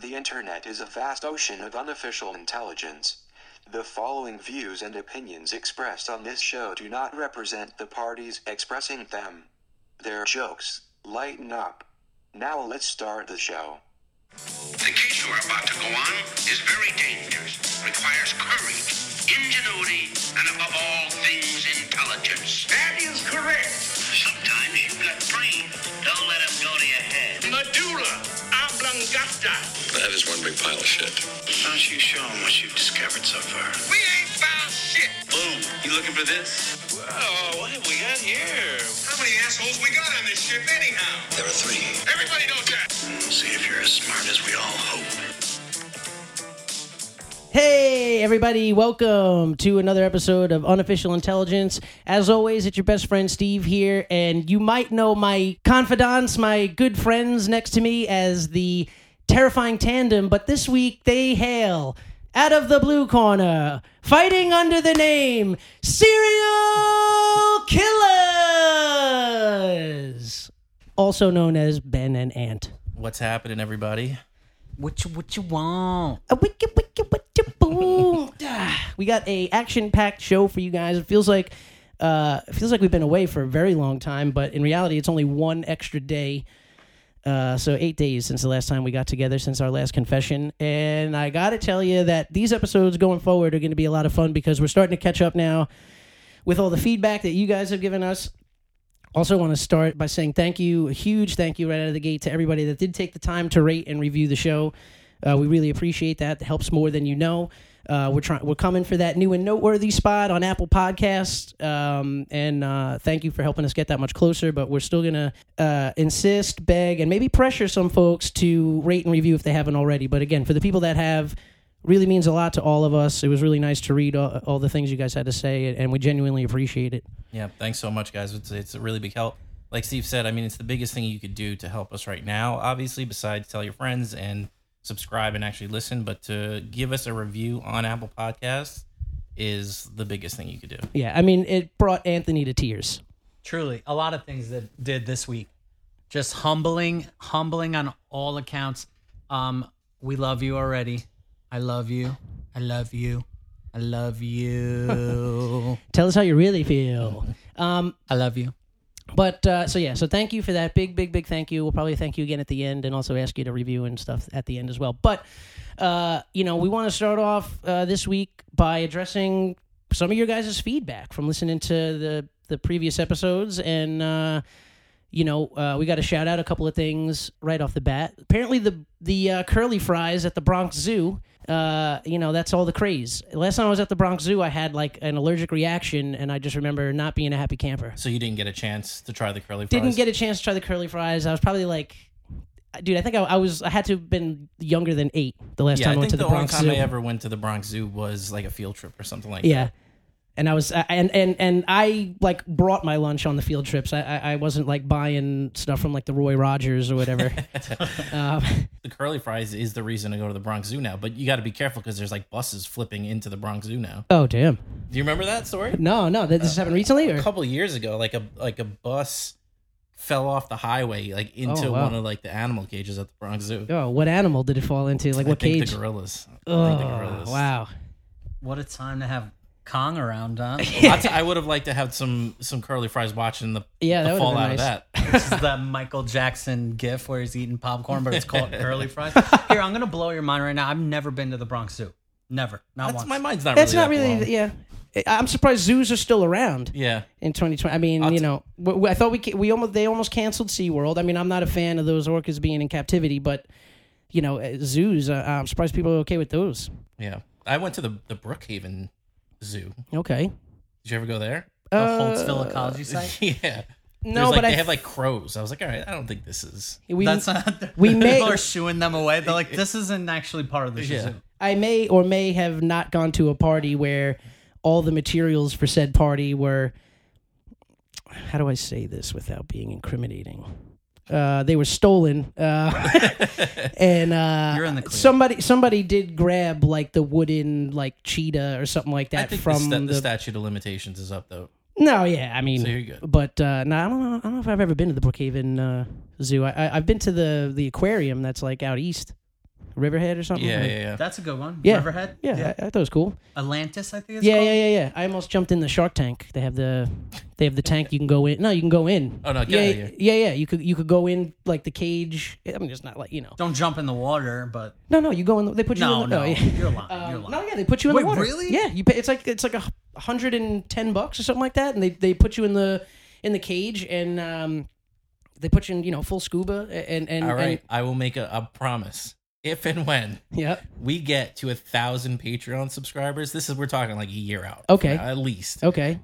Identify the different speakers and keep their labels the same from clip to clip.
Speaker 1: The internet is a vast ocean of unofficial intelligence. The following views and opinions expressed on this show do not represent the parties expressing them. They're jokes. Lighten up. Now let's start the show.
Speaker 2: The case you are about to go on is very dangerous, requires courage, ingenuity, and above all things, intelligence. That is correct. Sometimes you've got brains. Don't let them go to your head. Medulla oblongata.
Speaker 3: That is one big pile of shit.
Speaker 2: Why don't you show them what you've discovered so far? We ain't found shit.
Speaker 3: Boom. You looking for this?
Speaker 2: Whoa, what have we got here? How many assholes we got on this ship anyhow?
Speaker 3: There are three.
Speaker 2: Everybody knows that. We'll see if you're as smart as we all hope.
Speaker 4: Hey, everybody, welcome to another episode of Unofficial Intelligence. As always, it's your best friend Steve here, and you might know my confidants, my good friends next to me, as the terrifying tandem, but this week they hail out of the blue corner, fighting under the name Serial Killers, also known as Ben and Ant.
Speaker 5: What's happening, everybody?
Speaker 6: What you what you want?
Speaker 4: A wicka wicka wicka boom. Ah, we got a action-packed show for you guys. It feels like uh, it feels like we've been away for a very long time, but in reality, it's only one extra day. Uh, so eight days since the last time we got together, since our last confession, and I gotta tell you that these episodes going forward are going to be a lot of fun because we're starting to catch up now with all the feedback that you guys have given us. Also, want to start by saying thank you, a huge thank you right out of the gate to everybody that did take the time to rate and review the show. Uh, we really appreciate that. It helps more than you know. Uh, we're trying. We're coming for that new and noteworthy spot on Apple Podcasts, um, and uh, thank you for helping us get that much closer. But we're still gonna uh, insist, beg, and maybe pressure some folks to rate and review if they haven't already. But again, for the people that have, really means a lot to all of us. It was really nice to read all, all the things you guys had to say, and we genuinely appreciate it.
Speaker 5: Yeah, thanks so much, guys. It's, it's a really big help. Like Steve said, I mean, it's the biggest thing you could do to help us right now, obviously, besides tell your friends and subscribe and actually listen. But to give us a review on Apple Podcasts is the biggest thing you could do.
Speaker 4: Yeah, I mean, it brought Anthony to tears.
Speaker 6: Truly, a lot of things that did this week. Just humbling, humbling on all accounts. Um, we love you already. I love you. I love you. I love you.
Speaker 4: Tell us how you really feel. Um,
Speaker 6: I love you.
Speaker 4: But uh, so yeah, so thank you for that big, big, big thank you. We'll probably thank you again at the end, and also ask you to review and stuff at the end as well. But uh, you know, we want to start off uh, this week by addressing some of your guys' feedback from listening to the the previous episodes, and uh, you know, uh, we got to shout out a couple of things right off the bat. Apparently, the the uh, curly fries at the Bronx Zoo. Uh, you know, that's all the craze. Last time I was at the Bronx Zoo, I had like an allergic reaction, and I just remember not being a happy camper
Speaker 5: So you didn't get a chance to try the curly fries.
Speaker 4: didn't get a chance to try the curly fries. I was probably like, dude, I think I, I was. I had to have been younger than eight the last
Speaker 5: Yeah,
Speaker 4: time
Speaker 5: I
Speaker 4: I,
Speaker 5: think
Speaker 4: went to
Speaker 5: the,
Speaker 4: the, Bronx
Speaker 5: only
Speaker 4: Zoo.
Speaker 5: time I ever went to the Bronx Zoo was like a field trip or something like
Speaker 4: yeah, and I was, I, and and and I like brought my lunch on the field trips. I I, I wasn't like buying stuff from like the Roy Rogers or whatever. um,
Speaker 5: that. The curly fries is the reason to go to the Bronx Zoo now, but you got to be careful because there's like buses flipping into the Bronx Zoo now.
Speaker 4: oh damn!
Speaker 5: Do you remember that story?
Speaker 4: No, no, that this happened recently. Or
Speaker 5: Uh, a couple years ago, like a like a bus fell off the highway, like into
Speaker 4: Oh, wow.
Speaker 5: one of like the animal cages at the Bronx Zoo.
Speaker 4: oh, what animal did it fall into? Like
Speaker 5: I
Speaker 4: what
Speaker 5: think
Speaker 4: cage?
Speaker 5: the gorillas. I
Speaker 4: Oh,
Speaker 5: think the gorillas.
Speaker 4: wow.
Speaker 6: What a time to have Kong around, huh?
Speaker 5: I'd say I would have liked to have some some curly fries watching the
Speaker 4: Yeah,
Speaker 5: the
Speaker 4: that would've been
Speaker 5: fallout
Speaker 4: nice.
Speaker 5: of that.
Speaker 6: This is the Michael Jackson gif where he's eating popcorn, but it's called curly fries. Here, I'm gonna blow your mind right now. I've never been to the Bronx Zoo. Never, not
Speaker 5: That's
Speaker 6: once.
Speaker 5: my mind's not.
Speaker 4: That's
Speaker 5: really
Speaker 4: not
Speaker 5: that
Speaker 4: really.
Speaker 5: blown.
Speaker 4: Yeah, I- I'm surprised zoos are still around.
Speaker 5: Yeah.
Speaker 4: in 2020. I mean, you know, w- w- I thought we ca- we almost they almost canceled SeaWorld. I mean, I'm not a fan of those orcas being in captivity, but you know, uh, zoos. Uh, I'm surprised people are okay with those.
Speaker 5: Yeah. I went to the the Brookhaven Zoo.
Speaker 4: Okay.
Speaker 5: Did you ever go there?
Speaker 6: the Holtzville Ecology Site.
Speaker 5: yeah.
Speaker 4: No,
Speaker 5: There's, like,
Speaker 4: but
Speaker 5: they
Speaker 4: I
Speaker 5: have like crows. I was like, all right, I don't think this is.
Speaker 4: we
Speaker 6: That's not.
Speaker 4: we
Speaker 6: people
Speaker 4: may-
Speaker 6: are shooing them away. They're like, this isn't actually part of the
Speaker 5: Yeah.
Speaker 6: zoo.
Speaker 4: I may or may have not gone to a party where all the materials for said party were. How do I say this without being incriminating? Uh, they were stolen, uh, and uh,
Speaker 6: You're in the clear.
Speaker 4: somebody somebody did grab like the wooden like cheetah or something like
Speaker 5: I
Speaker 4: that
Speaker 5: think
Speaker 4: from
Speaker 5: the, sta- the statute of limitations is up though.
Speaker 4: No, yeah, I mean,
Speaker 5: So you're good.
Speaker 4: but uh, no, I don't know. I don't know if I've ever been to the Brookhaven uh, Zoo. I, I, I've been to the the aquarium that's like out east. Riverhead or something.
Speaker 5: Yeah,
Speaker 4: Like-
Speaker 5: yeah, yeah.
Speaker 6: That's a good one.
Speaker 4: Yeah.
Speaker 6: Riverhead.
Speaker 4: Yeah, I, I thought it was cool.
Speaker 6: Atlantis, I think it's
Speaker 4: Yeah,
Speaker 6: called.
Speaker 4: yeah, yeah, yeah. I almost jumped in the Shark Tank. They have the they have the tank you can go in. No, you can go in.
Speaker 5: Oh, no, get
Speaker 4: yeah,
Speaker 5: out of here.
Speaker 4: yeah, yeah. You could you could go in like the cage. I mean, it's not like you know.
Speaker 6: Don't jump in the water, but
Speaker 4: No, no, you go in. The, they put you
Speaker 6: no,
Speaker 4: in. The,
Speaker 6: no,
Speaker 4: oh, yeah.
Speaker 6: you're lying. you're
Speaker 4: Um,
Speaker 6: lying.
Speaker 4: no, yeah, they put you in
Speaker 6: Wait,
Speaker 4: the water.
Speaker 6: really?
Speaker 4: Yeah, you pay. It's like it's like a hu- hundred and ten bucks or something like that, and they they put you in the in the cage and um they put you in you know full scuba and and,
Speaker 5: All
Speaker 4: and
Speaker 5: right, I will make a, a promise. If and when
Speaker 4: yeah.
Speaker 5: we get to a thousand Patreon subscribers, this is we're talking like a year out.
Speaker 4: Okay.
Speaker 5: from now, at least
Speaker 4: Okay.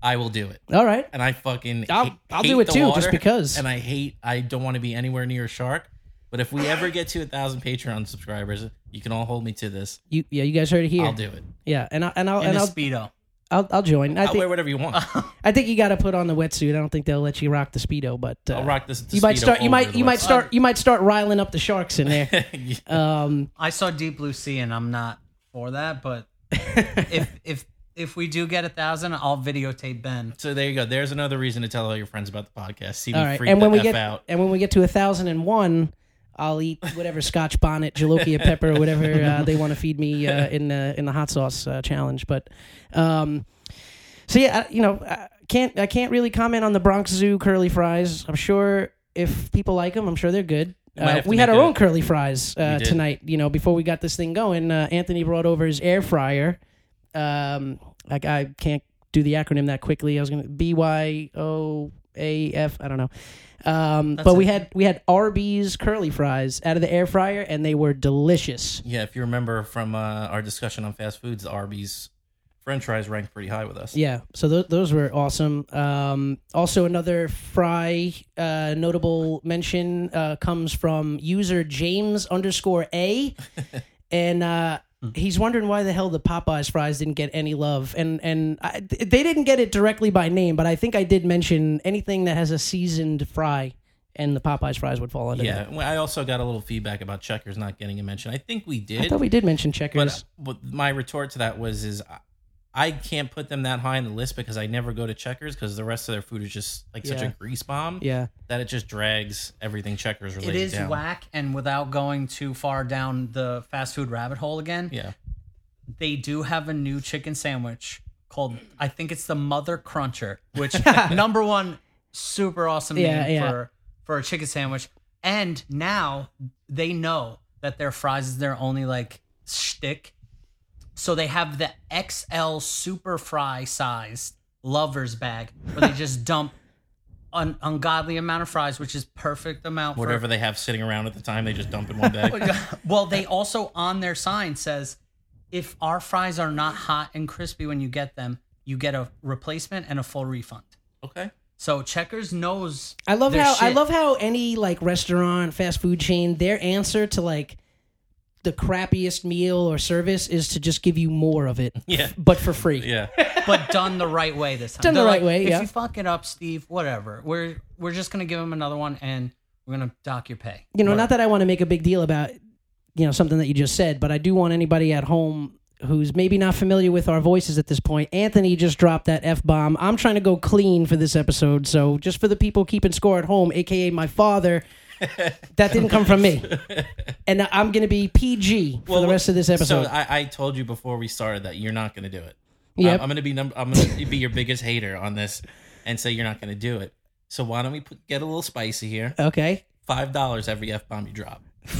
Speaker 5: I will do it.
Speaker 4: All right.
Speaker 5: and I fucking
Speaker 4: I'll-
Speaker 5: hate-
Speaker 4: I'll
Speaker 5: hate
Speaker 4: do it
Speaker 5: the
Speaker 4: too, just
Speaker 5: water,
Speaker 4: because.
Speaker 5: And I hate. I don't want to be anywhere near a shark. But if we ever get to a thousand Patreon subscribers, you can all hold me to this.
Speaker 4: You yeah, you guys heard it here.
Speaker 5: I'll do it.
Speaker 4: Yeah, and I and I'll
Speaker 6: in
Speaker 4: and
Speaker 6: a
Speaker 4: I'll,
Speaker 6: speedo.
Speaker 4: I'll I'll join. I
Speaker 5: I'll wear
Speaker 4: think
Speaker 5: whatever you want.
Speaker 4: I think you got to put on the wetsuit. I don't think they'll let you rock the speedo, but uh,
Speaker 5: I'll rock this. this
Speaker 4: you might
Speaker 5: speedo
Speaker 4: start. You
Speaker 5: over
Speaker 4: might
Speaker 5: the
Speaker 4: you might
Speaker 5: website.
Speaker 4: start. You might start riling up the sharks in there.
Speaker 5: Yeah.
Speaker 4: um,
Speaker 6: I saw Deep Blue Sea, and I'm not for that. But if if if we do get a thousand, I'll videotape Ben.
Speaker 5: so there you go. There's another reason to tell all your friends about the podcast. See me
Speaker 4: all right,
Speaker 5: freak
Speaker 4: and when
Speaker 5: the
Speaker 4: we
Speaker 5: F
Speaker 4: get
Speaker 5: out.
Speaker 4: and when we get to a thousand and one, I'll eat whatever Scotch bonnet, jalopy pepper, whatever uh, they want to feed me uh, in the in the hot sauce uh, challenge. But um, so yeah, I, you know, I can't I can't really comment on the Bronx Zoo curly fries. I'm sure if people like them, I'm sure they're good.
Speaker 5: We might
Speaker 4: Uh,
Speaker 5: have to
Speaker 4: we had
Speaker 5: make
Speaker 4: our
Speaker 5: a-
Speaker 4: own curly fries uh,
Speaker 5: did.
Speaker 4: tonight. You know, before we got this thing going, uh, Anthony brought over his air fryer. Um, like I can't do the acronym that quickly. I was gonna B Y O A F. I don't know. Um, but we
Speaker 6: it.
Speaker 4: had we had Arby's curly fries out of the air fryer, and they were delicious.
Speaker 5: Yeah, if you remember from uh, our discussion on fast foods, the Arby's French fries ranked pretty high with us.
Speaker 4: Yeah, so th- those were awesome. Um, also, another fry uh, notable mention uh, comes from user James underscore A, and uh, he's wondering why the hell the Popeyes fries didn't get any love, and and I, th- they didn't get it directly by name, but I think I did mention anything that has a seasoned fry, and the Popeyes fries would fall under. that.
Speaker 5: Yeah, well, I also got a little feedback about Checkers not getting a mention. I think we did.
Speaker 4: I thought we did mention Checkers.
Speaker 5: But, uh, but my retort to that was is I, I can't put them that high on the list because I never go to Checkers because the rest of their food is just like such
Speaker 4: Yeah.
Speaker 5: a grease bomb
Speaker 4: yeah.
Speaker 5: that it just drags everything Checkers
Speaker 6: It
Speaker 5: related
Speaker 6: is
Speaker 5: down.
Speaker 6: whack, and without going too far down the fast food rabbit hole again,
Speaker 5: Yeah,
Speaker 6: they do have a new chicken sandwich called I think it's the Mother Cruncher, which number one, super awesome
Speaker 4: Yeah,
Speaker 6: name
Speaker 4: yeah.
Speaker 6: for for a chicken sandwich. And now they know that their fries is their only like shtick, so they have the XL super fry size lovers bag where they just dump an ungodly amount of fries, which is perfect amount for
Speaker 5: whatever they have sitting around at the time, they just dump in one bag.
Speaker 6: well, they also on their sign says, if our fries are not hot and crispy when you get them, you get a replacement and a full refund.
Speaker 5: okay,
Speaker 6: So Checkers knows.
Speaker 4: I love
Speaker 6: their
Speaker 4: how I
Speaker 6: shit.
Speaker 4: love how any like restaurant, fast food chain, their answer to like the crappiest meal or service is to just give you more of it,
Speaker 5: Yeah.
Speaker 4: but for free.
Speaker 5: yeah.
Speaker 6: but done the right way this time.
Speaker 4: Done the
Speaker 6: They're
Speaker 4: right
Speaker 6: like,
Speaker 4: way,
Speaker 6: If
Speaker 4: yeah.
Speaker 6: you fuck it up, Steve, whatever. We're we're just gonna give him another one and we're gonna dock your pay.
Speaker 4: You know, not that I want to make a big deal about you know something that you just said, but I do want anybody at home who's maybe not familiar with our voices at this point. Anthony just dropped that f bomb. I'm trying to go clean for this episode, so just for the people keeping score at home, aka my father. that didn't come from me, and I'm going to be PG for
Speaker 5: Well,
Speaker 4: the rest of this episode.
Speaker 5: So I, I told you before we started that you're not going to do it.
Speaker 4: Yep.
Speaker 5: I'm, I'm going to be num- I'm going to be your biggest hater on this and say you're not going to do it. So why don't we put, get a little spicy here?
Speaker 4: okay,
Speaker 5: Five dollars every f bomb you drop.
Speaker 4: All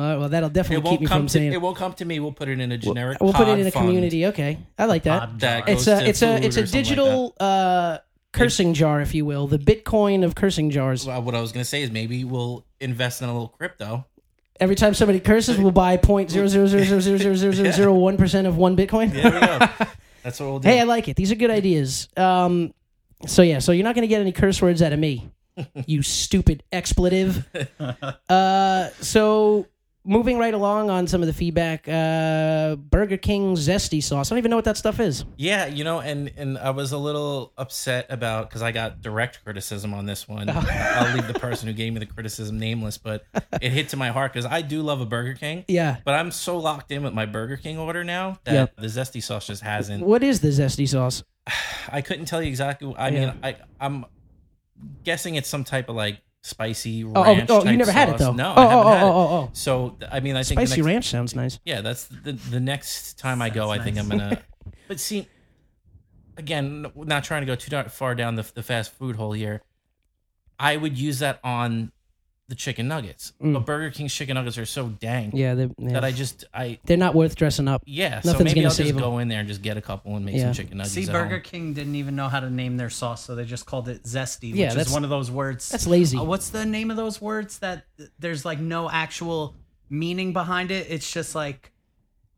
Speaker 4: right, well, that'll
Speaker 5: It
Speaker 4: definitely keep
Speaker 5: won't
Speaker 4: me
Speaker 5: come
Speaker 4: from
Speaker 5: to
Speaker 4: saying
Speaker 5: it won't come to me. We'll put it in a generic.
Speaker 4: We'll put it
Speaker 5: pod
Speaker 4: in a
Speaker 5: fund
Speaker 4: community. Okay, I like that.
Speaker 5: That
Speaker 4: It's
Speaker 5: goes
Speaker 4: a
Speaker 5: to
Speaker 4: it's a
Speaker 5: food
Speaker 4: it's
Speaker 5: or
Speaker 4: a
Speaker 5: something like
Speaker 4: digital uh, cursing jar, if you will, the Bitcoin of cursing jars.
Speaker 5: that. Well, uh, what I was going to say is maybe we'll invest in a little crypto.
Speaker 4: Every time somebody curses, we'll buy point zero zero zero zero zero zero zero zero zero one percent of one Bitcoin.
Speaker 5: There we go. That's what we'll do.
Speaker 4: hey, I like it. These are good ideas. Um, so yeah, so you're not going to get any curse words out of me, you stupid expletive. Uh, so moving right along on some of the feedback, uh, Burger King zesty sauce. I don't even know what that stuff is.
Speaker 5: yeah, you know, and and I was a little upset about because I got direct criticism on this one. I'll leave the person who gave me the criticism nameless, but it hit to my heart because I do love a Burger King.
Speaker 4: Yeah.
Speaker 5: But I'm so locked in with my Burger King order now that
Speaker 4: Yep.
Speaker 5: the zesty sauce just hasn't.
Speaker 4: What is the zesty sauce?
Speaker 5: I couldn't tell you exactly. I
Speaker 4: Yeah.
Speaker 5: mean, I I'm guessing it's some type of like spicy
Speaker 4: oh,
Speaker 5: ranch.
Speaker 4: oh, you
Speaker 5: type
Speaker 4: never had it,
Speaker 5: sauce.
Speaker 4: though.
Speaker 5: No,
Speaker 4: Oh,
Speaker 5: I
Speaker 4: oh,
Speaker 5: haven't
Speaker 4: oh,
Speaker 5: had it.
Speaker 4: oh, oh, oh.
Speaker 5: So th- I mean, I think the
Speaker 4: Spicy
Speaker 5: next,
Speaker 4: ranch sounds nice.
Speaker 5: Yeah, that's the the next time I go. I think I'm gonna. But see, again, n- not trying to go too dar- far down the the fast food hole here. I would use that on the chicken nuggets, but Burger King's chicken nuggets are so dang
Speaker 4: Mm. Yeah, they,
Speaker 5: that I
Speaker 4: yeah.
Speaker 5: just I
Speaker 4: they're not worth dressing up.
Speaker 5: yeah. so
Speaker 4: Nothing's
Speaker 5: maybe
Speaker 4: gonna
Speaker 5: I'll just
Speaker 4: save 'em.
Speaker 5: go in there and just get a couple and make
Speaker 4: Yeah.
Speaker 5: some chicken nuggets.
Speaker 6: See,
Speaker 5: at
Speaker 6: Burger
Speaker 5: home.
Speaker 6: King didn't even know how to name their sauce, so they just called it zesty,
Speaker 4: Yeah,
Speaker 6: which
Speaker 4: that's-
Speaker 6: is one of those words.
Speaker 4: that's lazy.
Speaker 6: Uh, what's the name of those words that th- there's like no actual meaning behind it? It's just like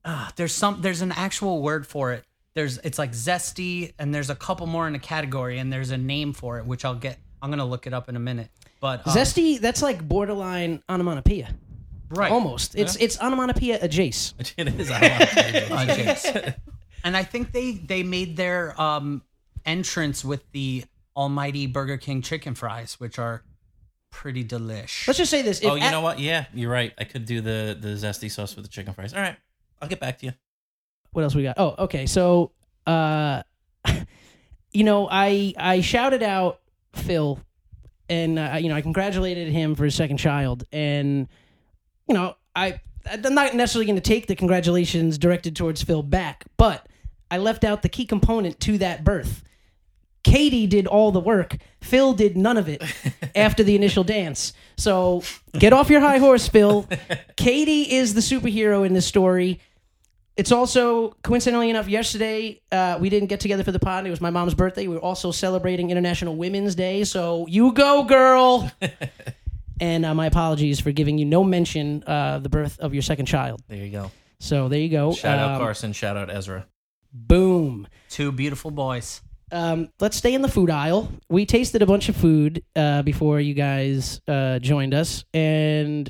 Speaker 6: uh, there's some there's an actual word for it. There's it's like zesty, and there's a couple more in a category, and there's a name for it, which I'll get. I'm gonna look it up in a minute. But uh,
Speaker 4: Zesty, that's like borderline onomatopoeia.
Speaker 6: right,
Speaker 4: Almost. It's it's onomatopoeia adjacent.
Speaker 5: It is. I like it.
Speaker 6: Uh, James. and I think they they made their um entrance with the almighty Burger King chicken fries, which are pretty delish.
Speaker 4: Let's just say this. If
Speaker 5: oh, you
Speaker 4: at-
Speaker 5: know what? Yeah, you're right. I could do the the zesty sauce with the chicken fries. All right, I'll get back to you.
Speaker 4: what else we got? Oh, okay. So, uh, you know, I I shouted out Phil, and uh, you know, I congratulated him for his second child, and you know, I I'm not necessarily going to take the congratulations directed towards Phil back, but I left out the key component to that birth. Katie did all the work. Phil did none of it after the initial dance. So get off your high horse, Phil. Katie is the superhero in this story. It's also coincidentally enough, yesterday uh, we didn't get together for the pod. It was my mom's birthday. We were also celebrating International Women's Day. So you go, girl. and uh, my apologies for giving you no mention uh, the birth of your second child.
Speaker 5: There you go.
Speaker 4: So there you go.
Speaker 5: Shout out
Speaker 4: Um,
Speaker 5: Carson. Shout out Ezra.
Speaker 4: Boom.
Speaker 6: Two beautiful boys.
Speaker 4: um, let's stay in the food aisle. We tasted a bunch of food uh, before you guys uh, joined us, and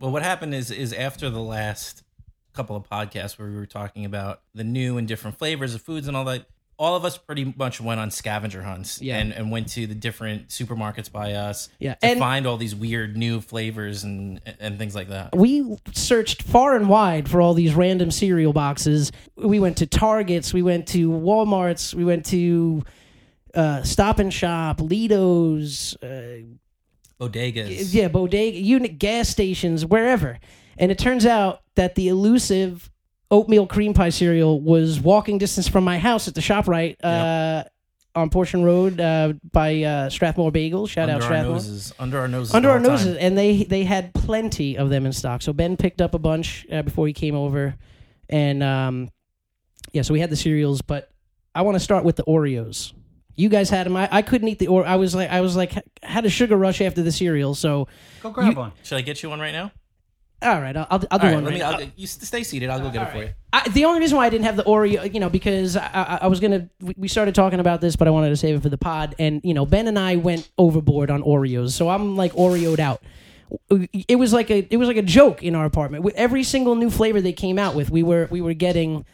Speaker 5: Well, what happened is is after the last couple of podcasts where we were talking about the new and different flavors of foods and all that, all of us pretty much went on scavenger hunts
Speaker 4: Yeah.
Speaker 5: and, and went to the different supermarkets by us
Speaker 4: Yeah,
Speaker 5: to
Speaker 4: and-
Speaker 5: find all these weird new flavors and and things like that.
Speaker 4: we searched far and wide for all these random cereal boxes. We went to Targets, we went to WalMarts, we went to uh, Stop and Shop, Lido's, uh,
Speaker 5: Bodegas.
Speaker 4: yeah, bodega, unit gas stations, wherever. And it turns out that the elusive oatmeal cream pie cereal was walking distance from my house at the shop right uh, on Portion Road uh, by uh, Strathmore Bagel. Shout
Speaker 5: Under
Speaker 4: out
Speaker 5: our
Speaker 4: Strathmore.
Speaker 5: noses. Under our noses.
Speaker 4: Under
Speaker 5: all
Speaker 4: our
Speaker 5: the time.
Speaker 4: noses, and they they had plenty of them in stock. So Ben picked up a bunch uh, before he came over, and um, yeah, so we had the cereals. But I want to start with the Oreos. You guys had them. I, I couldn't eat the or. I was like I was like h- had a sugar rush after the cereal. So
Speaker 6: Go grab one.
Speaker 5: Should I get you one right now?
Speaker 4: All right, I'll, I'll, I'll do
Speaker 5: All right,
Speaker 4: one.
Speaker 5: let me.
Speaker 4: right.
Speaker 5: I'll, you s- stay seated. I'll go get it for you.
Speaker 4: I, the only reason why I didn't have the Oreo, you know, because I, I, I was gonna. We, we started talking about this, but I wanted to save it for the pod. And you know, Ben and I went overboard on Oreos, so I'm like Oreoed out. It was like a it was like a joke in our apartment. With every single new flavor they came out with, we were we were getting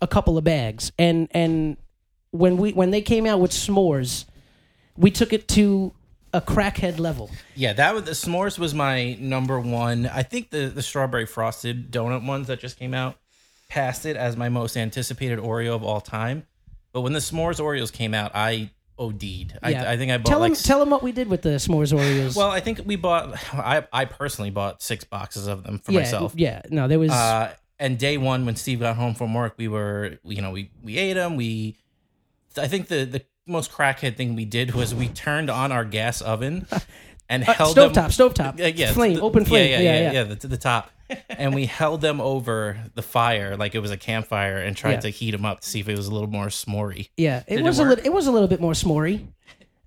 Speaker 4: a couple of bags. And and when we when they came out with s'mores, we took it to a crackhead level.
Speaker 5: Yeah, that was the s'mores was my number one. I think the the strawberry frosted donut ones that just came out passed it as my most anticipated Oreo of all time. But when the s'mores Oreos came out, I OD'd. I, I think I bought
Speaker 4: tell
Speaker 5: like
Speaker 4: him
Speaker 5: s-
Speaker 4: tell him what we did with the s'mores Oreos.
Speaker 5: well, I think we bought. I I personally bought six boxes of them for
Speaker 4: yeah,
Speaker 5: myself.
Speaker 4: yeah, no, there was.
Speaker 5: Uh, and day one, when Steve got home from work, we were, you know, we we ate them. We, I think the the most crackhead thing we did was we turned on our gas oven and held
Speaker 4: Uh, stovetop,
Speaker 5: them,
Speaker 4: stovetop.
Speaker 5: Yeah, yeah,
Speaker 4: Flame,
Speaker 5: the-
Speaker 4: open flame.
Speaker 5: yeah, yeah, yeah,
Speaker 4: Yeah, yeah.
Speaker 5: yeah, the, to the top, and we held them over the fire like it was a campfire and tried
Speaker 4: Yeah.
Speaker 5: to heat them up to see if it was a little more s'morey.
Speaker 4: Yeah, it
Speaker 5: Did it
Speaker 4: was a
Speaker 5: work?
Speaker 4: little. It was a little bit more s'morey.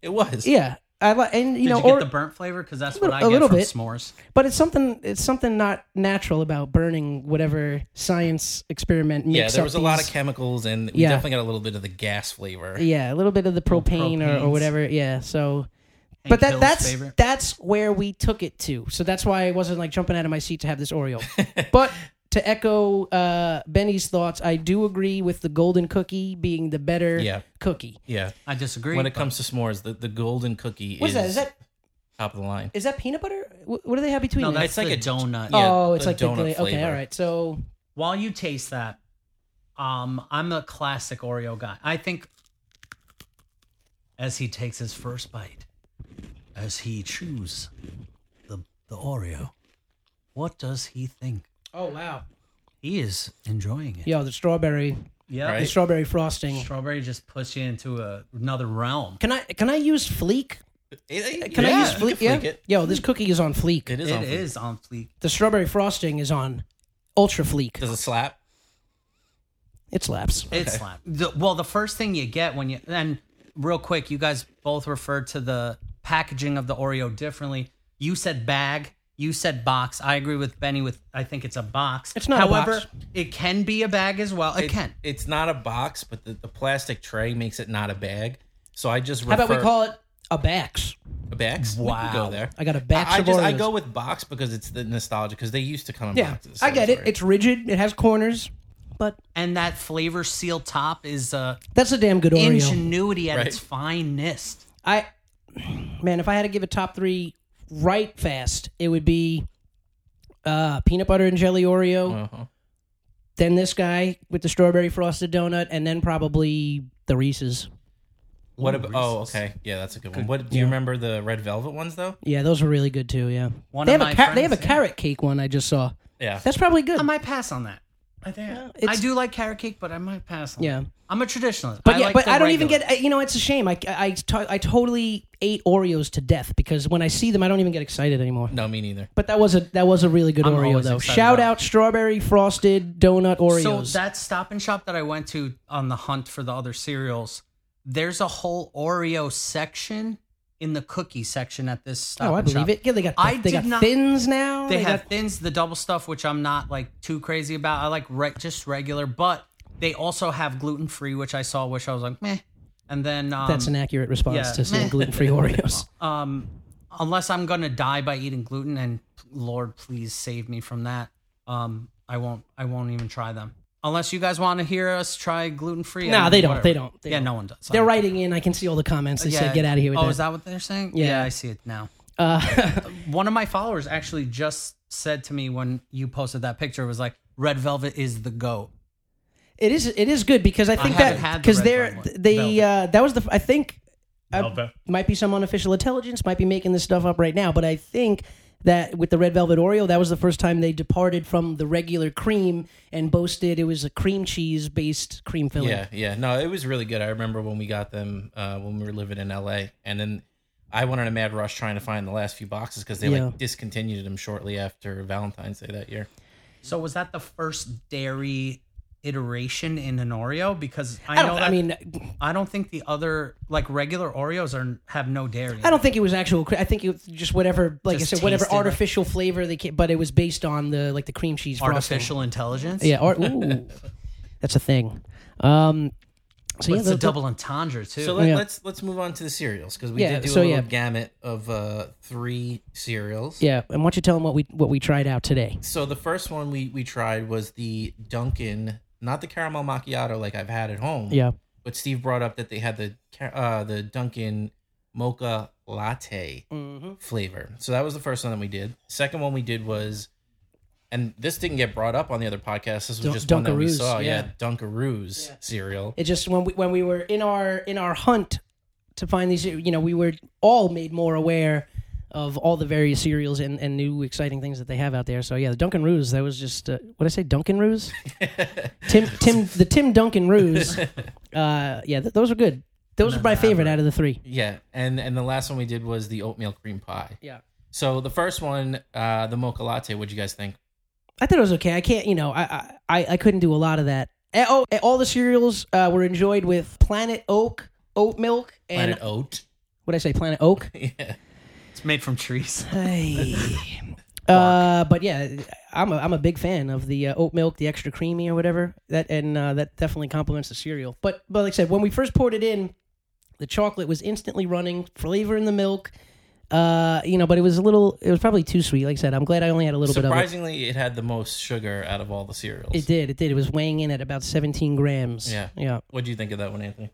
Speaker 5: It was,
Speaker 4: Yeah, I like, and you
Speaker 6: Did
Speaker 4: know,
Speaker 6: you get
Speaker 4: or-
Speaker 6: the burnt flavor? Because that's
Speaker 4: little-
Speaker 6: what I
Speaker 4: a
Speaker 6: get
Speaker 4: little
Speaker 6: from
Speaker 4: bit.
Speaker 6: s'mores.
Speaker 4: but it's something. It's something not natural about burning whatever science experiment.
Speaker 5: yeah.
Speaker 4: Mixed
Speaker 5: There
Speaker 4: up
Speaker 5: was a lot of
Speaker 4: these-
Speaker 5: chemicals, and we
Speaker 4: Yeah.
Speaker 5: definitely got a little bit of the gas flavor.
Speaker 4: yeah, a little bit of the propane or, or
Speaker 6: propanes.
Speaker 4: whatever. Yeah, so.
Speaker 6: Hank
Speaker 4: But that,
Speaker 6: Hill's
Speaker 4: that's
Speaker 6: favorite.
Speaker 4: that's where we took it to. So that's why I wasn't like jumping out of my seat to have this Oreo. but to echo uh, Benny's thoughts, I do agree with the golden cookie being the better
Speaker 5: Yeah.
Speaker 4: cookie.
Speaker 5: Yeah.
Speaker 6: I disagree.
Speaker 5: When it comes to s'mores, the, the golden cookie
Speaker 4: What's that? Is that
Speaker 5: top of the line.
Speaker 4: is that peanut butter? What, what do they have between?
Speaker 6: no,
Speaker 4: them?
Speaker 5: It's
Speaker 6: that's
Speaker 5: like
Speaker 6: the
Speaker 5: a-
Speaker 6: donut.
Speaker 5: yeah,
Speaker 4: oh, it's
Speaker 5: the
Speaker 4: like the,
Speaker 5: donut
Speaker 4: gla- okay.
Speaker 5: flavor.
Speaker 4: All right, so
Speaker 6: While you taste that, um, I'm a classic Oreo guy. I think as he takes his first bite, as he chews the, the Oreo, what does he think?
Speaker 4: Oh wow.
Speaker 6: He is enjoying it.
Speaker 4: Yo, the strawberry,
Speaker 6: Yeah.
Speaker 4: the
Speaker 5: Right.
Speaker 4: strawberry frosting.
Speaker 6: Strawberry just puts you into a, another realm.
Speaker 4: Can I can I use fleek? Can I
Speaker 5: Yeah,
Speaker 4: use
Speaker 5: you
Speaker 4: fleek?
Speaker 5: can
Speaker 4: Yeah.
Speaker 5: flick it.
Speaker 4: Yo, this cookie is on fleek.
Speaker 5: It
Speaker 6: It
Speaker 5: is.
Speaker 6: is
Speaker 5: on
Speaker 6: on,
Speaker 5: fleek.
Speaker 6: fleek.
Speaker 4: The strawberry frosting is on ultra fleek.
Speaker 5: Does it slap?
Speaker 4: It slaps.
Speaker 6: It slapped. The- well, the first thing you get when you and real quick, you guys both referred to the packaging of the Oreo differently. You said bag. You said box. I agree with Benny. With I think it's a box.
Speaker 4: It's not a
Speaker 6: However,
Speaker 4: box.
Speaker 6: it can be a bag as well. It, can.
Speaker 5: It's not a box, but the, the plastic tray makes it not a bag. So I just
Speaker 4: How about we
Speaker 5: refer-
Speaker 4: call it a Bax?
Speaker 5: a bags.
Speaker 6: Wow.
Speaker 5: we can go there.
Speaker 4: I got a Bax
Speaker 5: I, I
Speaker 4: of
Speaker 5: just I
Speaker 4: Oreos.
Speaker 5: go with box because it's the nostalgia because they used to come in
Speaker 4: Yeah,
Speaker 5: boxes. so
Speaker 4: I get it.
Speaker 5: weird.
Speaker 4: It's rigid. It has corners, but
Speaker 6: And that flavor seal top is uh,
Speaker 4: that's a damn good Oreo.
Speaker 6: ingenuity at
Speaker 5: Right.
Speaker 6: its finest.
Speaker 4: I man, if I had to give a top three right fast, it would be uh, peanut butter and jelly Oreo,
Speaker 5: Uh-huh.
Speaker 4: then this guy with the strawberry frosted donut, and then probably the Reese's.
Speaker 5: What about? Oh, okay. Yeah, that's a good one. What do you remember the red velvet ones though?
Speaker 4: Yeah, those were really good too. Yeah,
Speaker 6: One
Speaker 4: they
Speaker 6: of
Speaker 4: have a
Speaker 6: my
Speaker 4: they have a
Speaker 6: friends-
Speaker 4: carrot cake one I just saw.
Speaker 5: Yeah.
Speaker 4: That's probably good.
Speaker 6: I might pass on that. I think I
Speaker 4: it's-
Speaker 6: do like carrot cake, but I might pass on.
Speaker 4: Yeah.
Speaker 6: that. I'm a traditionalist.
Speaker 4: But
Speaker 6: I
Speaker 4: yeah,
Speaker 6: like
Speaker 4: but
Speaker 6: the
Speaker 4: I don't even
Speaker 6: regular.
Speaker 4: get. I- You know, it's a shame. I I I to- I totally ate Oreos to death because when I see them, I don't even get excited anymore.
Speaker 5: no, me neither.
Speaker 4: But that was a that was a really good
Speaker 6: I'm
Speaker 4: Oreo
Speaker 6: always
Speaker 4: though.
Speaker 6: excited
Speaker 4: Shout
Speaker 6: about-
Speaker 4: out strawberry frosted donut Oreos.
Speaker 6: So that Stop and Shop that I went to on the hunt for the other cereals, there's a whole Oreo section in the cookie section at this Stop
Speaker 4: oh, I
Speaker 6: and Shop.
Speaker 4: believe it. Yeah, they got
Speaker 6: I
Speaker 4: they
Speaker 6: did
Speaker 4: got
Speaker 6: not-
Speaker 4: thins now.
Speaker 6: They, have
Speaker 4: got-
Speaker 6: thins, the double stuff, which I'm not like too crazy about. I like re- just regular, but they also have gluten free, which I saw, which I was like meh. And then um,
Speaker 4: that's an accurate response
Speaker 6: yeah.
Speaker 4: to saying
Speaker 6: Meh.
Speaker 4: gluten free Oreos.
Speaker 6: um, unless I'm gonna die by eating gluten, and Lord, please save me from that. Um, I won't. I won't even try them. Unless you guys want to hear us try gluten free.
Speaker 4: No, they don't. They don't. They
Speaker 6: yeah,
Speaker 4: don't.
Speaker 6: no one does.
Speaker 4: They're writing in. I can see all the comments. They said, "Get out of here with
Speaker 6: oh,
Speaker 4: that."
Speaker 6: is that what they're saying?
Speaker 4: Yeah.
Speaker 6: I see it now.
Speaker 4: Uh,
Speaker 6: One of my followers actually just said to me when you posted that picture was like, "Red Velvet is the goat."
Speaker 4: it is. It is good because I think
Speaker 6: haven't
Speaker 4: that
Speaker 6: had the
Speaker 4: because
Speaker 6: red
Speaker 4: they're
Speaker 6: velvet.
Speaker 4: they uh, that was the I think uh,
Speaker 6: Velvet.
Speaker 4: might be some unofficial intelligence might be making this stuff up right now, but I think that with the red velvet Oreo, that was the first time they departed from the regular cream and boasted it was a cream cheese based cream filling.
Speaker 5: Yeah, yeah. No, it was really good. I remember when we got them uh, when we were living in LA, and then I went on a mad rush trying to find the last few boxes because they
Speaker 4: Yeah.
Speaker 5: like discontinued them shortly after Valentine's Day that year.
Speaker 6: So was that the first dairy iteration in an Oreo? Because I,
Speaker 4: I
Speaker 6: know.
Speaker 4: don't.
Speaker 6: That,
Speaker 4: I mean,
Speaker 6: I don't think the other like regular Oreos are have no dairy. in
Speaker 4: I don't think it was actual. cre- I think it was just whatever, like
Speaker 6: Just
Speaker 4: I said, whatever
Speaker 6: tasted like-
Speaker 4: artificial flavor they. Ca- but it was based on the like the cream cheese frosting.
Speaker 6: artificial intelligence.
Speaker 4: Yeah. Art, ooh, that's a thing. Um, so
Speaker 6: But
Speaker 4: yeah,
Speaker 6: it's
Speaker 4: the-
Speaker 6: a double entendre too.
Speaker 5: So let,
Speaker 4: Oh, Yeah.
Speaker 5: let's let's move on to the cereals because we
Speaker 4: Yeah,
Speaker 5: did do
Speaker 4: so
Speaker 5: a little
Speaker 4: yeah.
Speaker 5: gamut of uh, three cereals.
Speaker 4: yeah. And why don't you tell them what we what we tried out today?
Speaker 5: So the first one we we tried was the Dunkin', not the caramel macchiato like I've had at home.
Speaker 4: Yeah.
Speaker 5: But Steve brought up that they had the ca- uh, the Dunkin' mocha latte
Speaker 4: Mm-hmm.
Speaker 5: flavor. So that was the first one that we did. Second one we did was, and this didn't get brought up on the other podcast. This was
Speaker 4: Dun-
Speaker 5: just one that we
Speaker 4: Dunkaroos,
Speaker 5: saw. Yeah,
Speaker 4: yeah.
Speaker 5: Dunkaroos cereal.
Speaker 4: It just when we when we were in our in our hunt to find these, you know, we were all made more aware of all the various cereals and, and new exciting things that they have out there. So yeah, the Dunkin' Ruse that was just uh, what I say, Dunkin' Ruse, Tim Tim the Tim Duncan Ruse. Uh, yeah, th- those are good. Those are my favorite out of the three.
Speaker 5: Yeah, and and the last one we did was the oatmeal cream pie.
Speaker 4: Yeah.
Speaker 5: So the first one, uh, the mocha latte. What'd you guys think?
Speaker 4: I thought it was okay. I can't, you know, I I, I, I couldn't do a lot of that. Eh, Oh, eh, all the cereals uh, were enjoyed with Planet Oak, oat milk, and
Speaker 5: Planet oat.
Speaker 4: what I say, Planet Oak.
Speaker 5: yeah.
Speaker 6: it's made from trees.
Speaker 4: Ay. uh, but yeah, I'm a, I'm a big fan of the uh, oat milk, the extra creamy or whatever that, and uh, that definitely complements the cereal. But but like I said, when we first poured it in, the chocolate was instantly running, flavor in the milk. Uh, you know, but it was a little. It was probably too sweet. Like I said, I'm glad I only had a little bit of it.
Speaker 5: Surprisingly, it had the most sugar out of all the cereals.
Speaker 4: It did. It did. It was weighing in at about 17 grams.
Speaker 5: Yeah.
Speaker 4: Yeah.
Speaker 5: What do you think of that one, Anthony?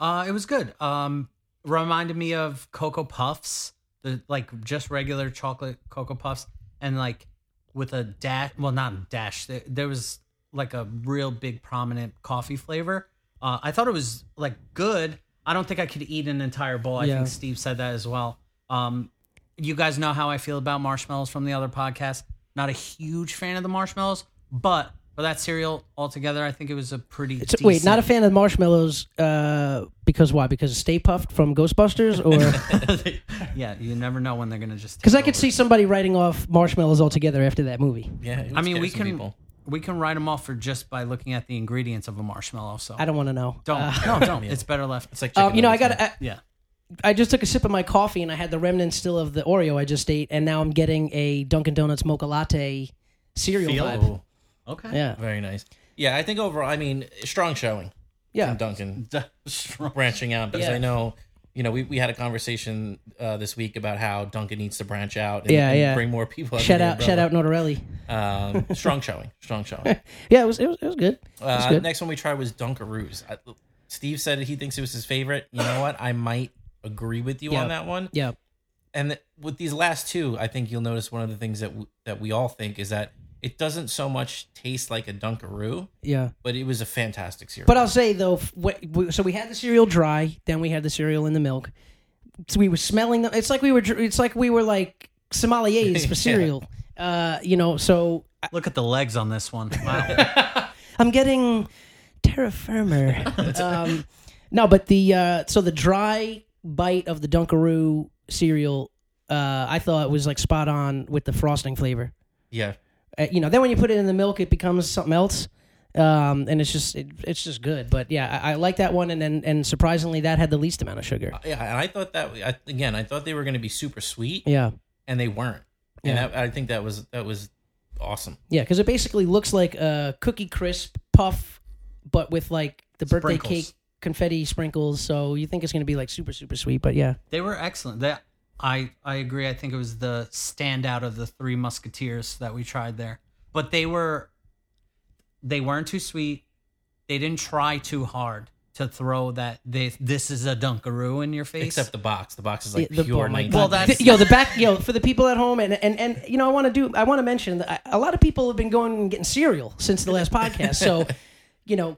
Speaker 6: Uh, it was good. Um, reminded me of Cocoa Puffs, the like just regular chocolate Cocoa Puffs, and like with a dash. Well, not a dash. There, there was like a real big prominent coffee flavor. Uh, I thought it was like good. I don't think I could eat an entire bowl. I
Speaker 4: Yeah.
Speaker 6: think Steve said that as well. Um, you guys know how I feel about marshmallows from the other podcast. Not a huge fan of the marshmallows, but for that cereal altogether, I think it was a pretty.
Speaker 4: So, wait, not a
Speaker 6: decent-
Speaker 4: fan of marshmallows uh, because why? Because of Stay Puffed from Ghostbusters, or
Speaker 6: yeah, you never know when they're gonna just.
Speaker 4: because
Speaker 6: take
Speaker 4: I could
Speaker 6: over.
Speaker 4: see somebody writing off marshmallows altogether after that movie.
Speaker 5: Yeah, it
Speaker 6: I mean,
Speaker 5: scares
Speaker 6: we
Speaker 5: some
Speaker 6: can
Speaker 5: people.
Speaker 6: we can write them off for just by looking at the ingredients of a marshmallow. So
Speaker 4: I don't want to know.
Speaker 6: don't
Speaker 4: Uh,
Speaker 6: no don't. It's better left.
Speaker 5: It's like
Speaker 4: um,
Speaker 5: chicken
Speaker 4: you know, I
Speaker 5: nuggets,
Speaker 4: got.
Speaker 5: man.
Speaker 4: I,
Speaker 6: yeah.
Speaker 4: I just took a sip of my coffee and I had the remnants still of the Oreo I just ate, and now I'm getting a Dunkin' Donuts mocha latte cereal vibe.
Speaker 5: Ooh,
Speaker 6: Okay.
Speaker 4: Yeah,
Speaker 5: very nice. Yeah, I think overall, I mean, strong showing
Speaker 4: yeah.
Speaker 5: from Duncan
Speaker 6: Strong.
Speaker 5: branching out because
Speaker 4: Yeah.
Speaker 5: I know. You know, we, we had a conversation uh, this week about how Duncan needs to branch out and,
Speaker 4: Yeah,
Speaker 5: and
Speaker 4: yeah.
Speaker 5: bring more people. under
Speaker 4: Shout
Speaker 5: the
Speaker 4: out, shout out, Notarelli.
Speaker 5: umbrella. Um, strong showing, strong showing.
Speaker 4: Yeah, it was, it was, it was good. It was
Speaker 5: Uh,
Speaker 4: good.
Speaker 5: next one we tried was Dunkaroos. I, Steve said he thinks it was his favorite. You know what? I might agree with you
Speaker 4: Yeah.
Speaker 5: on that one.
Speaker 4: yeah,
Speaker 5: and th- with these last two, I think you'll notice one of the things that w- that we all think is that it doesn't so much taste like a Dunkaroo,
Speaker 4: yeah.
Speaker 5: but it was a fantastic cereal.
Speaker 4: But uh, I'll say though, f- wh- we- so we had the cereal dry, then we had the cereal in the milk. So we were smelling them. It's like we were. dr- It's like we were like sommeliers for
Speaker 5: Yeah.
Speaker 4: cereal. Uh, you know. So I,
Speaker 6: Look at the legs on this one. Wow.
Speaker 4: I'm getting terra firma. um, no, but the uh, so the dry bite of the Dunkaroo cereal, uh, I thought was like spot on with the frosting flavor.
Speaker 5: yeah,
Speaker 4: Uh, you know, then when you put it in the milk, it becomes something else, um, and it's just it, it's just good. But yeah, I, I like that one, and then and surprisingly, that had the least amount of sugar.
Speaker 5: yeah, and I thought that I, again. I thought they were going to be super sweet,
Speaker 4: Yeah,
Speaker 5: and they weren't. And
Speaker 4: Yeah.
Speaker 5: that, I think that was that was awesome.
Speaker 4: yeah, because it basically looks like a cookie crisp puff, but with like the birthday
Speaker 6: Sprinkles.
Speaker 4: cake confetti sprinkles. So you think it's gonna be like super super sweet, but yeah,
Speaker 6: they were excellent. That I I agree. I think it was the standout of the three musketeers that we tried there. But they were they weren't too sweet. They didn't try too hard to throw that this this is a dunkaroo in your face.
Speaker 5: Except the box. The box is like
Speaker 4: the,
Speaker 5: pure.
Speaker 4: oh my
Speaker 5: 19.
Speaker 4: God.
Speaker 6: Well, that's-
Speaker 4: The- yo the back yo for the people at home and and and you know I want to do I want to mention that I, a lot of people have been going and getting cereal since the last podcast. So, you know,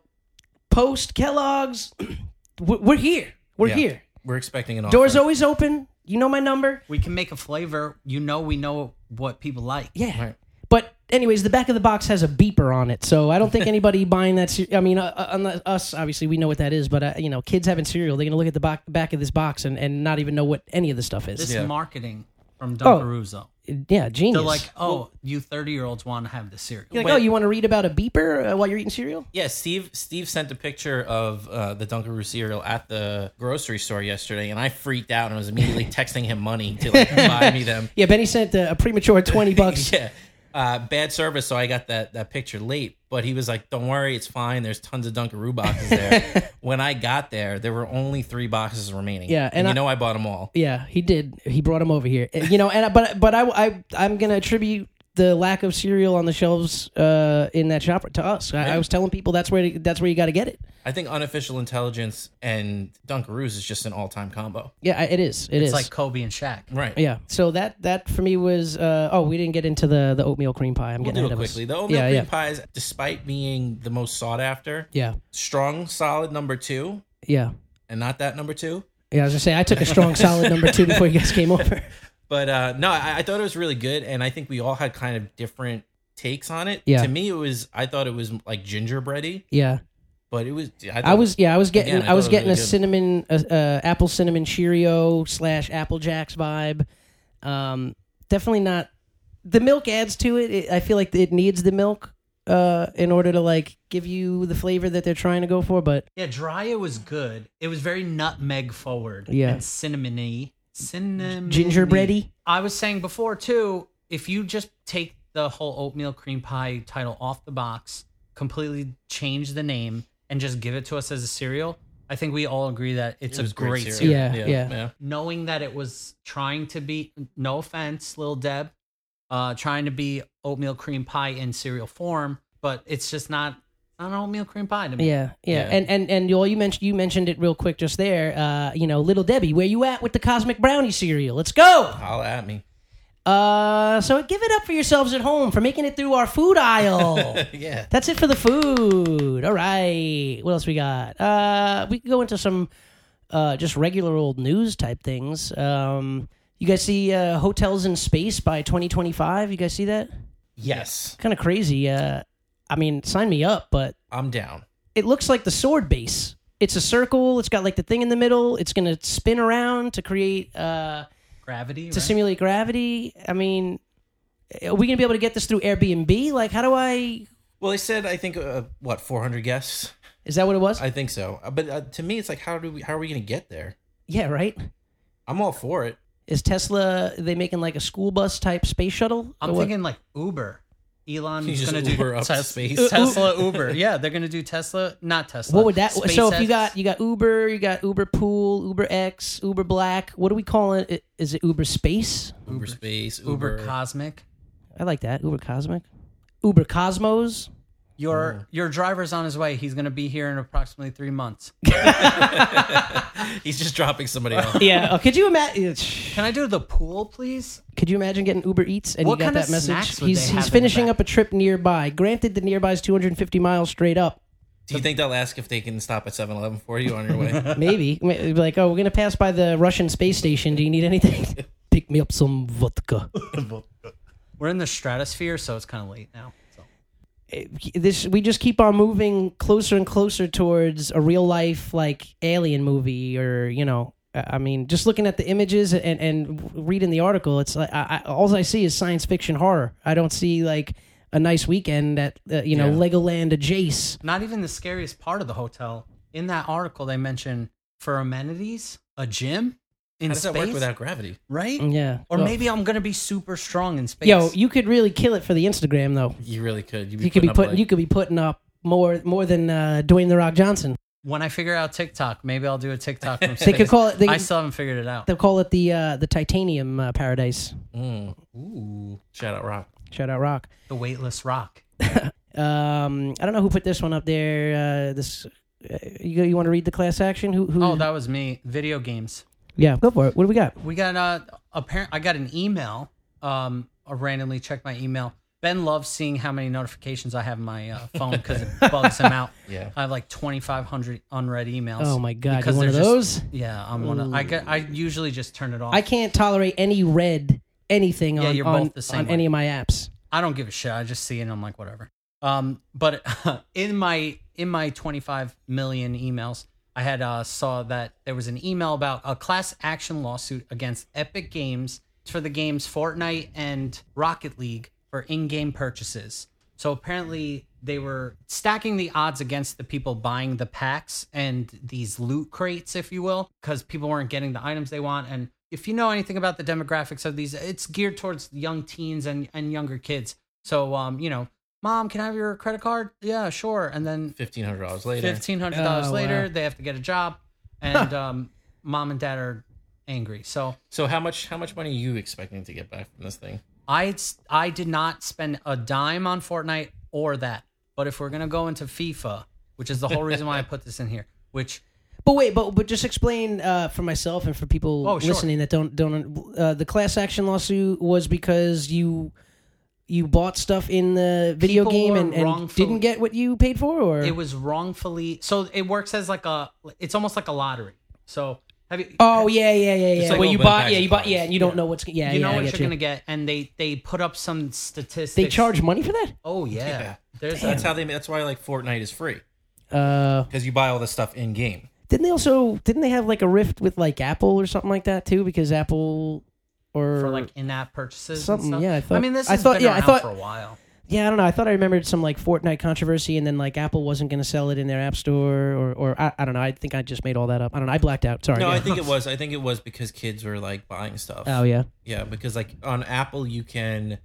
Speaker 4: post Kellogg's, we're we're here. We're
Speaker 5: Yeah.
Speaker 4: here.
Speaker 5: We're expecting an offer.
Speaker 4: Doors always open. You know my number.
Speaker 6: we can make a flavor. You know, we know what people like.
Speaker 4: Yeah.
Speaker 5: Right.
Speaker 4: But anyways, the back of the box has a beeper on it, so I don't think anybody buying that. Cere- I mean, uh, uh, unless us obviously we know what that is, but uh, you know, kids having cereal, they're gonna look at the back back of this box and, and not even know what any of the stuff is.
Speaker 6: This
Speaker 5: Yeah.
Speaker 6: marketing from
Speaker 4: Oh.
Speaker 6: Dunkaroos. though.
Speaker 4: yeah, genius.
Speaker 6: They're like, oh, you thirty year olds want to have this cereal.
Speaker 4: You're like,
Speaker 6: Wait,
Speaker 4: oh, you want to read about a beeper uh, while you're eating cereal?
Speaker 5: Yeah, Steve. Steve sent a picture of uh, the Dunkaroo cereal at the grocery store yesterday, and I freaked out and was immediately texting him money to like, buy me them.
Speaker 4: Yeah, Benny sent uh, a premature twenty bucks.
Speaker 5: yeah. Uh, bad service, so I got that that picture late. But he was like, "Don't worry, it's fine. There's tons of Dunkaroo boxes there." when I got there, there were only three boxes remaining.
Speaker 4: Yeah, and
Speaker 5: and, you
Speaker 4: I-
Speaker 5: know I bought them all.
Speaker 4: Yeah, he did. He brought him over here. Uh, You know, and I- but but I I I'm gonna attribute the lack of cereal on the shelves uh, in that shop to us. I, I was telling people that's where to, that's where you got to get it.
Speaker 5: I think unofficial intelligence and Dunkaroos is just an all time combo,
Speaker 4: Yeah, I- it is.
Speaker 6: it's like Kobe and Shaq.
Speaker 5: right?
Speaker 4: yeah. So that that for me was uh, oh we didn't get into the the oatmeal cream pie. I'm
Speaker 5: We'll
Speaker 4: getting ahead
Speaker 5: do it
Speaker 4: of us.
Speaker 5: quickly. The oatmeal
Speaker 4: yeah,
Speaker 5: cream
Speaker 4: yeah,
Speaker 5: pies, despite being the most sought after,
Speaker 4: yeah,
Speaker 5: strong, solid number two,
Speaker 4: yeah,
Speaker 5: and not that number two.
Speaker 4: yeah. I was gonna say I took a strong solid number two before you guys came over.
Speaker 5: But uh, no, I, I thought it was really good, and I think we all had kind of different takes on it.
Speaker 4: Yeah.
Speaker 5: To me, it was I thought it was like gingerbready,
Speaker 4: Yeah,
Speaker 5: but it was I,
Speaker 4: I was yeah I was getting
Speaker 5: Again, I
Speaker 4: I, was
Speaker 5: thought it was
Speaker 4: getting
Speaker 5: really
Speaker 4: a
Speaker 5: good.
Speaker 4: cinnamon uh, uh, apple cinnamon Cheerio slash Apple Jacks vibe. Um, definitely not. The milk adds to it. it I feel like it needs the milk uh, in order to like give you the flavor that they're trying to go for. But
Speaker 6: Yeah, dry it was good. It was very nutmeg forward.
Speaker 4: Yeah.
Speaker 6: And cinnamony. Cinnamon
Speaker 5: Mm-hmm.
Speaker 4: Gingerbready?
Speaker 6: I was saying before too, if you just take the whole oatmeal cream pie title off the box, completely change the name, and just give it to us as a cereal, I think we all agree that it's
Speaker 5: It was
Speaker 6: a great, cereal.
Speaker 4: cereal. Yeah, yeah.
Speaker 6: Knowing that it was trying to be no offense, Lil Deb, uh, trying to be oatmeal cream pie in cereal form, but it's just not not an oatmeal cream pie to me.
Speaker 4: Yeah, yeah,
Speaker 5: Yeah.
Speaker 4: and and and you all you mentioned you mentioned it real quick just there. Uh, you know, little Debbie, where you at with the Cosmic Brownie cereal? Let's go.
Speaker 5: Holla at me.
Speaker 4: Uh, so give it up for yourselves at home for making it through our food aisle.
Speaker 5: Yeah.
Speaker 4: That's it for the food. All right, what else we got? Uh, we can go into some uh just regular old news type things. Um. You guys see uh, Hotels in Space by 2025? You guys see that?
Speaker 5: Yes.
Speaker 4: Kind of crazy. Uh, I mean, sign me up, but
Speaker 5: I'm down.
Speaker 4: it looks like the sword base. It's a circle. It's got like the thing in the middle. It's going to spin around to create, uh,
Speaker 6: Gravity.
Speaker 4: to
Speaker 6: right?
Speaker 4: simulate gravity. I mean, are we going to be able to get this through Airbnb? Like, how do I.
Speaker 5: Well, they said I think uh, what 400 guests.
Speaker 4: Is that what it was?
Speaker 5: I think so. Uh, But uh, to me, it's like how do we? How are we gonna get there?
Speaker 4: yeah, right?
Speaker 5: I'm all for it.
Speaker 4: Is Tesla, are they making like a school bus type space shuttle?
Speaker 6: I'm
Speaker 4: Or what?
Speaker 6: thinking like Uber. Elon
Speaker 5: You
Speaker 6: is
Speaker 5: just
Speaker 6: going to do
Speaker 5: Uber up
Speaker 6: Tes-
Speaker 5: space.
Speaker 6: Tesla Uber. Yeah, they're going to do Tesla, not Tesla.
Speaker 4: Uh, What would that? So if you
Speaker 6: SpaceX.
Speaker 4: got you got Uber, you got Uber Pool, Uber X, Uber Black. What do we call it? Is it Uber Space?
Speaker 5: Uber, space,
Speaker 6: Uber,
Speaker 5: Uber,
Speaker 6: Cosmic,
Speaker 4: I like that. Uber Cosmic, Uber Cosmos.
Speaker 6: your your driver's on his way. He's going to be here in approximately three months.
Speaker 5: He's just dropping somebody off.
Speaker 4: Yeah. could you imagine?
Speaker 6: Can I do the pool, please?
Speaker 4: Could you imagine getting Uber Eats and
Speaker 6: What
Speaker 4: you got
Speaker 6: kind
Speaker 4: that
Speaker 6: of
Speaker 4: message?
Speaker 6: snacks would
Speaker 4: he's
Speaker 6: they
Speaker 4: he's
Speaker 6: have in the
Speaker 4: finishing
Speaker 6: back?
Speaker 4: up a trip nearby. Granted, the nearby is 250 miles straight up.
Speaker 5: Do you think they'll ask if they can stop at 7-Eleven for you on your way?
Speaker 4: Maybe May- it'd be like, oh, we're gonna pass by the Russian space station. Do you need anything? Pick me up some vodka.
Speaker 6: We're in the stratosphere, so it's kind of late now. So.
Speaker 4: this we just keep on moving closer and closer towards a real life like alien movie or you know i I mean just looking at the images and and reading the article it's like I, I, all i see is science fiction horror i don't see like a nice weekend at uh, you know
Speaker 5: Yeah.
Speaker 4: legoland at jace
Speaker 6: Not even the scariest part of the hotel. In that article, they mention for amenities a gym in
Speaker 5: How does
Speaker 6: space,
Speaker 5: that work without gravity?
Speaker 6: right?
Speaker 4: Mm, yeah
Speaker 6: Or
Speaker 4: Well,
Speaker 6: maybe I'm going to be super strong in space.
Speaker 4: yo you could really kill it for the instagram though
Speaker 5: You really could. You'd
Speaker 4: you could be
Speaker 5: up,
Speaker 4: putting
Speaker 5: like-
Speaker 4: you could be putting up more more than uh, dwayne the rock johnson
Speaker 6: when I figure out TikTok, maybe I'll do a TikTok from space.
Speaker 4: they could call it they,
Speaker 6: I still haven't figured it out.
Speaker 4: they'll call it the uh, the titanium uh, paradise
Speaker 5: Mm. Ooh. Shout out Rock.
Speaker 4: shout out rock
Speaker 6: The weightless rock.
Speaker 4: Um, I don't know who put this one up there. Uh, this uh, you you want to read the class action? Who? who
Speaker 6: Oh, that was me. Video games.
Speaker 4: yeah, go for it. What do we got?
Speaker 6: We got uh apparent I got an email. Um I randomly checked my email. Ben loves seeing how many notifications I have in my uh, phone because it bugs him out.
Speaker 5: Yeah.
Speaker 6: I have like 2500 unread emails.
Speaker 4: Oh my god, you're
Speaker 6: Because
Speaker 4: one of
Speaker 6: they're just-
Speaker 4: those.
Speaker 6: Yeah, I'm one of I get, I usually just turn it off.
Speaker 4: I
Speaker 6: I,
Speaker 4: can't tolerate any red anything
Speaker 6: Yeah,
Speaker 4: on
Speaker 6: you're
Speaker 4: on,
Speaker 6: both the same
Speaker 4: on
Speaker 6: way.
Speaker 4: any of my apps.
Speaker 6: don't give a shit. I just see it and I'm like whatever. Um but in my in my 25 million emails, I had uh saw that there was an email about a class action lawsuit against Epic Games for the games Fortnite and Rocket League for in-game purchases. So apparently they were stacking the odds against the people buying the packs and these loot crates, if you will, because people weren't getting the items they want. And if you know anything about the demographics of these, it's geared towards young teens and, and younger kids. So um, you know, mom, can I have your credit card? Yeah, sure. And then
Speaker 5: Fifteen hundred dollars later.
Speaker 6: fifteen hundred dollars
Speaker 4: Oh,
Speaker 6: later,
Speaker 4: wow.
Speaker 6: they have to get a job, and um, mom and dad are angry. So
Speaker 5: So how much? How much money are you expecting to get back from this thing?
Speaker 6: I I did not spend a dime on Fortnite or that. But if we're gonna go into FIFA, which is the whole reason why I put this in here, which
Speaker 4: But wait, but but just explain uh, for myself and for people
Speaker 6: Oh, sure.
Speaker 4: listening that don't don't uh, the class action lawsuit was because you you bought stuff in the video
Speaker 6: People
Speaker 4: game
Speaker 6: were
Speaker 4: and, and
Speaker 6: wrongfully-
Speaker 4: didn't get what you paid for, or
Speaker 6: it was wrongfully so it works as like a it's almost like a lottery. So have you
Speaker 4: oh yeah yeah yeah yeah.
Speaker 5: like
Speaker 4: well,
Speaker 5: opening
Speaker 4: you bought
Speaker 5: packs
Speaker 4: yeah
Speaker 5: of
Speaker 4: you bought
Speaker 5: cards.
Speaker 4: yeah and you don't know what's yeah
Speaker 6: you
Speaker 4: yeah,
Speaker 6: know
Speaker 4: I
Speaker 6: what
Speaker 4: get
Speaker 6: you're gonna get, and they they put up some statistics.
Speaker 4: They charge money for that?
Speaker 6: Oh yeah,
Speaker 5: Yeah.
Speaker 6: there's
Speaker 5: That's
Speaker 6: that.
Speaker 5: how they. That's why like Fortnite is free
Speaker 4: Uh,
Speaker 5: because you buy all this stuff in game.
Speaker 4: didn't they also didn't they have like a rift with like Apple or something like that too? Because Apple or
Speaker 6: for like in-app purchases. and
Speaker 4: Something,
Speaker 6: stuff.
Speaker 4: yeah, I
Speaker 6: I
Speaker 4: thought-
Speaker 6: mean, this
Speaker 4: I
Speaker 6: has
Speaker 4: thought-
Speaker 6: been
Speaker 4: yeah, I
Speaker 6: around
Speaker 4: thought-
Speaker 6: for a while.
Speaker 4: yeah, I don't know. I thought I remembered some like Fortnite controversy, and then like Apple wasn't going to sell it in their app store, or or I, I don't know. I think I just made all that up. I don't know. I blacked out. Sorry.
Speaker 5: No,
Speaker 4: yeah.
Speaker 5: I think it was. I think it was because kids were like buying stuff.
Speaker 4: Oh yeah.
Speaker 5: Yeah, because like on Apple, you can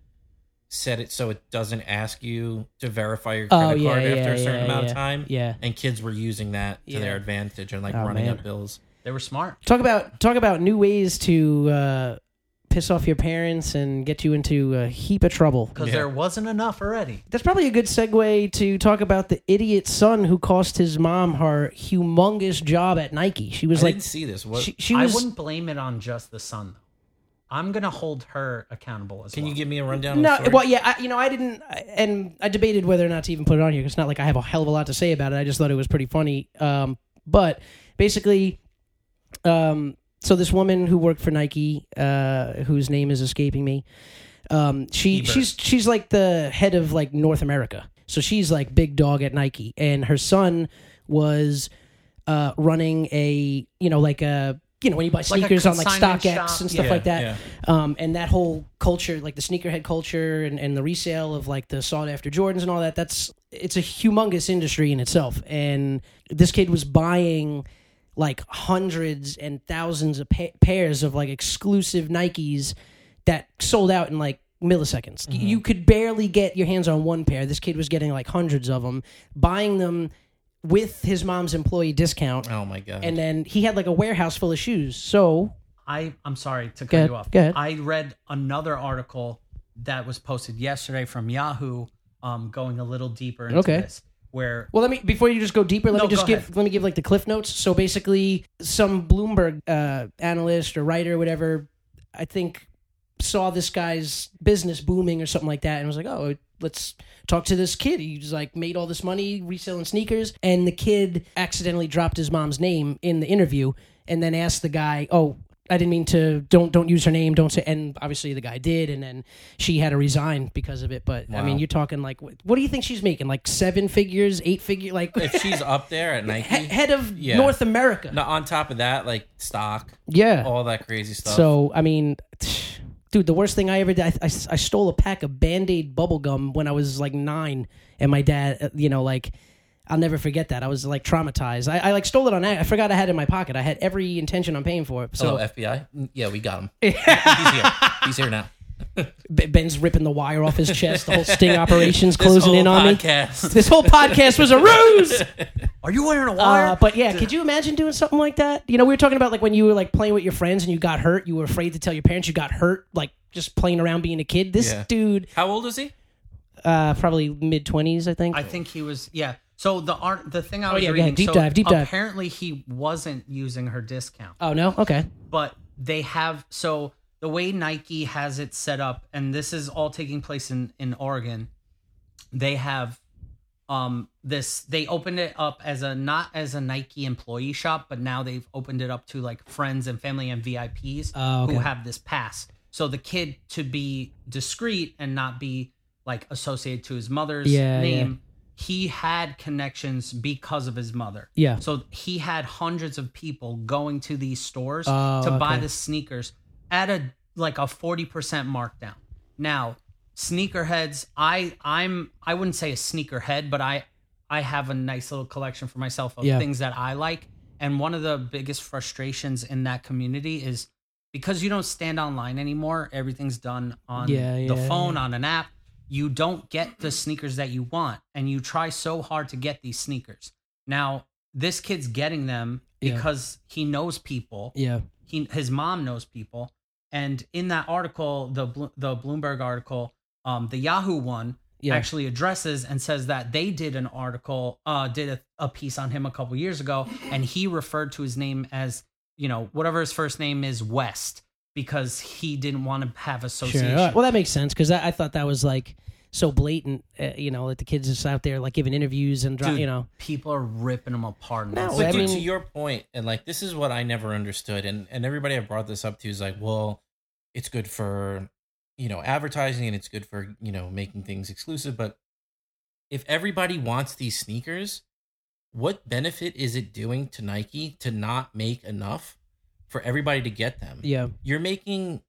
Speaker 5: set it so it doesn't ask you to verify your credit
Speaker 4: Oh yeah,
Speaker 5: card
Speaker 4: yeah,
Speaker 5: after a certain
Speaker 4: yeah,
Speaker 5: amount
Speaker 4: yeah.
Speaker 5: of time.
Speaker 4: Yeah.
Speaker 5: and kids were using that to
Speaker 4: Yeah.
Speaker 5: their advantage and like
Speaker 4: Oh,
Speaker 5: running
Speaker 4: man.
Speaker 5: up bills.
Speaker 6: They were smart.
Speaker 4: Talk about talk about new ways to uh, piss off your parents and get you into a heap of trouble.
Speaker 6: because
Speaker 5: Yeah.
Speaker 6: there wasn't enough already.
Speaker 4: That's probably a good segue to talk about the idiot son who cost his mom her humongous job at Nike. She was
Speaker 5: I
Speaker 4: like,
Speaker 5: didn't see this. What
Speaker 4: she, she was.
Speaker 6: I wouldn't blame it on just the son, though. I'm gonna hold her accountable as
Speaker 5: can
Speaker 6: well.
Speaker 5: you give me a rundown?
Speaker 4: No,
Speaker 5: of the story?
Speaker 4: well, yeah, I, you know, I didn't, I- and I debated whether or not to even put it on here. 'cause It's not like I have a hell of a lot to say about it. I just thought it was pretty funny. Um, but basically, um, so this woman who worked for Nike, uh, whose name is escaping me, um, she
Speaker 5: Ebert.
Speaker 4: she's she's like the head of like North America. So she's like big dog at Nike, and her son was uh, running a you know like a you know when you buy
Speaker 6: Like a
Speaker 4: sneakers on like
Speaker 6: consignment
Speaker 4: StockX
Speaker 6: shop.
Speaker 4: and stuff
Speaker 6: Yeah,
Speaker 4: like that,
Speaker 5: yeah.
Speaker 4: um, and that whole culture, like the sneakerhead culture and, and the resale of like the sought after Jordans and all that. That's it's a humongous industry in itself, and this kid was buying like hundreds and thousands of pa- pairs of like exclusive Nikes that sold out in like milliseconds.
Speaker 5: Mm-hmm.
Speaker 4: Y- You could barely get your hands on one pair. This kid was getting like hundreds of them, buying them with his mom's employee discount.
Speaker 5: Oh my god.
Speaker 4: And then he had like a warehouse full of shoes. So,
Speaker 6: I I'm sorry to cut
Speaker 4: ahead,
Speaker 6: you off.
Speaker 4: go ahead.
Speaker 6: I read another article that was posted yesterday from Yahoo, um, going a little deeper into
Speaker 4: Okay.
Speaker 6: this, where
Speaker 4: well, let me before you just go deeper. Let
Speaker 6: No,
Speaker 4: me just
Speaker 6: go
Speaker 4: give
Speaker 6: ahead.
Speaker 4: let me give like the cliff notes. So basically, some Bloomberg uh, analyst or writer, whatever, I think saw this guy's business booming or something like that and was like, oh, let's talk to this kid. He's like made all this money reselling sneakers. And the kid accidentally dropped his mom's name in the interview and then asked the guy, oh, I didn't mean to. Don't don't use her name. Don't say. And obviously the guy did, and then she had to resign because of it. But I mean, you're talking like, what, what do you think she's making? Like seven figures, eight figure, like
Speaker 5: if she's up there at Nike,
Speaker 4: he- head of
Speaker 5: Yeah.
Speaker 4: North America.
Speaker 5: no, Oh, on top of that, like stock,
Speaker 4: yeah.
Speaker 5: all that crazy stuff.
Speaker 4: So I mean, dude, the worst thing I ever did, I, I, I stole a pack of Band Aid bubble gum when I was like nine, and my dad, uh, you know, like. I'll never forget that. I was like traumatized. I, I like stole it on. I forgot I had it in my pocket. I had every intention on paying for it. So
Speaker 5: Hello, FBI. Mm, Yeah, we got him. He's here. He's here now.
Speaker 4: B- Ben's ripping the wire off his chest. The whole sting operation's
Speaker 5: This
Speaker 4: closing
Speaker 5: whole
Speaker 4: in on me.
Speaker 5: podcast.
Speaker 4: This whole podcast was a ruse.
Speaker 6: are you wearing a wire?
Speaker 4: Uh, but yeah, could you imagine doing something like that? You know, we were talking about like when you were like playing with your friends and you got hurt. You were afraid to tell your parents you got hurt, like just playing around being a kid. This
Speaker 5: Yeah.
Speaker 4: dude,
Speaker 5: How old is he?
Speaker 4: uh, probably mid twenties, I think.
Speaker 6: I think he was. Yeah. So the art, the thing I
Speaker 4: Oh,
Speaker 6: was
Speaker 4: yeah, go
Speaker 6: reading.
Speaker 4: ahead. Deep
Speaker 6: so
Speaker 4: dive, deep dive.
Speaker 6: Apparently, he wasn't using her discount,
Speaker 4: oh no, okay,
Speaker 6: but they have. So the way Nike has it set up, and this is all taking place in in Oregon, they have um this they opened it up as a not as a Nike employee shop, but now they've opened it up to like friends and family and VIPs
Speaker 4: Oh, okay.
Speaker 6: who have this pass. So the kid to be discreet and not be like associated to his mother's
Speaker 4: Yeah,
Speaker 6: name, he had connections because of his mother.
Speaker 4: Yeah.
Speaker 6: So he had hundreds of people going to these stores
Speaker 4: Oh,
Speaker 6: to buy
Speaker 4: okay.
Speaker 6: the sneakers at a like a 40% markdown. Now, sneakerheads, I I'm I wouldn't say a sneakerhead, but I I have a nice little collection for myself of
Speaker 4: Yeah.
Speaker 6: things that I like. And one of the biggest frustrations in that community is because you don't stand online anymore, everything's done on
Speaker 4: Yeah,
Speaker 6: the
Speaker 4: yeah,
Speaker 6: phone, on an app. You don't get the sneakers that you want, and you try so hard to get these sneakers. Now, this kid's getting them
Speaker 4: Yeah.
Speaker 6: because he knows people
Speaker 4: yeah,
Speaker 6: he his mom knows people and in that article the Blo- the bloomberg article um the yahoo one
Speaker 4: Yeah.
Speaker 6: actually addresses and says that they did an article uh did a, a piece on him a couple years ago and he referred to his name as you know whatever his first name is west because he didn't want to have
Speaker 4: sure.
Speaker 6: association
Speaker 4: All right. Well, that makes sense because I, I thought that was like so blatant. Uh, you know, that the kids just out there like giving interviews and dro-
Speaker 6: Dude,
Speaker 4: you know,
Speaker 6: people are ripping him apart
Speaker 4: No,
Speaker 6: now.
Speaker 4: I
Speaker 5: But dude,
Speaker 4: mean-
Speaker 5: to your point, and like this is what I never understood, and and everybody I brought this up to is like, well, it's good for you know advertising, and it's good for you know making things exclusive. But if everybody wants these sneakers, what benefit is it doing to Nike to not make enough for everybody to get them?
Speaker 4: yeah,
Speaker 5: you're making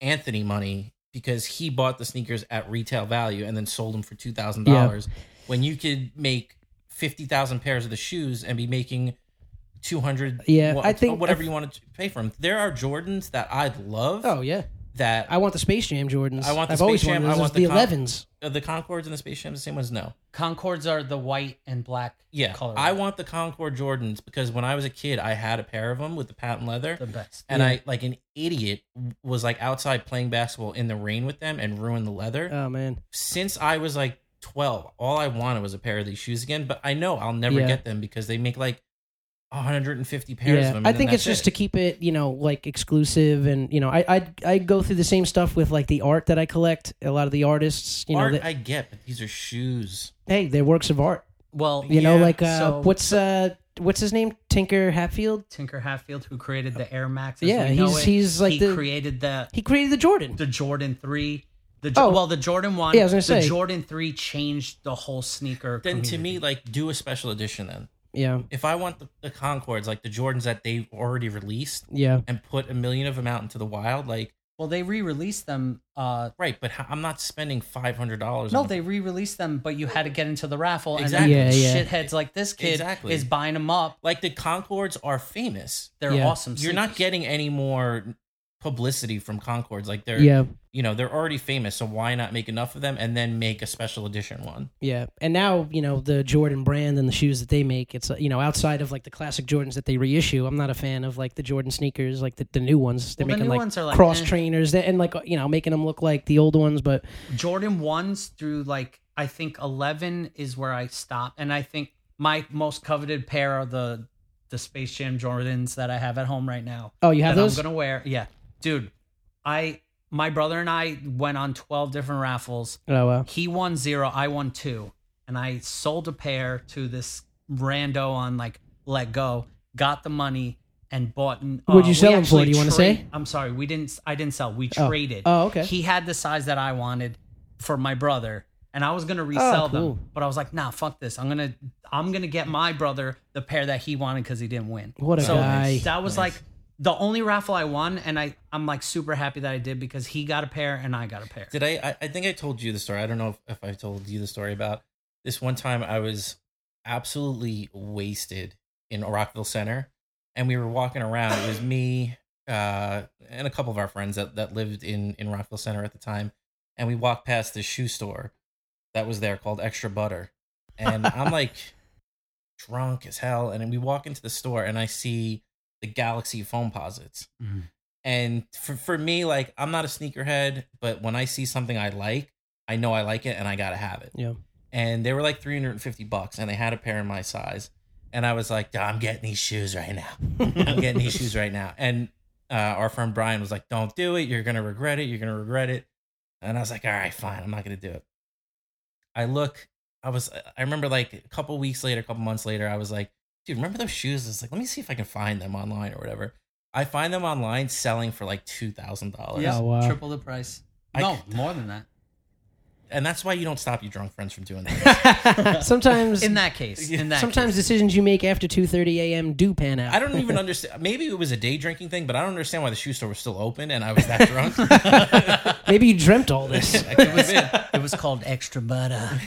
Speaker 5: Anthony money because he bought the sneakers at retail value and then sold them for two thousand dollars when you could make fifty thousand pairs of the shoes and be making two hundred
Speaker 4: Yeah, I think-
Speaker 5: whatever you want to pay for them. There are Jordans that I love
Speaker 4: oh yeah.
Speaker 5: that
Speaker 4: I want the Space Jam Jordans.
Speaker 5: I want the
Speaker 4: I've always
Speaker 5: Space
Speaker 4: wanted
Speaker 5: Jam,
Speaker 4: those.
Speaker 5: I want
Speaker 4: the
Speaker 5: the con-
Speaker 4: Elevens.
Speaker 5: uh, the Concords and the Space Jam the same ones no.
Speaker 6: Concords are the white and black
Speaker 5: Yeah,
Speaker 6: color.
Speaker 5: I want the Concord Jordans because when I was a kid, I had a pair of them with the patent leather.
Speaker 6: the best.
Speaker 5: and I like an idiot was like outside playing basketball in the rain with them and ruined the leather.
Speaker 4: Oh man,
Speaker 5: Since I was like 12, all I wanted was a pair of these shoes again, but I know I'll never
Speaker 4: Yeah.
Speaker 5: get them because they make like 150 pairs of them.
Speaker 4: I think it's just to keep it, you know, like exclusive, and you know, I I I go through the same stuff with like the art that I collect. A lot of the artists, you
Speaker 5: art
Speaker 4: know, that,
Speaker 5: I get, but these are shoes.
Speaker 4: hey, they're works of art.
Speaker 6: Well,
Speaker 4: You know,
Speaker 6: yeah,
Speaker 4: like uh,
Speaker 6: so
Speaker 4: what's uh, what's his name? Tinker Hatfield.
Speaker 6: Tinker Hatfield who created the Air Max? as
Speaker 4: Yeah,
Speaker 6: we know
Speaker 4: he's-
Speaker 6: it.
Speaker 4: he's like
Speaker 6: he
Speaker 4: the-
Speaker 6: created the
Speaker 4: He created the Jordan.
Speaker 6: the Jordan Three. The Jo-
Speaker 4: Oh.
Speaker 6: well, the Jordan One.
Speaker 4: Yeah, I was gonna
Speaker 6: the
Speaker 4: say.
Speaker 6: Jordan Three changed the whole sneaker.
Speaker 5: Then to
Speaker 6: community.
Speaker 5: me, like, do a special edition then.
Speaker 4: yeah,
Speaker 5: If I want the, the Concords, like the Jordans that they've already released,
Speaker 4: yeah.
Speaker 5: and put a million of them out into the wild, like,
Speaker 6: well, they re-released them. Uh,
Speaker 5: right, but ho- I'm not spending $500
Speaker 6: no,
Speaker 5: on
Speaker 6: they re-released them, but you had to get into the raffle,
Speaker 5: Exactly.
Speaker 6: and then
Speaker 4: Yeah, yeah.
Speaker 6: shitheads like this kid
Speaker 5: Exactly.
Speaker 6: is buying them up.
Speaker 5: Like, the Concords are famous.
Speaker 6: They're
Speaker 4: Yeah.
Speaker 6: awesome.
Speaker 5: You're not
Speaker 6: sneakers.
Speaker 5: getting any more publicity from Concords. Like, they're,
Speaker 4: Yeah,
Speaker 5: you know, they're already famous. So why not make enough of them and then make a special edition one?
Speaker 4: yeah. And now, you know, the Jordan brand and the shoes that they make, it's, uh, you know, outside of like the classic Jordans that they reissue, I'm not a fan of like the Jordan sneakers, like the, the new ones. They're
Speaker 6: Well,
Speaker 4: making
Speaker 6: the new
Speaker 4: like,
Speaker 6: ones are, like,
Speaker 4: cross
Speaker 6: eh.
Speaker 4: trainers that- and like, uh, you know, making them look like the old ones. But
Speaker 6: Jordan ones through like I think eleven is where I stop, and I think my most coveted pair are the the Space Jam Jordans that I have at home right now.
Speaker 4: Oh, you have
Speaker 6: that
Speaker 4: those?
Speaker 6: I'm gonna wear. Yeah, dude. I my brother and I went on twelve different raffles.
Speaker 4: oh, well.
Speaker 6: He won zero, I won two, and I sold a pair to this rando on like Let Go. Got the money and bought. n- uh,
Speaker 4: What'd you
Speaker 6: we
Speaker 4: sell 'em for?
Speaker 6: actually
Speaker 4: Do you wanna
Speaker 6: trade-
Speaker 4: say?
Speaker 6: I'm sorry, we didn't. I didn't sell. We
Speaker 4: Oh.
Speaker 6: traded.
Speaker 4: Oh, okay.
Speaker 6: He had the size that I wanted for my brother, and I was gonna resell
Speaker 4: Oh, cool.
Speaker 6: them, but I was like, nah, fuck this. I'm gonna I'm gonna get my brother the pair that he wanted because he didn't win.
Speaker 4: What a
Speaker 6: so
Speaker 4: guy.
Speaker 6: That was like the only raffle I won, and I I'm like super happy that I did because he got a pair and I got a pair.
Speaker 5: Did I, I? I think I told you the story. I don't know if, if I told you the story about this one time I was absolutely wasted in Rockville Center, and we were walking around. It was me uh, and a couple of our friends that, that lived in in Rockville Center at the time, and we walked past this shoe store that was there called Extra Butter, and I'm like drunk as hell, and then we walk into the store and I see the Galaxy foam posits. And for, for me, like I'm not a sneakerhead, but when I see something I like, I know I like it and I gotta have it.
Speaker 4: Yeah.
Speaker 5: And they were like 350 bucks, and they had a pair in my size. And I was like, "Duh, I'm getting these shoes right now. I'm getting these shoes right now. And uh, our friend Brian was like, Don't do it. You're gonna regret it. You're gonna regret it. And I was like, All right, fine. I'm not gonna do it. I look. I was. I remember like a couple weeks later, a couple months later, I was like, Dude, remember those shoes? It's like, let me see if I can find them online or whatever. I find them online selling for like two thousand dollars.
Speaker 4: Yeah. Oh, wow.
Speaker 6: triple the price.
Speaker 5: I-
Speaker 6: no, more than that.
Speaker 5: and that's why you don't stop your drunk friends from doing that.
Speaker 4: Sometimes,
Speaker 6: In that case, in that
Speaker 4: sometimes
Speaker 6: case.
Speaker 4: decisions you make after 2.30 a.m. do pan out.
Speaker 5: I don't even understand. Maybe it was a day drinking thing, but I don't understand why the shoe store was still open and I was that drunk.
Speaker 4: Maybe you dreamt all this.
Speaker 5: It was it.
Speaker 6: it was called extra butter.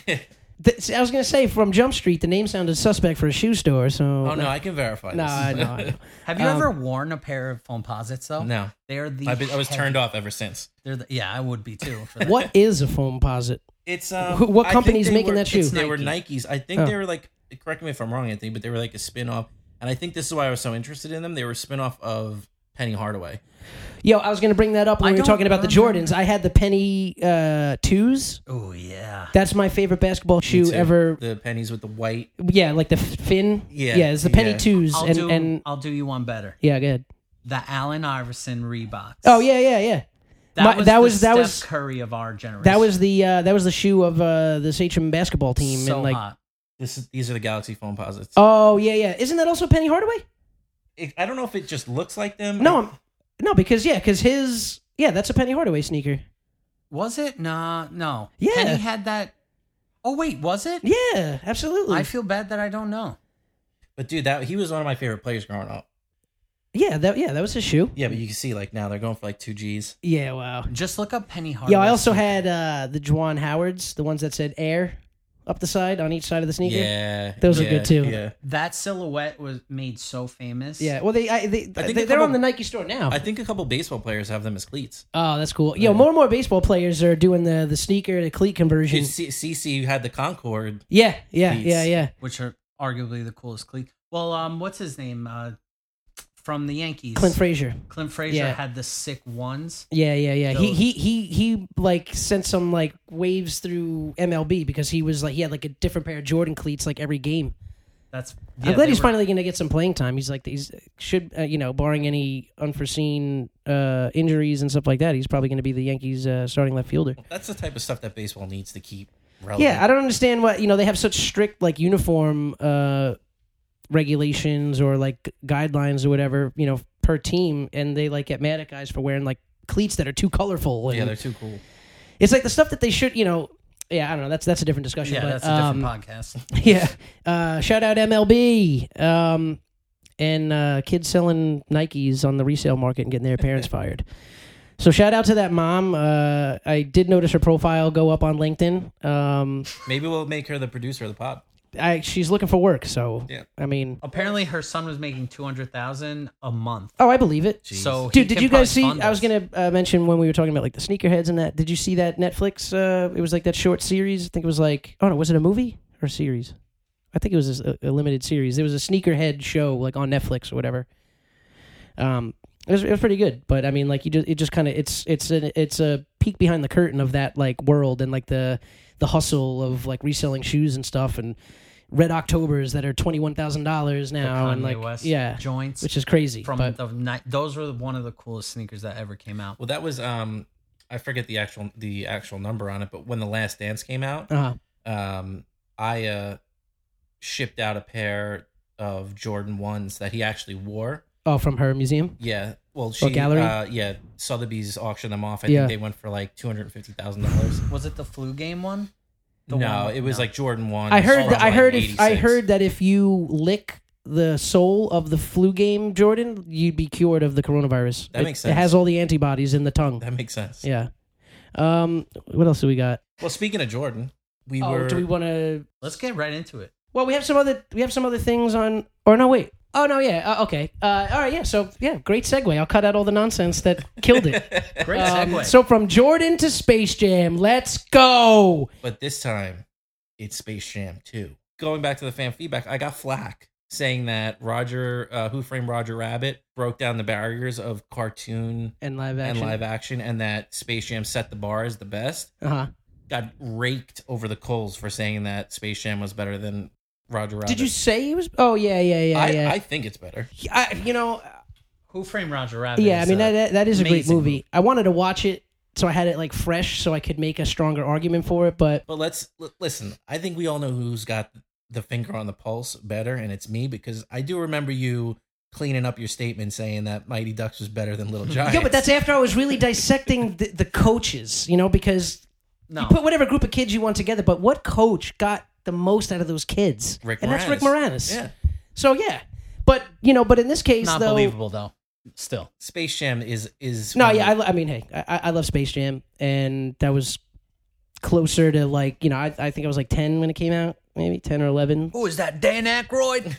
Speaker 4: Th- see, I was gonna say from Jump Street, the name sounded suspect for a shoe store. So
Speaker 5: Oh no, I can verify.
Speaker 4: no,
Speaker 5: this.
Speaker 4: I know, I know.
Speaker 6: Have you ever
Speaker 4: Um,
Speaker 6: worn a pair of foam posits though?
Speaker 5: No.
Speaker 6: They're the
Speaker 5: I've been, I was
Speaker 6: heavy-
Speaker 5: turned off ever since.
Speaker 6: They're the, yeah, I would be too. For that.
Speaker 4: What is a foam posit?
Speaker 5: It's um,
Speaker 4: Who- what
Speaker 5: I think
Speaker 4: company's
Speaker 5: they
Speaker 4: making
Speaker 5: were-
Speaker 4: that shoe?
Speaker 5: it's- They were Nikes. I think
Speaker 4: Oh.
Speaker 5: they were like. Correct me if I'm wrong, Anthony, but they were like a spin off. And I think this is why I was so interested in them. They were a spin off of Penny Hardaway.
Speaker 4: Yo, I was gonna bring that up when we
Speaker 6: I
Speaker 4: were
Speaker 6: don't
Speaker 4: talking about the
Speaker 6: remember.
Speaker 4: Jordans. I had the penny uh, twos.
Speaker 6: Oh yeah.
Speaker 4: That's my favorite basketball shoe
Speaker 5: Too.
Speaker 4: ever.
Speaker 5: The pennies with the white.
Speaker 4: Yeah, like the f- fin.
Speaker 5: Yeah,
Speaker 4: yeah, it's the penny
Speaker 5: yeah.
Speaker 4: twos
Speaker 6: I'll
Speaker 4: and
Speaker 6: do
Speaker 4: and
Speaker 6: I'll do you one better.
Speaker 4: yeah, good.
Speaker 6: The Allen Iverson Reeboks.
Speaker 4: Oh yeah, yeah, yeah.
Speaker 6: That
Speaker 4: My-
Speaker 6: was
Speaker 4: that
Speaker 6: the
Speaker 4: was- that
Speaker 6: Steph
Speaker 4: was-
Speaker 6: Curry of our generation.
Speaker 4: That was the uh, that was the shoe of uh, this HM basketball team
Speaker 6: so
Speaker 4: and like.
Speaker 6: hot.
Speaker 5: This is, these are the Galaxy foam posits.
Speaker 4: Oh yeah, yeah. Isn't that also Penny Hardaway?
Speaker 5: It- I don't know if it just looks like them.
Speaker 4: No, I'm, no, because yeah, because his yeah, that's a Penny Hardaway sneaker.
Speaker 6: Was it? Nah, no.
Speaker 4: Yeah.
Speaker 6: Penny had that. Oh wait, was it?
Speaker 4: Yeah, absolutely.
Speaker 6: I feel bad that I don't know.
Speaker 5: But dude, that he was one of my favorite players growing up.
Speaker 4: yeah, that yeah, that was his shoe.
Speaker 5: Yeah, but you can see like now they're going for like two G's.
Speaker 4: Yeah, wow.
Speaker 6: Just look up Penny Hardaway.
Speaker 4: Yo, I also had uh, the Juwan Howards, the ones that said air up the side on each side of the sneaker.
Speaker 5: Yeah,
Speaker 4: Those are
Speaker 5: yeah,
Speaker 4: good, too.
Speaker 5: Yeah,
Speaker 6: that silhouette was made so famous.
Speaker 4: Yeah, well, they I, they,
Speaker 5: think
Speaker 4: they
Speaker 5: a
Speaker 4: they're
Speaker 5: couple-
Speaker 4: on the Nike store now.
Speaker 5: I think a couple baseball players have them as cleats.
Speaker 4: oh, that's cool. Yo, more and more baseball players are doing the the sneaker to cleat conversion.
Speaker 5: Dude, C- CC had the Concord.
Speaker 4: yeah, yeah,
Speaker 5: Cleats.
Speaker 4: yeah, yeah.
Speaker 6: which are arguably the coolest cleat. Well, um, what's his name? Uh, from the Yankees,
Speaker 4: Clint Frazier.
Speaker 6: Clint Frazier
Speaker 4: Yeah.
Speaker 6: had the sick ones.
Speaker 4: Yeah, yeah, yeah. He
Speaker 6: Those-
Speaker 4: he he he like sent some like waves through MLB because he was like he had like a different pair of Jordan cleats like every game.
Speaker 6: That's
Speaker 4: I'm
Speaker 6: yeah,
Speaker 4: glad
Speaker 6: they
Speaker 4: he's
Speaker 6: were-
Speaker 4: finally going to get some playing time. He's like he's should uh, you know, barring any unforeseen uh, injuries and stuff like that, he's probably going to be the Yankees' uh, starting left fielder.
Speaker 5: That's the type of stuff that baseball needs to keep. relevant.
Speaker 4: Yeah, I don't understand what you know. They have such strict like uniform uh, regulations or like gu- guidelines or whatever you know per team, and they like get mad at guys for wearing like cleats that are too colorful. And
Speaker 5: yeah, they're too cool.
Speaker 4: it's like the stuff that they should you know. Yeah, I don't know. That's that's a different discussion.
Speaker 6: Yeah,
Speaker 4: but,
Speaker 6: that's a
Speaker 4: um,
Speaker 6: different podcast.
Speaker 4: Yeah. Uh, shout out MLB um, and uh, kids selling Nikes on the resale market and getting their parents fired. So shout out to that mom. Uh, I did notice her profile go up on LinkedIn. Um,
Speaker 5: Maybe we'll make her the producer of the pod.
Speaker 4: I, she's looking for work, so
Speaker 5: Yeah.
Speaker 4: I mean,
Speaker 6: Apparently, her son was making two hundred thousand a month.
Speaker 4: oh, I believe it.
Speaker 6: So, he
Speaker 4: Dude, did
Speaker 6: can
Speaker 4: you guys see?
Speaker 6: probably fund
Speaker 4: I was
Speaker 6: us.
Speaker 4: gonna uh, mention when we were talking about like the sneakerheads and that. Did you see that Netflix? Uh, it was like that short series. I think it was like oh no, was it a movie or a series? I think it was a, a limited series. There was a sneakerhead show like on Netflix or whatever. Um, it was, it was pretty good, but I mean, like you just it just kind of it's it's an it's a peek behind the curtain of that like world and like the the hustle of like reselling shoes and stuff and red octobers that are twenty one thousand dollars now
Speaker 6: Kanye
Speaker 4: and like
Speaker 6: West
Speaker 4: yeah
Speaker 6: joints
Speaker 4: which is crazy
Speaker 6: from
Speaker 4: but-
Speaker 6: the night. Those were one of the coolest sneakers that ever came out.
Speaker 5: Well, that was um, I forget the actual the actual number on it, but when the Last Dance came out,
Speaker 4: uh-huh.
Speaker 5: um, I uh, shipped out a pair of Jordan ones that he actually wore.
Speaker 4: Oh, from her museum.
Speaker 5: Yeah. Well, she
Speaker 4: Oh, gallery?
Speaker 5: Uh, yeah, Sotheby's auctioned them off. I
Speaker 4: Yeah.
Speaker 5: think they went for like two hundred fifty thousand dollars.
Speaker 6: Was it the flu game one? The
Speaker 5: No,
Speaker 6: one-
Speaker 5: it was
Speaker 6: no.
Speaker 5: like Jordan one.
Speaker 4: I heard.
Speaker 5: that
Speaker 4: That, I heard. If, I heard that if you lick the soul of the flu game, Jordan, you'd be cured of the coronavirus.
Speaker 5: That
Speaker 4: It-
Speaker 5: makes
Speaker 4: It
Speaker 5: sense.
Speaker 4: has all the antibodies in the tongue.
Speaker 5: that makes sense.
Speaker 4: Yeah. Um. What else do we got?
Speaker 5: Well, speaking of Jordan, we
Speaker 4: Oh,
Speaker 5: were.
Speaker 4: do we want to?
Speaker 6: Let's get right into it.
Speaker 4: Well, we have some other. We have some other things on. Or no, wait. Oh no, yeah. Uh, okay. Uh, all right. Yeah. So yeah, great segue. I'll cut out all the nonsense that killed it.
Speaker 6: Great
Speaker 4: Um,
Speaker 6: segue.
Speaker 4: so from Jordan to Space Jam, let's go.
Speaker 5: But this time, it's Space Jam 2. Going back to the fan feedback, I got flack saying that Roger, uh, Who Framed Roger Rabbit, broke down the barriers of cartoon
Speaker 4: And live action.
Speaker 5: and live action, and that Space Jam set the bar as the best.
Speaker 4: Uh huh.
Speaker 5: Got raked over the coals for saying that Space Jam was better than Roger Rabbit.
Speaker 4: Did you say it was? Oh yeah, yeah, yeah,
Speaker 5: I,
Speaker 4: yeah.
Speaker 5: I think it's better.
Speaker 4: I, you know,
Speaker 6: Who framed Roger Rabbit?
Speaker 4: yeah. I
Speaker 6: is
Speaker 4: mean, that-
Speaker 6: a-
Speaker 4: that, that is a great
Speaker 6: amazing
Speaker 4: movie. I wanted to watch it, so I had it like fresh, so I could make a stronger argument for it. But
Speaker 5: But let's l- listen. I think we all know who's got the finger on the pulse better, and it's me because I do remember you cleaning up your statement saying that Mighty Ducks was better than Little Giants.
Speaker 4: yeah, but that's after I was really dissecting the, the coaches, you know, because
Speaker 6: no.
Speaker 4: you put whatever group of kids you want together, but what coach got the most out of those kids?
Speaker 5: Rick
Speaker 4: and that's Rick
Speaker 5: Moranis.
Speaker 4: Moranis.
Speaker 5: Yeah.
Speaker 4: So yeah, but you know, but in this case,
Speaker 6: not
Speaker 4: though,
Speaker 6: believable though. Still,
Speaker 5: Space Jam is is
Speaker 4: No,
Speaker 5: one of
Speaker 6: Um,
Speaker 4: yeah, I,
Speaker 5: the-
Speaker 4: lo- I mean, hey, I, I- I love Space Jam, and that was closer to like you know, I, I think I was like ten when it came out, maybe ten or eleven.
Speaker 6: who is that? Dan Aykroyd.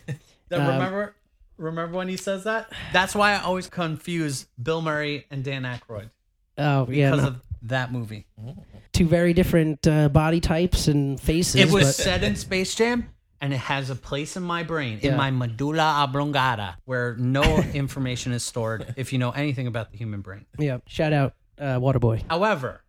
Speaker 6: that, remember, remember when he says that? That's why I always confuse Bill Murray and Dan Aykroyd
Speaker 4: Oh yeah,
Speaker 6: because
Speaker 4: no.
Speaker 6: of that movie.
Speaker 4: two very different uh, body types and faces.
Speaker 6: It was
Speaker 4: but,
Speaker 6: said in Space Jam, and it has a place in my brain,
Speaker 4: Yeah.
Speaker 6: in my medulla oblongata, where no information is stored. If you know anything about the human brain,
Speaker 4: yeah. Shout out uh, Waterboy.
Speaker 6: however,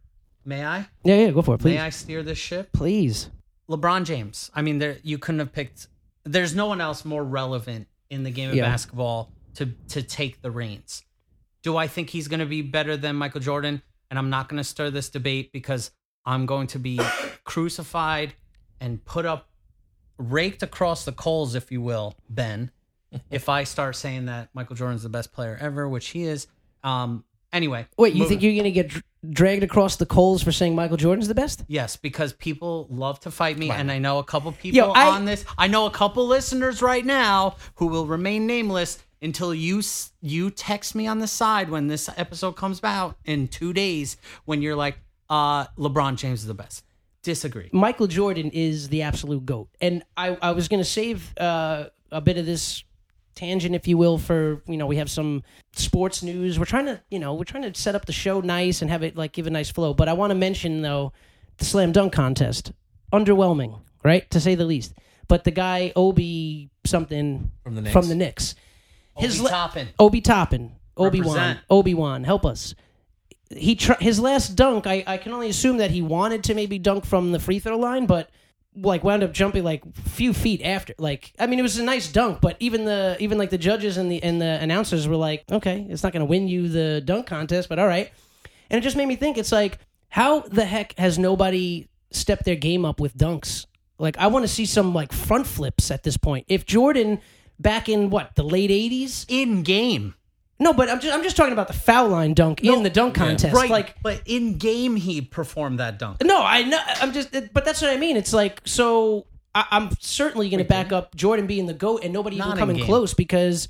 Speaker 6: may I?
Speaker 4: Yeah, yeah, go for it, please,
Speaker 6: May I steer this ship?
Speaker 4: please.
Speaker 6: LeBron James. I mean, there you couldn't have picked. There's no one else more relevant in the game of
Speaker 4: Yeah.
Speaker 6: basketball to to take the reins. Do I think he's going to be better than Michael Jordan? And I'm not going to stir this debate because I'm going to be crucified and put up, raked across the coals, if you will, Ben, if I start saying that Michael Jordan's the best player ever, which he is. Um. Anyway,
Speaker 4: Wait, you
Speaker 6: moving-
Speaker 4: think you're gonna get dr- dragged across the coals for saying Michael Jordan's the best?
Speaker 6: Yes, because people love to fight me, and I know a couple people
Speaker 4: Yo, I-
Speaker 6: on this. I know a couple listeners right now who will remain nameless until you s- you text me on the side when this episode comes out in two days. When you're like, uh, LeBron James is the best. Disagree.
Speaker 4: Michael Jordan is the absolute goat, and I, I was going to save uh, a bit of this tangent, if you will, for you know we have some sports news. We're trying to you know we're trying to set up the show nice and have it like give a nice flow. But I want to mention though the slam dunk contest, underwhelming, right to say the least. But the guy Obi something
Speaker 5: From the Knicks.
Speaker 4: from the Knicks, his
Speaker 6: Obi
Speaker 4: la-
Speaker 6: Toppin.
Speaker 4: Obi Toppin, Obi Wan,
Speaker 6: Represent.
Speaker 4: Obi Wan, help us. He tr- his last dunk. I, I can only assume that he wanted to maybe dunk from the free throw line, but like wound up jumping like few feet after. Like I mean, it was a nice dunk, but even the even like the judges and the and the announcers were like, okay, it's not going to win you the dunk contest, but all right. And it just made me think. It's like how the heck has nobody step their game up with dunks. Like I want to see some like front flips at this point. If Jordan back in what the late '80s,
Speaker 6: in game.
Speaker 4: no, but I'm just I'm just talking about the foul line dunk in the dunk contest.
Speaker 6: Right.
Speaker 4: Like
Speaker 6: but in game, he performed that dunk.
Speaker 4: No, I know. I'm just, but that's what I mean. It's like so. I, I'm certainly going to back up Jordan being the goat, and nobody even
Speaker 6: Not
Speaker 4: coming
Speaker 6: in-game.
Speaker 4: close because,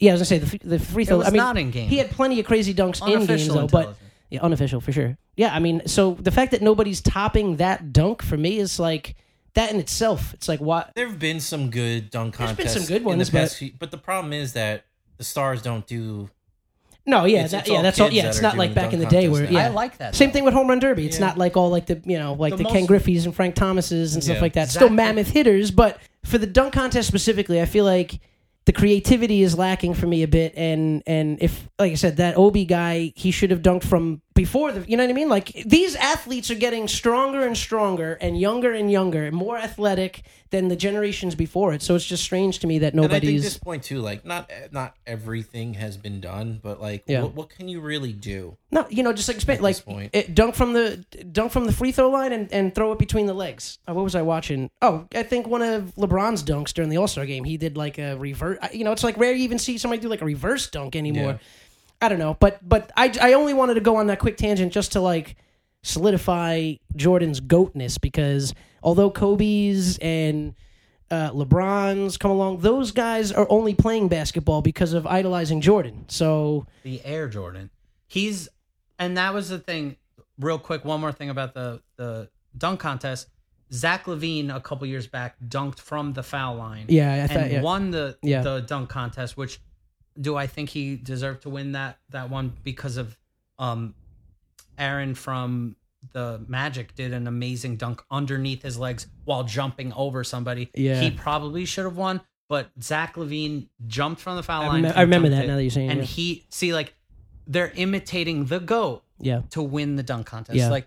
Speaker 4: yeah, I was going to say the, f- the free throw.
Speaker 6: was
Speaker 4: I mean,
Speaker 6: not in-game.
Speaker 4: He had plenty of crazy dunks in games
Speaker 6: Unofficial
Speaker 4: though, but
Speaker 6: intelligence.
Speaker 4: yeah, unofficial for sure. Yeah, I mean, so the fact that nobody's topping that dunk for me is like that in itself. It's like what
Speaker 5: There have been some good dunk
Speaker 4: There's
Speaker 5: contests.
Speaker 4: been some good
Speaker 5: in
Speaker 4: ones,
Speaker 5: the past few- but the problem is that the stars don't do
Speaker 4: No, yeah,
Speaker 5: It's-
Speaker 4: that,
Speaker 5: it's
Speaker 4: yeah,
Speaker 5: all
Speaker 4: that's all.
Speaker 5: kids
Speaker 4: Yeah,
Speaker 5: that
Speaker 4: it's
Speaker 5: are
Speaker 4: not
Speaker 5: doing
Speaker 4: like
Speaker 5: the
Speaker 4: back in the
Speaker 5: dunk
Speaker 4: day
Speaker 5: contest
Speaker 4: where
Speaker 5: now.
Speaker 4: yeah.
Speaker 6: I like that,
Speaker 4: Same
Speaker 6: though.
Speaker 4: thing with home run derby. It's
Speaker 5: Yeah.
Speaker 4: not like all like the you know like the,
Speaker 5: The
Speaker 4: Ken
Speaker 5: most-
Speaker 4: Griffey's and Frank Thomases and stuff
Speaker 5: Yeah.
Speaker 4: like that. Still
Speaker 6: Exactly.
Speaker 4: mammoth hitters, but for the dunk contest specifically, I feel like the creativity is lacking for me a bit. And and if like I said, that Obi guy, he should have dunked from before the. You know what I mean? Like these athletes are getting stronger and stronger and younger and younger and more athletic than the generations before it. So it's just strange to me that
Speaker 5: And I think
Speaker 4: nobody's.
Speaker 5: this point too, like not eh, not everything has been done, but like
Speaker 4: Yeah.
Speaker 5: what, what can you really do?
Speaker 4: No, you know, just like expand, like
Speaker 5: this point.
Speaker 4: it, dunk from the dunk from the free throw line and, and throw it between the legs. Uh, what was I watching? Oh, I think one of LeBron's dunks during the All Star game, he did like a reverse. You know, it's like rare you even see somebody do like a reverse dunk anymore.
Speaker 5: Yeah.
Speaker 4: I don't know, but but I I only wanted to go on that quick tangent just to like solidify Jordan's goatness because although Kobe's and uh, LeBron's come along, those guys are only playing basketball because of idolizing Jordan. So
Speaker 6: the Air Jordan. He's and that was the thing. Real quick, one more thing about the the dunk contest. Zach Levine a couple years back dunked from the foul line.
Speaker 4: Yeah, I thought-
Speaker 6: and
Speaker 4: yeah.
Speaker 6: won the
Speaker 4: Yeah.
Speaker 6: the dunk contest. Which do I think he deserved to win that that one because of um Aaron from the Magic did an amazing dunk underneath his legs while jumping over somebody.
Speaker 4: Yeah.
Speaker 6: he probably should have won. But Zach Levine jumped from the foul
Speaker 4: I
Speaker 6: line.
Speaker 4: remem-
Speaker 6: and
Speaker 4: I remember
Speaker 6: dunked
Speaker 4: that
Speaker 6: it.
Speaker 4: now that you're saying it,
Speaker 6: And
Speaker 4: yeah.
Speaker 6: he see like they're imitating the goat
Speaker 4: yeah.
Speaker 6: to win the dunk contest.
Speaker 4: Yeah.
Speaker 6: Like,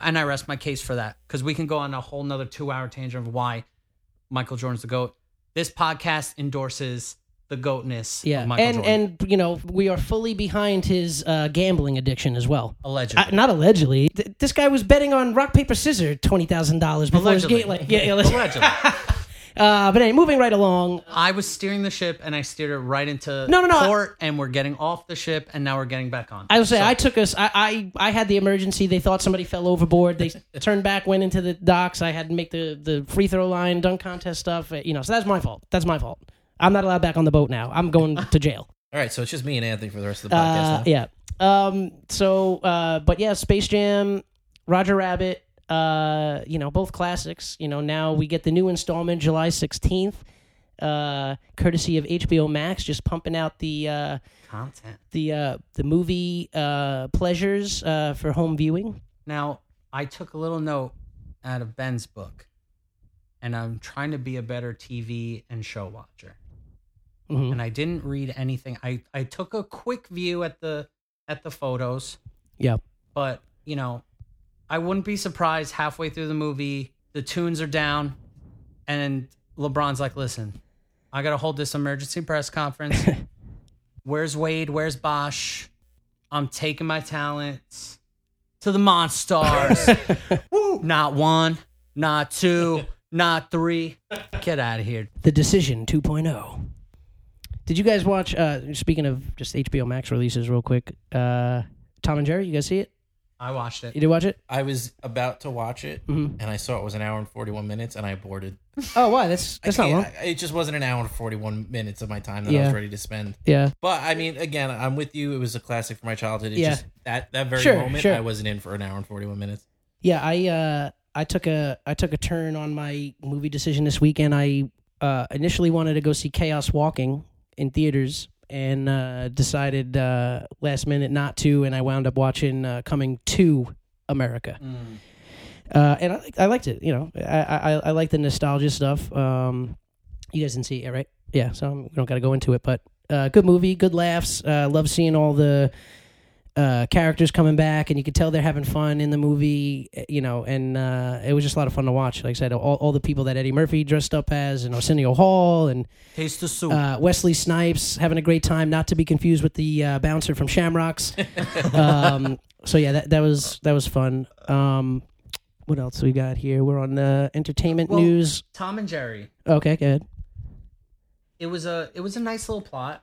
Speaker 6: and I rest my case for that because we can go on a whole nother two hour tangent of why Michael Jordan's the goat. This podcast endorses the goatness.
Speaker 4: Yeah,
Speaker 6: of Michael
Speaker 4: and
Speaker 6: Jordan,
Speaker 4: and you know we are fully behind his uh, gambling addiction as well.
Speaker 6: allegedly.
Speaker 4: I, not allegedly, Th- this guy was betting on rock paper scissors twenty thousand dollars before
Speaker 6: Allegedly.
Speaker 4: his gate. Like, yeah, yeah let's-
Speaker 6: Allegedly.
Speaker 4: uh, but anyway, moving right along.
Speaker 6: I was steering the ship and I steered it right into
Speaker 4: No, no, no, I-
Speaker 6: port, and we're getting off the ship, and now we're getting back on.
Speaker 4: I will say I took us. I, I I had the emergency. They thought somebody fell overboard. They turned back, went into the docks. I had to make the the free throw line, dunk contest stuff. uh, You know, so that's my fault. That's my fault. I'm not allowed back on the boat now. I'm going to jail.
Speaker 5: All right, so it's just me and Anthony for the rest of the podcast.
Speaker 4: Uh,
Speaker 5: now.
Speaker 4: yeah. Um, so, uh, but yeah, Space Jam, Roger Rabbit, uh, you know, both classics. You know, now we get the new installment July 16th, uh, courtesy of HBO Max, just pumping out the. Uh,
Speaker 6: content.
Speaker 4: the uh, the movie uh, pleasures uh, for home viewing.
Speaker 6: Now, I took a little note out of Ben's book, and I'm trying to be a better TV and show watcher.
Speaker 4: Mhm.
Speaker 6: And I didn't read anything. I, I took a quick view at the at the photos,
Speaker 4: Yeah.
Speaker 6: but you know, I wouldn't be surprised halfway through the movie, the tunes are down, and LeBron's like, "Listen, I gotta hold this emergency press conference. Where's Wade? Where's Bosch? I'm taking my talents to the Monstars. Woo! Not one, not two, not three. Get out of here.
Speaker 4: The Decision 2.0. Did you guys watch? Uh, speaking of just HBO Max releases, real quick, uh, Tom and Jerry. You guys see it?
Speaker 6: I watched
Speaker 4: You
Speaker 6: it.
Speaker 4: did watch it?
Speaker 5: I was about to watch it,
Speaker 4: Mm-hmm.
Speaker 5: and I saw it was an hour and forty-one minutes, and I aborted.
Speaker 4: Oh, why? That's that's not
Speaker 5: Yeah,
Speaker 4: long.
Speaker 5: It just wasn't an hour and forty-one minutes of my time that I
Speaker 4: Yeah.
Speaker 5: was ready to spend.
Speaker 4: Yeah.
Speaker 5: But I mean, again, I'm with you. It was a classic from my childhood. It's
Speaker 4: Yeah.
Speaker 5: just that that very
Speaker 4: Sure,
Speaker 5: moment,
Speaker 4: sure.
Speaker 5: I wasn't in for an hour and forty-one minutes.
Speaker 4: Yeah, I uh, I took a I took a turn on my movie decision this weekend. I uh, initially wanted to go see Chaos Walking in theaters and uh, decided uh, last minute not to, and I wound up watching uh, Coming to America. Uh, and I, liked- I liked it. You know, I I, I like the nostalgia stuff. Um, you guys didn't see it, right? Yeah, so we don't got to go into it, but uh, good movie, good laughs. Uh, love seeing all the uh, characters coming back, and you could tell they're having fun in the movie, eh, you know, and uh, it was just a lot of fun to watch. Like I said, all, all the people that Eddie Murphy dressed up as, and Arsenio Hall, and
Speaker 6: Taste the soup.
Speaker 4: uh, Wesley Snipes having a great time, not to be confused with the uh, bouncer from Shamrocks. um, so yeah, that, that was that was fun. Um, What else we got here? We're on uh, entertainment
Speaker 6: Well-
Speaker 4: news.
Speaker 6: Tom and Jerry.
Speaker 4: Okay, go ahead.
Speaker 6: It was a it was a nice little plot.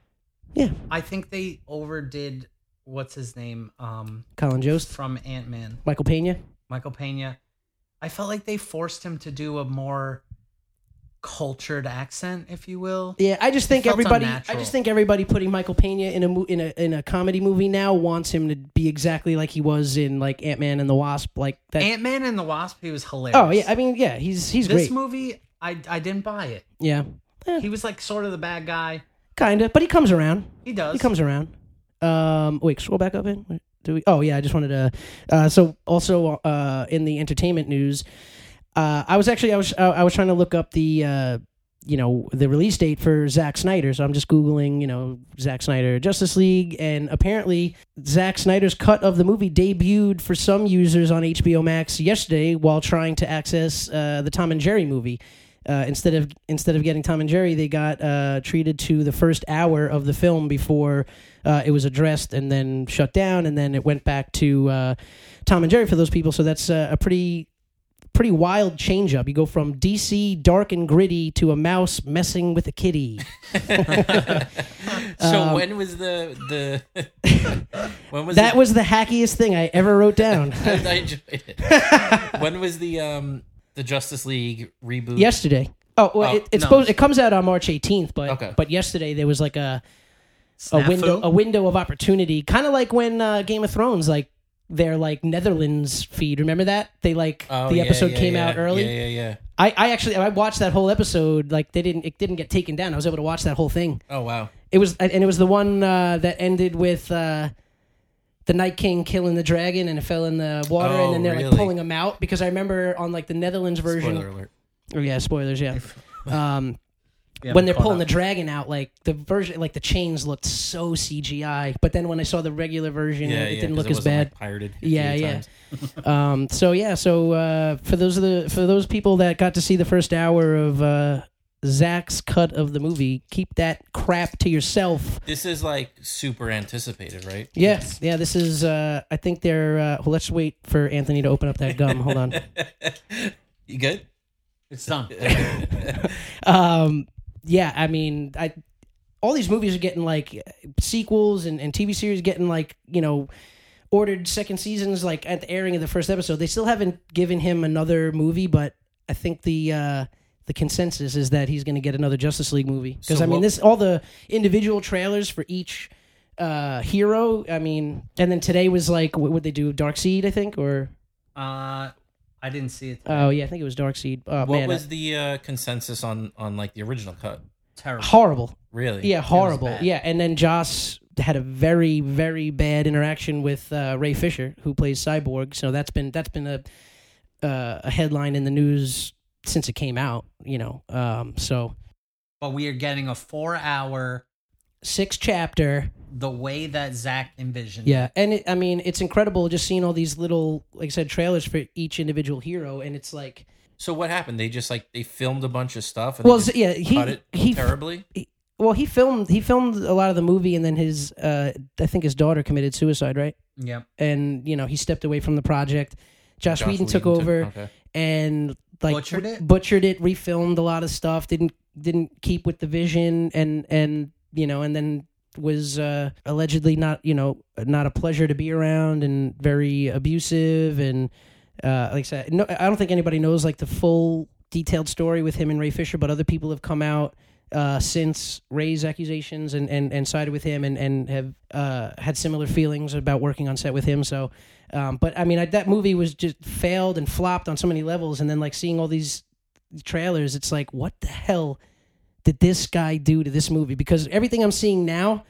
Speaker 4: Yeah,
Speaker 6: I think they overdid what's his name um
Speaker 4: Colin Jost,
Speaker 6: from Ant Man,
Speaker 4: Michael Pena.
Speaker 6: Michael Pena. I felt like they forced him to do a more cultured accent, if you will.
Speaker 4: Yeah, I just think
Speaker 6: felt
Speaker 4: everybody. I
Speaker 6: unnatural.
Speaker 4: just think everybody putting Michael Pena in a mo- in a in a comedy movie now wants him to be exactly like he was in like Ant Man and the Wasp, like that.
Speaker 6: Ant Man and the Wasp. He was hilarious.
Speaker 4: oh yeah, I mean yeah, he's he's
Speaker 6: this
Speaker 4: great.
Speaker 6: movie, I I didn't buy it.
Speaker 4: yeah,
Speaker 6: He was like sort of the bad guy.
Speaker 4: kinda, but he comes around.
Speaker 6: He does.
Speaker 4: He comes around. Um, wait, scroll back up in. Do we? Oh yeah, I just wanted to. Uh, so also uh, in the entertainment news, uh, I was actually I was I, I was trying to look up the uh, you know the release date for Zack Snyder. So I'm just googling you know Zack Snyder Justice League, and apparently Zack Snyder's cut of the movie debuted for some users on HBO Max yesterday while trying to access uh, the Tom and Jerry movie. Uh, instead of instead of getting Tom and Jerry, they got uh, treated to the first hour of the film before uh, it was addressed and then shut down, and then it went back to uh, Tom and Jerry for those people. So that's uh, a pretty pretty wild change up. You go from DC dark and gritty to a mouse messing with a kitty.
Speaker 5: So
Speaker 4: Um,
Speaker 5: when was the the when was
Speaker 4: That
Speaker 5: the-
Speaker 4: was the hackiest thing I ever wrote down
Speaker 5: I enjoyed it. when was the um the Justice League reboot?
Speaker 4: yesterday. Oh, well,
Speaker 5: Oh,
Speaker 4: it, it's
Speaker 6: no.
Speaker 4: supposed it comes out on March 18th, but
Speaker 5: Okay.
Speaker 4: but yesterday there was like a
Speaker 6: Snafu?
Speaker 4: a window a window of opportunity, kind of like when uh, Game of Thrones like their like Netherlands feed. Remember that they like
Speaker 5: Oh,
Speaker 4: the
Speaker 5: yeah,
Speaker 4: episode
Speaker 5: yeah,
Speaker 4: came
Speaker 5: yeah.
Speaker 4: out early.
Speaker 5: Yeah, yeah, yeah.
Speaker 4: I, I actually I watched that whole episode. Like they didn't it didn't get taken down. I was able to watch that whole thing.
Speaker 5: Oh wow.
Speaker 4: It was and it was the one uh, that ended with uh, the Night King killing the dragon and it fell in the water
Speaker 5: Oh,
Speaker 4: and then they're like
Speaker 5: really?
Speaker 4: pulling him out because I remember on like the Netherlands version.
Speaker 5: Spoiler alert.
Speaker 4: Oh yeah, spoilers. Yeah. Um,
Speaker 6: Yeah,
Speaker 4: when they're
Speaker 6: caught
Speaker 4: pulling the
Speaker 6: up.
Speaker 4: dragon out, like the version, like the chains looked so CGI. But then when I saw the regular version,
Speaker 5: Yeah,
Speaker 4: it
Speaker 5: yeah,
Speaker 4: didn't
Speaker 5: 'cause
Speaker 4: look
Speaker 5: it
Speaker 4: as
Speaker 5: wasn't,
Speaker 4: bad.
Speaker 5: Like, pirated.
Speaker 4: Yeah,
Speaker 5: 58
Speaker 4: yeah.
Speaker 5: times.
Speaker 4: Um, so yeah, so uh, for those of the for those people that got to see the first hour of uh, Zach's cut of the movie, keep that crap to yourself.
Speaker 5: This is like super anticipated, right?
Speaker 4: Yes, yeah, this is. Uh, I think they're. Uh, well, let's wait for Anthony to open up that gum. Hold on.
Speaker 5: You good?
Speaker 6: It's done.
Speaker 4: um, yeah, I mean, I all these movies are getting like sequels and, and TV series getting like you know ordered second seasons like at the airing of the first episode. They still haven't given him another movie, but I think the uh, the consensus is that he's going to get another Justice League movie because
Speaker 5: So
Speaker 4: I mean
Speaker 5: what-
Speaker 4: this all the individual trailers for each uh hero i mean and then today was like what would they do dark seed i think or
Speaker 6: Uh, I didn't see it.
Speaker 4: oh yeah i think it was dark seed oh
Speaker 5: What
Speaker 4: man
Speaker 5: was
Speaker 4: uh,
Speaker 5: the uh, consensus on on like the original cut?
Speaker 6: Terrible.
Speaker 4: horrible
Speaker 5: Really?
Speaker 4: Yeah, horrible.
Speaker 6: bad.
Speaker 4: Yeah, and then Joss had a very, very bad interaction with uh, Ray Fisher, who plays Cyborg. So that's been that's been a uh, a headline in the news since it came out. You know, um, so
Speaker 6: But we are getting a four-hour
Speaker 4: six chapter.
Speaker 6: the way that Zach envisioned.
Speaker 4: Yeah, and it, I mean it's incredible just seeing all these little, like I said, trailers for each individual hero, and it's like,
Speaker 5: So what happened? They just like they filmed a bunch of stuff and
Speaker 4: well,
Speaker 5: they
Speaker 4: z-
Speaker 5: just
Speaker 4: yeah, he
Speaker 5: cut it
Speaker 4: he
Speaker 5: terribly.
Speaker 4: well he filmed he filmed a lot of the movie, and then his uh, I think his daughter committed suicide, right?
Speaker 6: Yep.
Speaker 4: and you know he stepped away from the project. Josh,
Speaker 5: Joss
Speaker 4: Whedon, took
Speaker 5: Whedon took-
Speaker 4: over
Speaker 5: okay.
Speaker 4: and like
Speaker 6: Butchered
Speaker 4: re-
Speaker 6: it?
Speaker 4: butchered it, refilmed a lot of stuff, didn't didn't keep with the vision, and and you know, and then was uh, allegedly not you know not a pleasure to be around and very abusive and uh, like I said, no, I don't think anybody knows like the full detailed story with him and Ray Fisher, but other people have come out uh, since Ray's accusations and, and, and sided with him and and have uh, had similar feelings about working on set with him. So, um, but I mean, I, that movie was just failed and flopped on so many levels, and then like seeing all these trailers, it's like, what the hell did this guy do to this movie? Because everything I'm seeing now.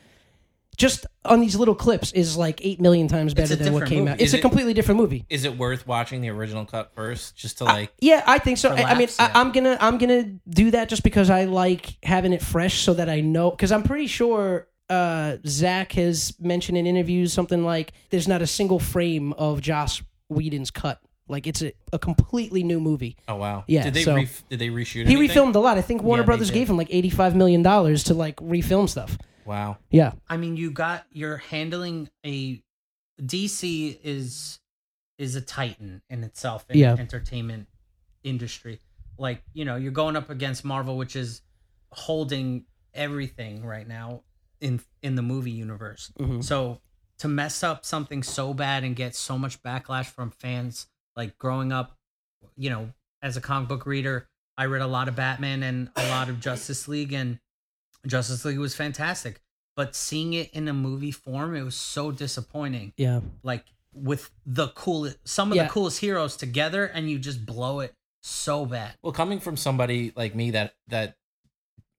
Speaker 4: Just on these little clips is like eight million times better
Speaker 6: a
Speaker 4: than what
Speaker 6: different
Speaker 4: came
Speaker 6: movie.
Speaker 4: out. It's
Speaker 5: Is
Speaker 4: a
Speaker 5: it-
Speaker 4: completely different movie.
Speaker 5: Is it worth watching the original cut first, just to like?
Speaker 4: Yeah, I think so. I- I mean,
Speaker 6: Perhaps,
Speaker 4: I,
Speaker 6: yeah.
Speaker 4: I'm gonna I'm gonna do that just because I like having it fresh, so that I know. Because I'm pretty sure uh, Zach has mentioned in interviews something like there's not a single frame of Joss Whedon's cut. Like it's a, a completely new movie.
Speaker 5: oh wow.
Speaker 4: Yeah,
Speaker 5: Did they
Speaker 4: so-
Speaker 5: re- did they reshoot?
Speaker 4: He
Speaker 5: anything?
Speaker 4: refilmed a lot. I think Warner
Speaker 6: Yeah, they
Speaker 4: Brothers
Speaker 6: did.
Speaker 4: gave him like 85 million dollars to like refilm stuff.
Speaker 5: Wow.
Speaker 4: Yeah,
Speaker 6: I mean, you got you're handling a DC is is a titan in itself in
Speaker 4: Yeah.
Speaker 6: entertainment industry. Like you know, you're going up against Marvel, which is holding everything right now in in the movie universe.
Speaker 4: Mhm.
Speaker 6: So to mess up something so bad and get so much backlash from fans, like growing up, you know, as a comic book reader, I read a lot of Batman and a lot of Justice League, and Justice League was fantastic. But seeing it in a movie form, it was so disappointing.
Speaker 4: Yeah.
Speaker 6: Like with the coolest, some of
Speaker 4: Yeah.
Speaker 6: the coolest heroes together, and you just blow it so bad.
Speaker 5: Well, coming from somebody like me that that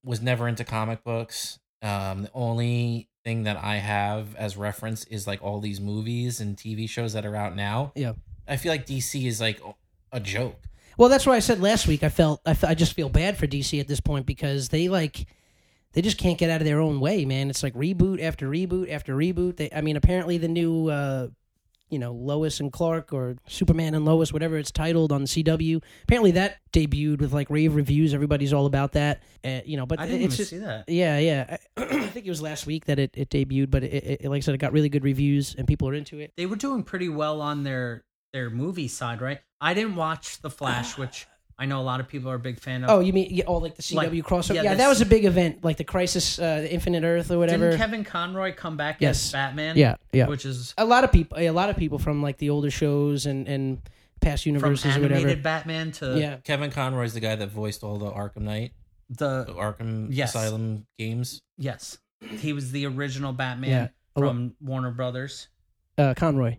Speaker 5: was never into comic books, um, the only thing that I have as reference is like all these movies and TV shows that are out now.
Speaker 4: Yeah.
Speaker 5: I feel like DC is like a joke.
Speaker 4: Well, that's why I said last week. I felt I, fe- I just feel bad for DC at this point because they like they just can't get out of their own way, man. It's like reboot after reboot after reboot. They, I mean, apparently the new uh, you know Lois and Clark or Superman and Lois, whatever it's titled on the CW. Apparently that debuted with like rave reviews. Everybody's all about that, uh, you know. But
Speaker 6: I didn't
Speaker 4: it's
Speaker 6: even
Speaker 4: just,
Speaker 6: see that.
Speaker 4: yeah, yeah. I, I think it was last week that it, it debuted, but it, it, it- like I said, it got really good reviews and people are into it.
Speaker 6: They were doing pretty well on their their movie side, right? I didn't watch The Flash, which I know a lot of people are a big fan of.
Speaker 4: Oh, you mean yeah, oh, like the CW
Speaker 6: Like,
Speaker 4: crossover? Yeah,
Speaker 6: yeah,
Speaker 4: that
Speaker 6: this-
Speaker 4: was a big event, like the Crisis, uh, the Infinite Earth, or whatever.
Speaker 6: didn't Kevin Conroy come back
Speaker 4: Yes.
Speaker 6: as Batman?
Speaker 4: Yeah, yeah.
Speaker 6: Which is
Speaker 4: a lot of people, a lot of people from like the older shows and and past
Speaker 6: from
Speaker 4: universes or
Speaker 6: animated uh,
Speaker 4: whatever.
Speaker 6: Batman to
Speaker 4: Yeah,
Speaker 5: Kevin Conroy is the guy that voiced all the Arkham Knight, the
Speaker 6: the
Speaker 5: Arkham
Speaker 6: Yes.
Speaker 5: Asylum games.
Speaker 6: yes, he was the original Batman
Speaker 4: Yeah. A lo-
Speaker 6: from Warner Brothers
Speaker 4: uh, Conroy.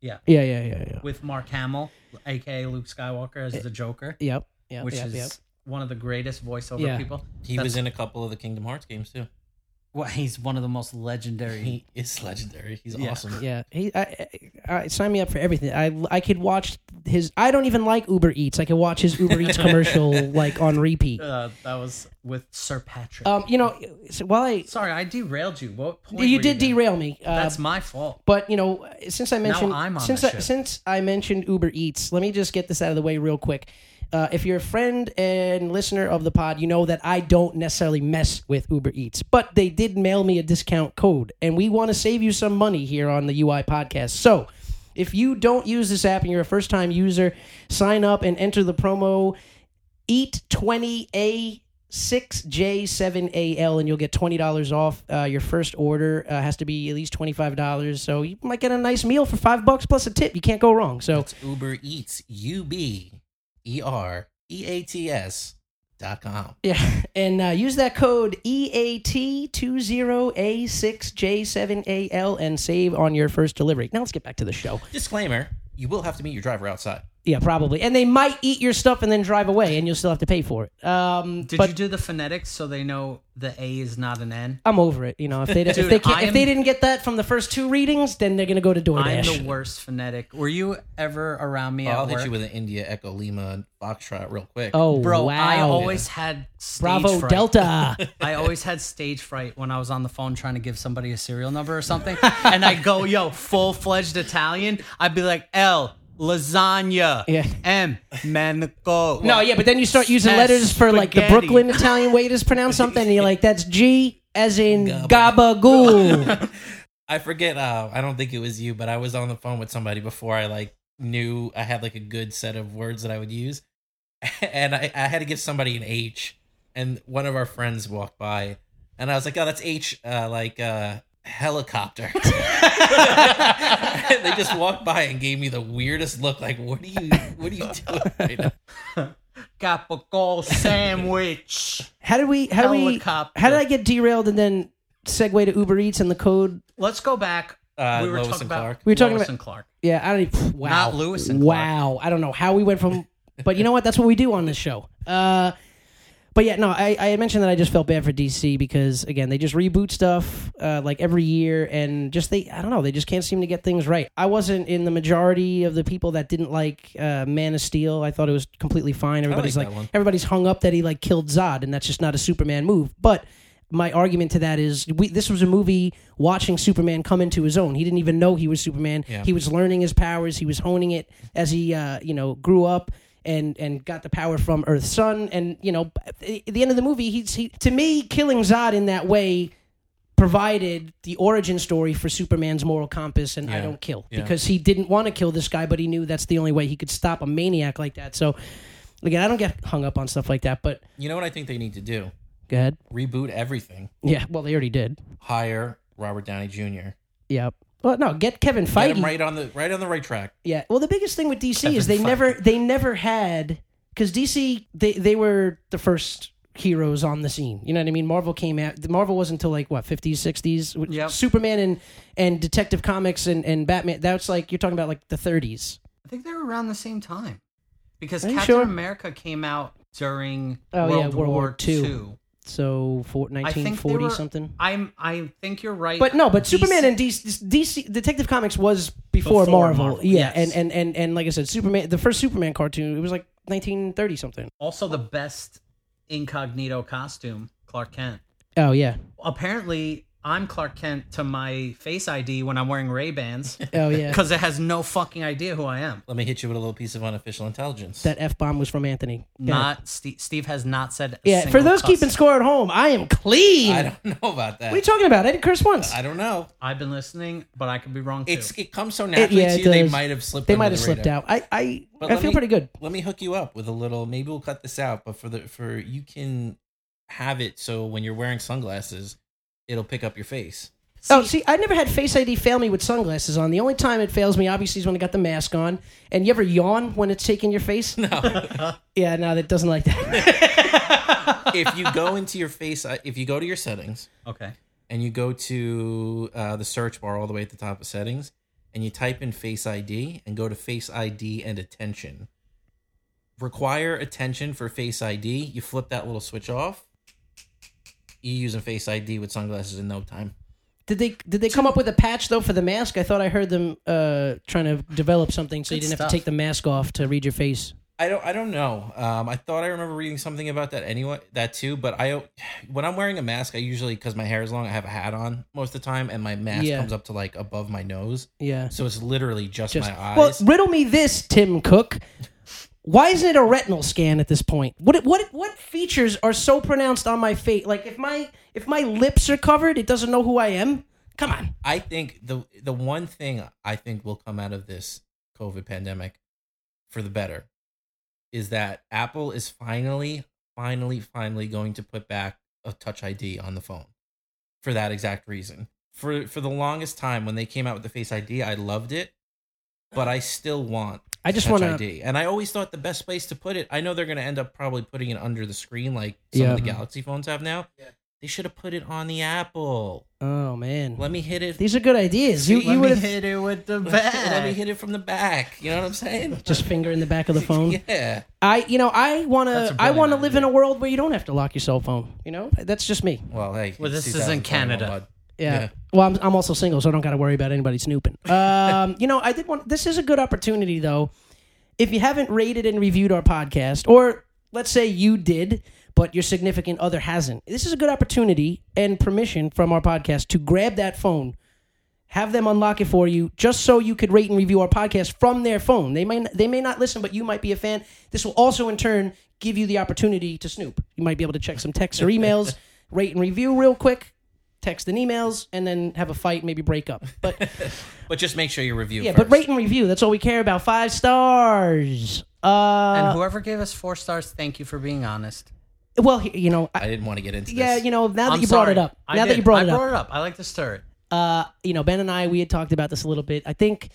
Speaker 6: Yeah.
Speaker 4: Yeah, yeah, yeah, yeah.
Speaker 6: with Mark Hamill, aka Luke Skywalker,
Speaker 4: Eh,
Speaker 6: as the Joker,
Speaker 4: Yep. Yep.
Speaker 6: which
Speaker 4: yep,
Speaker 6: is
Speaker 4: yep.
Speaker 6: one of the greatest voiceover
Speaker 4: Yeah.
Speaker 6: people.
Speaker 5: He
Speaker 6: That's-
Speaker 5: was in a couple of the Kingdom Hearts games too.
Speaker 6: Well, he's one of the most legendary.
Speaker 5: He is legendary. He's
Speaker 6: Yeah.
Speaker 5: awesome.
Speaker 4: Yeah, he I, I, I, sign me up for everything. I I could watch his. I don't even like Uber Eats. I could watch his Uber Eats commercial like on repeat.
Speaker 6: Uh, that was with Sir Patrick.
Speaker 4: Um, you know, so while I
Speaker 6: Sorry, I derailed you. What point
Speaker 4: you
Speaker 6: were
Speaker 4: did
Speaker 6: doing?
Speaker 4: derail me. Uh,
Speaker 6: That's my fault.
Speaker 4: But you know, since I mentioned
Speaker 6: I'm on
Speaker 4: since
Speaker 6: the
Speaker 4: I,
Speaker 6: ship.
Speaker 4: since I mentioned Uber Eats, let me just get this out of the way real quick. Uh, if you're a friend and listener of the pod, you know that I don't necessarily mess with Uber Eats, but they did mail me a discount code, and we want to save you some money here on the UI podcast. So, if you don't use this app and you're a first time user, sign up and enter the promo E eat 20a 6j7al and you'll get $20 off uh, your first order uh, has to be at least $25 so you might get a nice meal for five bucks plus a tip you can't go wrong so
Speaker 5: It's Uber Eats. U B E R E A T S dot com.
Speaker 4: yeah and uh, use that code E eat20a6j7al and save on your first delivery now let's get back to the show
Speaker 5: Disclaimer: You will have to meet your driver outside.
Speaker 4: yeah probably and they might eat your stuff and then drive away and you'll still have to pay for it um
Speaker 6: Did
Speaker 4: but
Speaker 6: you do the phonetics so they know the A is not an N?
Speaker 4: I'm over it. You know, if they if
Speaker 6: Dude,
Speaker 4: they can't,
Speaker 6: I
Speaker 4: if they
Speaker 6: am-
Speaker 4: didn't get that from the first two readings, then they're gonna go to
Speaker 6: I'm
Speaker 4: DoorDash.
Speaker 6: the worst phonetic. Were you ever around me
Speaker 5: I'll
Speaker 6: at
Speaker 5: hit
Speaker 6: work?
Speaker 5: Oh, you with an India Echo Lima Foxtrot real quick.
Speaker 4: oh,
Speaker 6: Bro,
Speaker 4: wow.
Speaker 6: I always had stage
Speaker 4: Bravo
Speaker 6: fright.
Speaker 4: Delta.
Speaker 6: I always had stage fright when I was on the phone trying to give somebody a serial number or something, and I go, "Yo, full fledged Italian." I'd be like, "L lasagna,
Speaker 4: Yeah.
Speaker 6: M manico."
Speaker 4: no, yeah, but then you start using
Speaker 6: Yes,
Speaker 4: letters for like the
Speaker 6: spaghetti.
Speaker 4: Brooklyn Italian way to pronounce something, and you're like, that's G as in gabagool.
Speaker 5: I forget. Uh, I don't think it was you, but I was on the phone with somebody before I like knew I had like a good set of words that I would use, and I, I had to give somebody an H, and one of our friends walked by, and I was like, "Oh, that's H, uh, like uh, helicopter." And they just walked by and gave me the weirdest look. Like, what are you? What are you doing right now?
Speaker 6: Capicola sandwich.
Speaker 4: How did we? How did we?
Speaker 6: Helicopter.
Speaker 4: How did I get derailed and then segue to Uber Eats and the code?
Speaker 6: Let's go back.
Speaker 5: Uh,
Speaker 6: we were
Speaker 5: Lois
Speaker 6: talking
Speaker 5: and
Speaker 6: about
Speaker 5: Clark.
Speaker 4: We were talking
Speaker 6: Lois
Speaker 4: about-
Speaker 6: and Clark.
Speaker 4: Yeah, I don't even. Wow.
Speaker 6: Not Lewis and Clark.
Speaker 4: Wow. I don't know how we went from. But you know what? That's what we do on this show. Uh, but yeah, no, I, I had mentioned that I just felt bad for DC because, again, they just reboot stuff uh, like every year and just they, I don't know, they just can't seem to get things right. I wasn't in the majority of the people that didn't like uh, Man of Steel. I thought it was completely fine. Everybody's
Speaker 5: that
Speaker 4: like,
Speaker 5: one.
Speaker 4: everybody's hung up that he like killed Zod and that's just not a Superman move. But my argument to that is we, this was a movie watching Superman come into his own. He didn't even know he was Superman.
Speaker 5: Yeah.
Speaker 4: He was learning his powers. He was honing it as he, uh, you know, grew up and and got the power from Earth's sun. And you know, at the end of the movie, he's he, to me killing Zod in that way provided the origin story for Superman's moral compass and I
Speaker 5: Yeah.
Speaker 4: don't kill
Speaker 5: Yeah.
Speaker 4: because he didn't want to kill this guy, but he knew that's the only way he could stop a maniac like that. So again, I don't get hung up on stuff like that, but
Speaker 5: You know what I think they need to do?
Speaker 4: go ahead.
Speaker 5: Reboot everything.
Speaker 4: Yeah, well, they already did.
Speaker 5: Hire Robert Downey Jr.
Speaker 4: Yeah. Well, no, get Kevin
Speaker 5: Get
Speaker 4: Feige.
Speaker 5: him right on the right on the right track.
Speaker 4: Yeah. Well, the biggest thing with DC is they
Speaker 5: Kevin
Speaker 4: never they never had because DC they they were the first heroes on the scene. You know what I mean? Marvel came out. Marvel wasn't until like what fifties, sixties.
Speaker 6: Yep.
Speaker 4: Superman and and Detective Comics and and Batman. That's like you're talking about like the thirties.
Speaker 6: I think they were around the same time because
Speaker 4: Are you
Speaker 6: Captain
Speaker 4: sure?
Speaker 6: America came out during
Speaker 4: Oh,
Speaker 6: World,
Speaker 4: yeah, World
Speaker 6: War,
Speaker 4: War II.
Speaker 6: II.
Speaker 4: So for
Speaker 6: I
Speaker 4: nineteen
Speaker 6: think they
Speaker 4: forty
Speaker 6: were-
Speaker 4: something.
Speaker 6: I'm. I think you're right.
Speaker 4: But no, but
Speaker 6: DC
Speaker 4: Superman and DC, DC Detective Comics was before,
Speaker 6: Before
Speaker 4: Marvel.
Speaker 6: Marvel,
Speaker 4: Yeah,
Speaker 6: yes.
Speaker 4: and, and and and like I said, Superman the first Superman cartoon it was like nineteen thirty something.
Speaker 6: also the best incognito costume, Clark Kent.
Speaker 4: Oh yeah,
Speaker 6: Apparently, I'm Clark Kent to my face ID when I'm wearing Ray Bans
Speaker 4: oh yeah.
Speaker 6: because it has no fucking idea who I am.
Speaker 5: Let me hit you with a little piece of unofficial intelligence.
Speaker 4: that f bomb was from Anthony. Go ahead.
Speaker 6: Not Steve, Steve has not said. A
Speaker 4: Yeah, for
Speaker 6: single
Speaker 4: those
Speaker 6: cuss.
Speaker 4: keeping score at home, I am clean.
Speaker 5: I
Speaker 4: What
Speaker 5: don't know about that.
Speaker 4: are you talking about? I didn't curse once.
Speaker 5: I don't know.
Speaker 6: I've been listening, but I could be wrong too.
Speaker 5: It's it comes so naturally
Speaker 4: yeah,
Speaker 5: to
Speaker 4: it
Speaker 5: you. They
Speaker 4: does.
Speaker 5: might have slipped.
Speaker 4: They
Speaker 5: under
Speaker 4: might
Speaker 5: the
Speaker 4: have slipped
Speaker 5: radar.
Speaker 4: out. I I,
Speaker 5: But
Speaker 4: I
Speaker 5: let
Speaker 4: feel
Speaker 5: me-
Speaker 4: pretty good.
Speaker 5: Let me hook you up with a little. Maybe we'll cut this out, but for the for you can have it so when you're wearing sunglasses, it'll pick up your face.
Speaker 4: oh, see, I never had Face ID fail me with sunglasses on. The only time it fails me, obviously, is when I got the mask on. And you ever yawn when it's taking your face? No. yeah, no, that doesn't like that.
Speaker 5: if you go into your face, uh, if you go to your settings
Speaker 6: okay.
Speaker 5: and you go to uh, the search bar all the way at the top of settings, and you type in Face ID and go to Face ID and attention. Require attention for Face ID. You flip that little switch off. You using Face ID with sunglasses in no time.
Speaker 4: did they Did they come up with a patch though for the mask? I thought I heard them uh, trying to develop something so you
Speaker 6: Good
Speaker 4: didn't have
Speaker 6: stuff.
Speaker 4: to take the mask off to read your face.
Speaker 5: I don't. I don't know. Um, I thought I remember reading something about that anyway. That too. But I, when I'm wearing a mask, I usually because my hair is long, I have a hat on most of the time, and my mask
Speaker 4: Yeah.
Speaker 5: comes up to like above my nose,
Speaker 4: Yeah.
Speaker 5: so it's literally just,
Speaker 4: Just-
Speaker 5: my eyes.
Speaker 4: Well, riddle me this, Tim Cook. Why isn't it a retinal scan at this point? What what what features are so pronounced on my face? Like if my if my lips are covered, it doesn't know who I am. Come on.
Speaker 5: I think the the one thing I think will come out of this COVID pandemic for the better is that Apple is finally, finally, finally going to put back a touch ID on the phone for that exact reason. For for the longest time when they came out with the face ID, I loved it, but I still want
Speaker 4: I just
Speaker 5: Touch
Speaker 4: want to.
Speaker 5: ID. And I always thought the best place to put it. I know they're going to end up probably putting it under the screen like some
Speaker 4: Yeah.
Speaker 5: of the Galaxy phones have now. They should have put it on the Apple.
Speaker 4: Oh man,
Speaker 5: Let me hit it
Speaker 4: these are good ideas. You
Speaker 5: See,
Speaker 4: you
Speaker 5: let
Speaker 4: would
Speaker 5: me
Speaker 4: have
Speaker 6: Hit it with the
Speaker 5: Let me
Speaker 6: bat.
Speaker 5: hit it from the back. You know what I'm saying?
Speaker 4: just finger in the back of the phone.
Speaker 5: Yeah.
Speaker 4: I you know I want
Speaker 6: That's
Speaker 4: to
Speaker 6: a
Speaker 4: I want to
Speaker 6: brilliant
Speaker 4: live in a world where you don't have to lock your cell phone. You know that's just me.
Speaker 5: Well, hey.
Speaker 6: Well,
Speaker 5: it's
Speaker 6: this is
Speaker 5: 2021,
Speaker 6: in Canada.
Speaker 5: bud.
Speaker 4: Yeah.
Speaker 5: Yeah.
Speaker 4: Well, I'm, I'm also single, so I don't got to worry about anybody snooping. Um, you know, I did want. This is a good opportunity, though. If you haven't rated and reviewed our podcast, or let's say you did, but your significant other hasn't, this is a good opportunity and permission from our podcast to grab that phone, have them unlock it for you, just so you could rate and review our podcast from their phone. They may they may not listen, but you might be a fan. This will also, in turn, give you the opportunity to snoop. You might be able to check some texts or emails, rate and review real quick text and emails and then have a fight, maybe break up. But
Speaker 5: But just make sure you review.
Speaker 4: yeah,
Speaker 5: first.
Speaker 4: but rate and review. That's all we care about. Five stars. Uh,
Speaker 6: and whoever gave us four stars, thank you for being honest.
Speaker 4: well, he- you know, I,
Speaker 5: I didn't want to get into
Speaker 4: yeah,
Speaker 5: this.
Speaker 4: you know, now that
Speaker 6: I'm
Speaker 4: you brought
Speaker 6: sorry.
Speaker 4: it up,
Speaker 6: I
Speaker 4: now that
Speaker 6: did.
Speaker 4: you brought
Speaker 6: I
Speaker 4: it
Speaker 6: brought
Speaker 4: up,
Speaker 6: it up. I like to stir it.
Speaker 4: uh, you know, Ben and I, we had talked about this a little bit. I think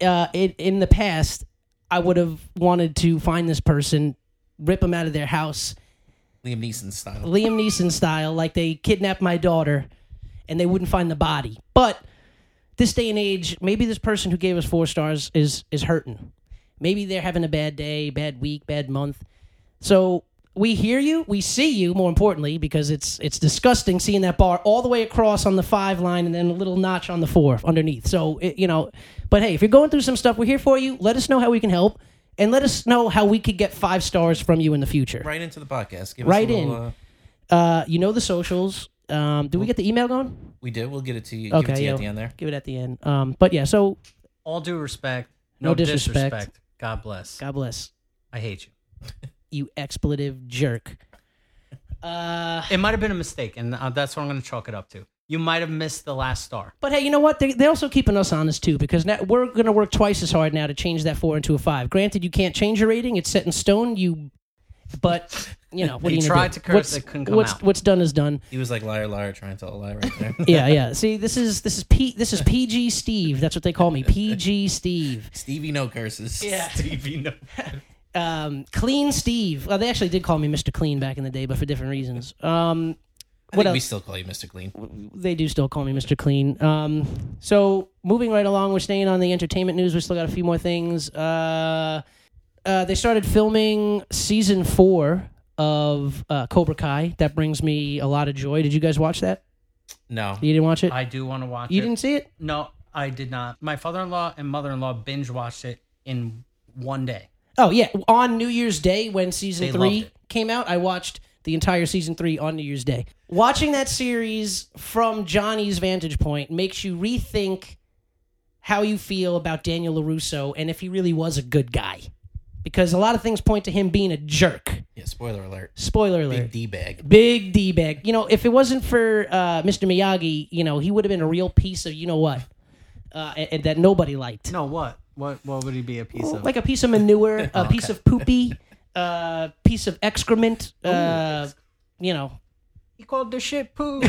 Speaker 4: uh, it, in the past, I would have wanted to find this person, rip them out of their house,
Speaker 5: Liam Neeson style.
Speaker 4: Liam Neeson style, like they kidnapped my daughter and they wouldn't find the body. But this day and age, maybe this person who gave us four stars is is hurting. Maybe they're having a bad day, bad week, bad month. So we hear you, we see you. More importantly, because it's it's disgusting seeing that bar all the way across on the five line and then a little notch on the four underneath. So it, you know, but hey, if you're going through some stuff, we're here for you. Let us know how we can help, and let us know how we could get five stars from you in the future.
Speaker 5: Right into the podcast. Give
Speaker 4: Right
Speaker 5: us a little,
Speaker 4: in.
Speaker 5: Uh,
Speaker 4: Uh, you know the socials. Um, do we get the email going?
Speaker 5: we did. We'll get it to you. give
Speaker 4: Okay,
Speaker 5: it to you
Speaker 4: yeah.
Speaker 5: at the end there.
Speaker 4: Give it at the end. Um, but yeah, so
Speaker 6: All due respect,
Speaker 4: No
Speaker 6: no,
Speaker 4: disrespect.
Speaker 6: disrespect. God bless.
Speaker 4: God bless
Speaker 6: I hate you.
Speaker 4: you, expletive jerk.
Speaker 6: It might have been a mistake, and uh, that's what I'm going to chalk it up to. you might have missed the last star.
Speaker 4: But hey, you know what? They, they're also keeping us honest too, because now we're going to work twice as hard now to change that four into a five. Granted, you can't change your rating; it's set in stone. You, but you know what?
Speaker 6: They
Speaker 4: are you gonna
Speaker 6: tried
Speaker 4: do?
Speaker 6: to curse,
Speaker 4: What's-
Speaker 6: it couldn't come
Speaker 4: what's,
Speaker 6: out.
Speaker 4: What's done is done.
Speaker 5: He was like liar, liar, trying to tell a lie right there.
Speaker 4: Yeah, yeah. See, this is this is P, this is PG Steve. That's what they call me, PG Steve.
Speaker 5: Stevie no curses.
Speaker 4: Yeah.
Speaker 5: Stevie no.
Speaker 4: Um, Clean Steve. Well, they actually did call me Mister Clean back in the day, but for different reasons. Um,
Speaker 5: I
Speaker 4: What
Speaker 5: think we
Speaker 4: else?
Speaker 5: still call you Mr. Clean.
Speaker 4: they do still call me Mr. Clean. Um, so moving right along, we're staying on the entertainment news. We still got a few more things. Uh, uh, they started filming season four of uh, Cobra Kai. That brings me a lot of joy. Did you guys watch that?
Speaker 5: No.
Speaker 4: You didn't watch it.
Speaker 6: I do want to watch
Speaker 4: you
Speaker 6: it.
Speaker 4: didn't see it.
Speaker 6: No, I did not. My father-in-law and mother-in-law binge watched it in one day.
Speaker 4: Oh yeah, on New Year's Day when season
Speaker 6: They loved
Speaker 4: three
Speaker 6: it.
Speaker 4: came out, I watched the entire season three on New Year's Day. Watching that series from Johnny's vantage point makes you rethink how you feel about Daniel Larusso and if he really was a good guy, because a lot of things point to him being a jerk.
Speaker 5: Yeah, spoiler alert.
Speaker 4: Spoiler alert.
Speaker 5: Big D bag.
Speaker 4: Big D bag. You know, if it wasn't for uh, Mr. Miyagi, you know, he would have been a real piece of you know what, uh, and, and that nobody liked.
Speaker 6: No, what? What? What would he be a piece
Speaker 4: Well,
Speaker 6: of?
Speaker 4: Oh, like a piece of manure, a piece of poopy, a piece of excrement. Uh, you know,
Speaker 6: he called the shit poo.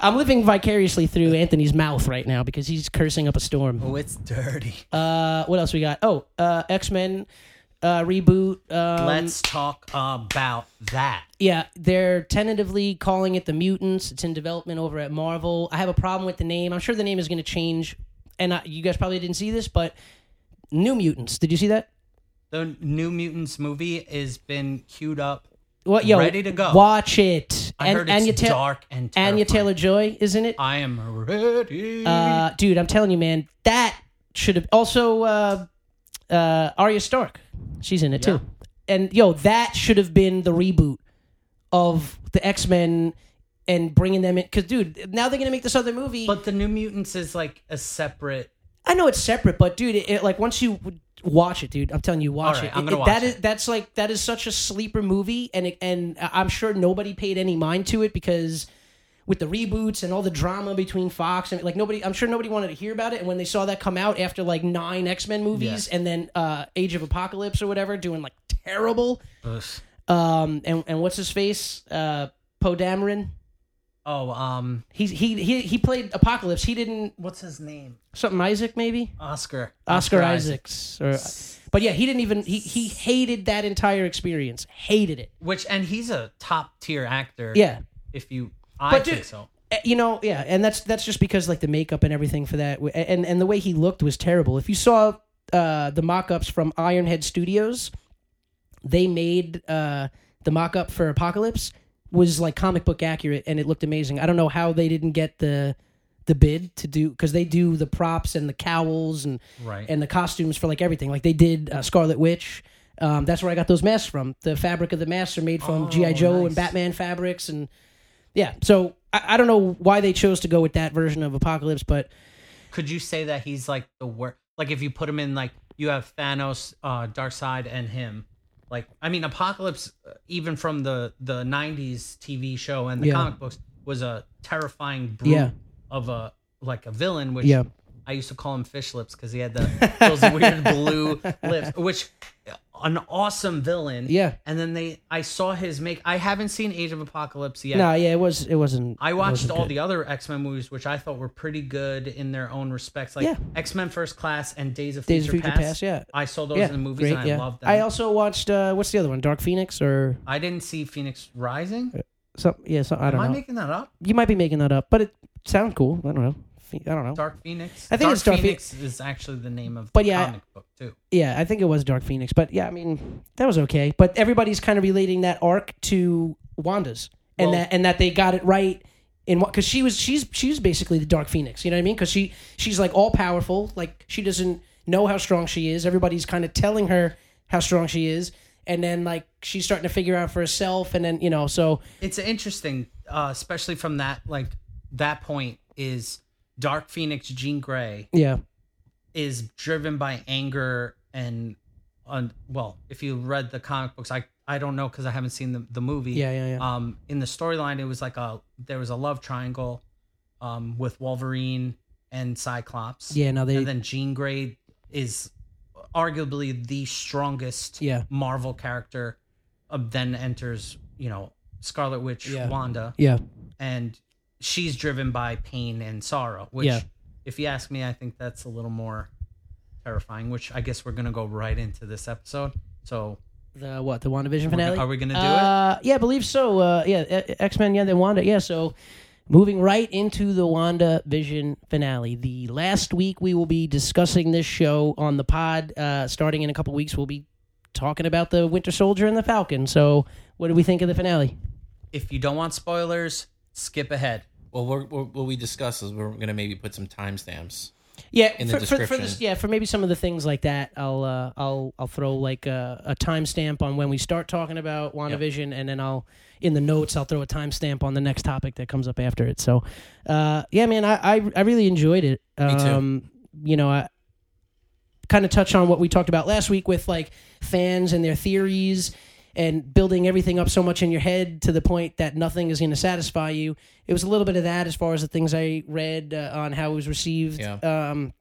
Speaker 4: I'm living vicariously through Anthony's mouth right now because he's cursing up a storm.
Speaker 6: oh, it's dirty.
Speaker 4: Uh, what else we got? Oh, uh, X Men uh, reboot. Um,
Speaker 6: Let's talk about that.
Speaker 4: Yeah, they're tentatively calling it the Mutants. It's in development over at Marvel. I have a problem with the name. I'm sure the name is going to change. And I, you guys probably didn't see this, but New Mutants. Did you see that?
Speaker 6: The New Mutants movie has been queued up.
Speaker 4: What? Yo,
Speaker 6: Ready to go.
Speaker 4: Watch it.
Speaker 6: I heard it's
Speaker 4: Anya Ta-
Speaker 6: dark and
Speaker 4: Anya
Speaker 6: terrifying.
Speaker 4: Taylor Joy is in it.
Speaker 6: I am ready.
Speaker 4: Uh, dude, I'm telling you, man, that should have also uh, uh, Arya Stark. She's in it too. And yo, that should have been the reboot of the X Men and bringing them in. Because dude, now they're gonna make this other movie.
Speaker 6: but the New Mutants is like a separate.
Speaker 4: I know it's separate, but dude, it, it- like once you w- watch it, dude, I'm telling you, watch
Speaker 6: All right,
Speaker 4: it.
Speaker 6: I'm gonna
Speaker 4: It- that
Speaker 6: watch
Speaker 4: is- that's like that is such a sleeper movie, and it, and I- I'm sure nobody paid any mind to it because with the reboots and all the drama between Fox and like nobody, I'm sure nobody wanted to hear about it. And when they saw that come out after like nine X Men movies and then uh, Age of Apocalypse or whatever, doing like terrible. Um, and and what's his face, uh, Poe Dameron.
Speaker 6: Oh, um,
Speaker 4: He, he he he played Apocalypse. He didn't
Speaker 6: what's his name?
Speaker 4: something Isaac maybe.
Speaker 6: Oscar.
Speaker 4: Oscar, Isaacs. Or, but yeah, he didn't even he he hated that entire experience. Hated it.
Speaker 6: Which and he's a top tier actor.
Speaker 4: Yeah.
Speaker 6: If you, I
Speaker 4: But
Speaker 6: think
Speaker 4: dude-
Speaker 6: so.
Speaker 4: Uh, You know, yeah, and that's that's just because like the makeup and everything for that, w- and and the way he looked was terrible. If you saw uh, the mock-ups from Ironhead Studios, they made uh, the mock-up for Apocalypse was like comic book accurate, and it looked amazing. I don't know how they didn't get the the bid to do because they do the props and the cowls and
Speaker 6: Right.
Speaker 4: and the costumes for like everything. Like they did uh, Scarlet Witch. Um, that's where I got those masks from. The fabric of the masks are made from
Speaker 6: Oh,
Speaker 4: GI Joe and Batman fabrics, and yeah. So I, I don't know why they chose to go with that version of Apocalypse, but
Speaker 6: Could you say that he's like the worst? Like if you put him in like you have Thanos, uh, Darkseid, and him. Like I mean, Apocalypse, uh, even from the the '90s TV show and the
Speaker 4: Yeah.
Speaker 6: comic books, was a terrifying brute
Speaker 4: Yeah.
Speaker 6: of a like a villain. Which
Speaker 4: Yeah.
Speaker 6: I used to call him fish lips because he had the those weird blue lips, which an awesome villain.
Speaker 4: Yeah.
Speaker 6: And then they, I saw his make. I haven't seen Age of Apocalypse yet.
Speaker 4: no, yeah, it was it wasn't.
Speaker 6: I
Speaker 4: it
Speaker 6: watched
Speaker 4: wasn't
Speaker 6: all
Speaker 4: good.
Speaker 6: the other X Men movies, which I thought were pretty good in their own respects, like
Speaker 4: Yeah.
Speaker 6: X Men First Class and Days of
Speaker 4: Days of
Speaker 6: Future,
Speaker 4: Future
Speaker 6: Past.
Speaker 4: Past, yeah.
Speaker 6: I saw those
Speaker 4: yeah,
Speaker 6: in the movies
Speaker 4: great,
Speaker 6: and I
Speaker 4: yeah.
Speaker 6: loved them.
Speaker 4: I
Speaker 6: I,
Speaker 4: also watched uh, what's the other one? Dark Phoenix or
Speaker 6: didn't see Phoenix Rising.
Speaker 4: some? Yeah, some, I
Speaker 6: Am
Speaker 4: don't
Speaker 6: I
Speaker 4: know.
Speaker 6: making that up?
Speaker 4: you might be making that up, but it sounds cool. I don't know. Phe- I don't know.
Speaker 6: Dark Phoenix.
Speaker 4: I think
Speaker 6: Dark
Speaker 4: it's Dark Phe-
Speaker 6: Phoenix is actually the name of
Speaker 4: But
Speaker 6: the
Speaker 4: yeah, I-
Speaker 6: comic book too.
Speaker 4: Yeah, I think it was Dark Phoenix, but yeah, I mean that was okay. But everybody's kind of relating that arc to Wanda's, and
Speaker 6: Well-
Speaker 4: that and that they got it right in because she was she's she's basically the Dark Phoenix. You know what I mean? Because she she's like all powerful, like she doesn't know how strong she is. Everybody's kind of telling her how strong she is, and then like she's starting to figure out for herself, and then you know, so
Speaker 6: it's interesting, uh, especially from that like that point is Dark Phoenix Jean Grey
Speaker 4: yeah,
Speaker 6: is driven by anger and on well, if you read the comic books, I I don't know because I haven't seen the, the movie.
Speaker 4: Yeah, yeah, yeah.
Speaker 6: Um, in the storyline, it was like a there was a love triangle, um, with Wolverine and Cyclops.
Speaker 4: Yeah, no, they-
Speaker 6: and then Jean Grey is arguably the strongest
Speaker 4: Yeah.
Speaker 6: Marvel character. Uh, then enters you know Scarlet Witch,
Speaker 4: Yeah.
Speaker 6: Wanda,
Speaker 4: Yeah.
Speaker 6: and she's driven by pain and sorrow. Which,
Speaker 4: Yeah.
Speaker 6: if you ask me, I think that's a little more terrifying. Which I guess we're gonna go right into this episode. So
Speaker 4: The what? The WandaVision
Speaker 6: gonna-
Speaker 4: finale?
Speaker 6: are we gonna do it?
Speaker 4: uh, Yeah, I believe so. Uh, yeah, X Men. Yeah, then Wanda. Yeah, so moving right into the Wanda Vision finale. The last week we will be discussing this show on the pod. Uh, starting in a couple weeks, we'll be talking about the Winter Soldier and the Falcon. So, what do we think of the finale?
Speaker 6: if you don't want spoilers, skip ahead.
Speaker 5: Well, we're, we're, what we discuss is we're going to maybe put some timestamps.
Speaker 4: Yeah,
Speaker 5: In
Speaker 4: for,
Speaker 5: the
Speaker 4: for, for
Speaker 5: description.
Speaker 4: this, yeah, for maybe some of the things like that, I'll uh, I'll I'll throw like a, a timestamp on when we start talking about WandaVision, and then I'll in the notes I'll throw a timestamp on the next topic that comes up after it. So, uh, yeah, man, I, I I really enjoyed it.
Speaker 5: too.
Speaker 4: Um, you know, I kind of touch on what we talked about last week with like fans and their theories and building everything up so much in your head to the point that nothing is going to satisfy you. It was a little bit of that as far as the things I read uh, on how it was received.
Speaker 5: Yeah.
Speaker 4: Um,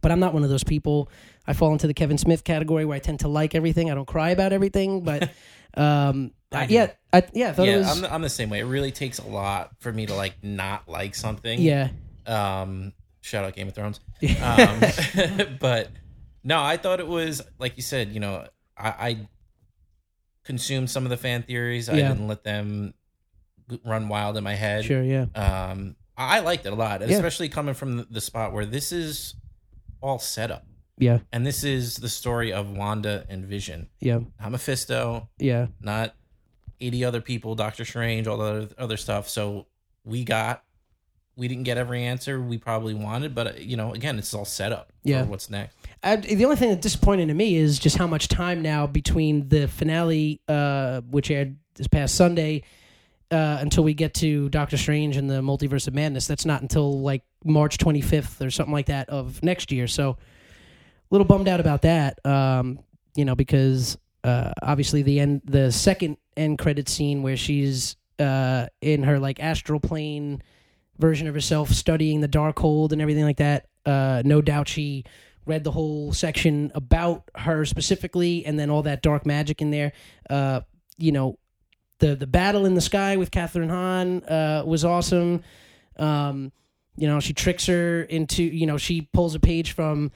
Speaker 4: but I'm not one of those people. I fall into the Kevin Smith category where I tend to like everything. I don't cry about everything, but um, I
Speaker 5: do.
Speaker 4: yeah, I, yeah, I thought
Speaker 5: yeah,
Speaker 4: it was
Speaker 5: I'm, the- I'm the same way. It really takes a lot for me to like not like something.
Speaker 4: yeah,
Speaker 5: Um, shout out Game of Thrones. Um, but no, I thought it was like you said. You know, I, I consumed some of the fan theories. I
Speaker 4: Yeah.
Speaker 5: didn't let them run wild in my head.
Speaker 4: sure, yeah,
Speaker 5: Um, I I liked it a lot, and
Speaker 4: Yeah.
Speaker 5: especially coming from the- the spot where this is all set up,
Speaker 4: yeah,
Speaker 5: and this is the story of Wanda and Vision.
Speaker 4: yeah,
Speaker 5: Not Mephisto,
Speaker 4: yeah,
Speaker 5: not eighty other people, Doctor Strange, all the other, other stuff. So we got, we didn't get every answer we probably wanted, but uh, you know, again, it's all set up.
Speaker 4: Yeah.
Speaker 5: for what's next?
Speaker 4: I, the only thing that's disappointing to me is just how much time now between the finale, uh, which aired this past Sunday, uh, until we get to Doctor Strange and the Multiverse of Madness. That's not until like March 25th or something like that of next year. So, a little bummed out about that. Um, you know, because uh, obviously the end, the second end credit scene where she's uh, in her like astral plane version of herself studying the dark hold and everything like that. Uh, no doubt she read the whole section about her specifically and then all that dark magic in there. Uh, you know, the the battle in the sky with Catherine Hahn uh, was awesome. Um, you know, she tricks her into you know, she pulls a page from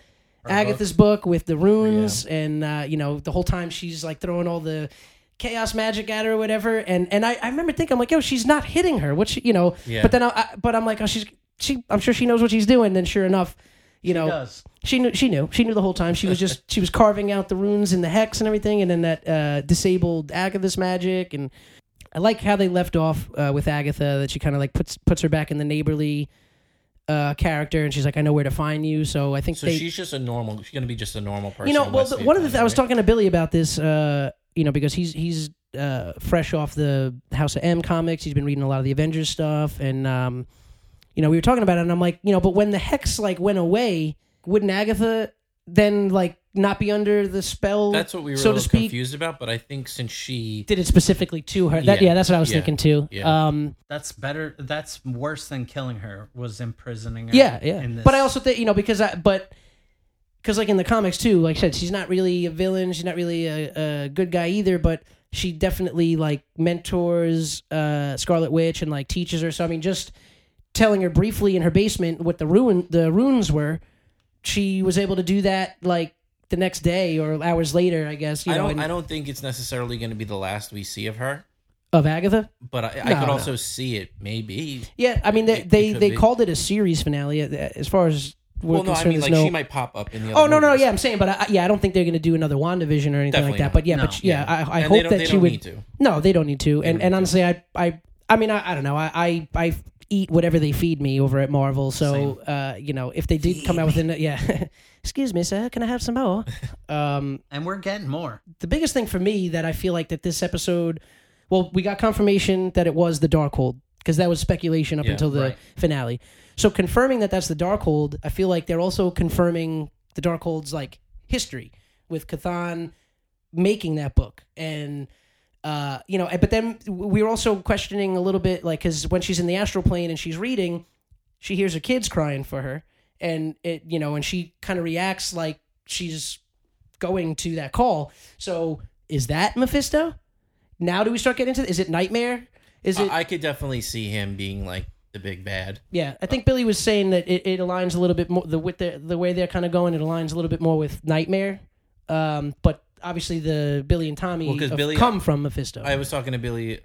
Speaker 4: Agatha's book. with the runes and uh, you know, the whole time she's like throwing all the chaos magic at her or whatever and and I, I remember thinking I'm like, yo, she's not hitting her. What she you know
Speaker 5: Yeah.
Speaker 4: but then I, I but I'm like, oh she's she I'm sure she knows what she's doing, then sure enough, you know
Speaker 6: does.
Speaker 4: she knew she knew she knew the whole time she was just she was carving out the runes and the hex and everything and then that uh, disabled agatha's magic and i like how they left off uh, with agatha that she kind of like puts puts her back in the neighborly uh, character and she's like i know where to find you so i think
Speaker 5: So
Speaker 4: they
Speaker 5: she's just a normal. She's gonna be just a normal person.
Speaker 4: you know well
Speaker 5: once
Speaker 4: the,
Speaker 5: they
Speaker 4: one of the
Speaker 5: find
Speaker 4: th- i
Speaker 5: her,
Speaker 4: was
Speaker 5: right?
Speaker 4: talking to billy about this uh, you know because he's he's uh, fresh off the house of m comics he's been reading a lot of the avengers stuff and um, you know we were talking about it and i'm like you know but when the hex like went away wouldn't agatha then like not be under the spell
Speaker 5: That's what we were
Speaker 4: so
Speaker 5: a
Speaker 4: to
Speaker 5: little
Speaker 4: speak
Speaker 5: confused about, but I think since she
Speaker 4: did it specifically to her that, yeah.
Speaker 5: Yeah.
Speaker 4: that's what i was
Speaker 5: Yeah.
Speaker 4: thinking too
Speaker 5: Yeah.
Speaker 4: um,
Speaker 6: That's better. That's worse than killing her. Was imprisoning her.
Speaker 4: Yeah, yeah.
Speaker 6: in this.
Speaker 4: But I also think you know because I but because like in the comics too, like I said, she's not really a villain. She's not really a, a good guy either. But she definitely like mentors uh, Scarlet Witch and like teaches her. So I mean, just telling her briefly in her basement what the ruin the runes were, she was able to do that like the next day or hours later, I guess. You
Speaker 5: I
Speaker 4: know,
Speaker 5: don't.
Speaker 4: and-
Speaker 5: I don't think it's necessarily going to be the last we see of her,
Speaker 4: of Agatha.
Speaker 5: but I, I
Speaker 4: No,
Speaker 5: could
Speaker 4: no.
Speaker 5: also see it maybe.
Speaker 4: Yeah, I mean they
Speaker 5: It- it
Speaker 4: they,
Speaker 5: could
Speaker 4: they
Speaker 5: be.
Speaker 4: called it a series finale uh, as far as we're
Speaker 5: well, no, I
Speaker 4: concerned.
Speaker 5: mean
Speaker 4: there's
Speaker 5: like
Speaker 4: no...
Speaker 5: she might pop up in the. Other
Speaker 4: Oh no, no,
Speaker 5: movies.
Speaker 4: yeah, I'm saying, but I, yeah, I don't think they're going to do another Wandavision or anything like
Speaker 5: Definitely
Speaker 4: that.
Speaker 5: not.
Speaker 4: But yeah,
Speaker 6: No.
Speaker 4: but yeah, I, I
Speaker 5: And they
Speaker 4: hope
Speaker 5: don't-
Speaker 4: that
Speaker 5: they
Speaker 4: she
Speaker 5: don't
Speaker 4: would.
Speaker 5: need to.
Speaker 4: No, they don't need to. and
Speaker 5: don't
Speaker 4: and
Speaker 5: need
Speaker 4: honestly, I I I mean, I, I don't know. I, I I eat whatever they feed me over at Marvel. So uh, you know, if they did come out with an yeah, excuse me, sir, can I have some more? um,
Speaker 6: and we're getting more.
Speaker 4: the biggest thing for me that I feel like that this episode, well, we got confirmation that it was the Darkhold because that was speculation up
Speaker 5: Yeah,
Speaker 4: until the
Speaker 6: right.
Speaker 4: finale. So confirming that that's the Darkhold, I feel like they're also confirming the Darkhold's like history with Kathan making that book and uh, you know but then we were also questioning a little bit like because when she's in the astral plane and she's reading she hears her kids crying for her and it you know and she kind of reacts like she's going to that call so is that mephisto now do we start getting into is it nightmare is it
Speaker 5: Uh, I I could definitely see him being like the big bad.
Speaker 4: yeah i think billy was saying that it, it aligns a little bit more the with the, the way they're kind of going it aligns a little bit more with nightmare um but obviously the billy and tommy
Speaker 5: Well, 'cause
Speaker 4: have
Speaker 5: Billy-
Speaker 4: come from mephisto
Speaker 5: I was talking to Billy.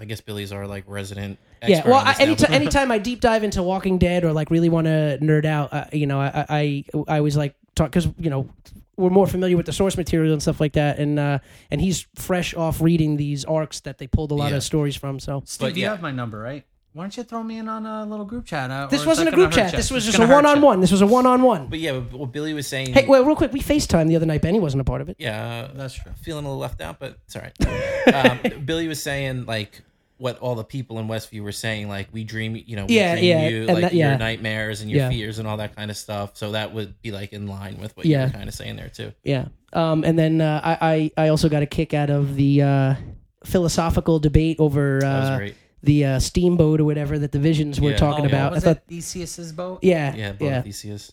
Speaker 5: I guess Billy's our like resident.
Speaker 4: yeah
Speaker 5: Expert
Speaker 4: well
Speaker 5: on
Speaker 4: I,
Speaker 5: this now.
Speaker 4: anytime, anytime i deep dive into walking dead or like really want to nerd out uh, you know I, I i always like talk because you know we're more familiar with the source material and stuff like that and uh and he's fresh off reading these arcs that they pulled a lot
Speaker 5: Yeah.
Speaker 4: of stories from so
Speaker 6: Steve,
Speaker 5: But
Speaker 6: you
Speaker 5: yeah.
Speaker 6: have my number, right? Why don't you throw me in on a little group chat? uh, or
Speaker 4: this
Speaker 6: is
Speaker 4: wasn't
Speaker 6: that
Speaker 4: a
Speaker 6: gonna
Speaker 4: group
Speaker 6: hurt
Speaker 4: chat
Speaker 6: ya?
Speaker 4: this was
Speaker 6: It's
Speaker 4: just a
Speaker 6: gonna hurt ya.
Speaker 4: one-on-one this was a one-on-one
Speaker 5: But yeah, but what Billy was saying.
Speaker 4: hey well real quick we facetime the other night benny wasn't a part of it
Speaker 5: yeah,
Speaker 6: That's true.
Speaker 5: feeling a little left out, but it's all right. um, Billy was saying like what all the people in Westview were saying, like we dream, you know, we
Speaker 4: Yeah,
Speaker 5: dream
Speaker 4: yeah,
Speaker 5: you,
Speaker 4: and
Speaker 5: like
Speaker 4: that- yeah.
Speaker 5: your nightmares and your
Speaker 4: Yeah.
Speaker 5: fears and all that kind of stuff. So that would be like in line with what
Speaker 4: Yeah.
Speaker 5: you were kind of saying there too.
Speaker 4: Yeah. Um, and then uh, I, I I also got a kick out of the uh, philosophical debate over
Speaker 5: was
Speaker 4: uh,
Speaker 5: great.
Speaker 4: the uh, steamboat or whatever that the visions were
Speaker 5: Yeah.
Speaker 4: talking
Speaker 6: Oh,
Speaker 4: about.
Speaker 6: was
Speaker 4: I thought,
Speaker 6: it Theseus's boat?
Speaker 4: yeah,
Speaker 5: Yeah,
Speaker 4: yeah,
Speaker 5: both
Speaker 4: yeah,
Speaker 5: Theseus,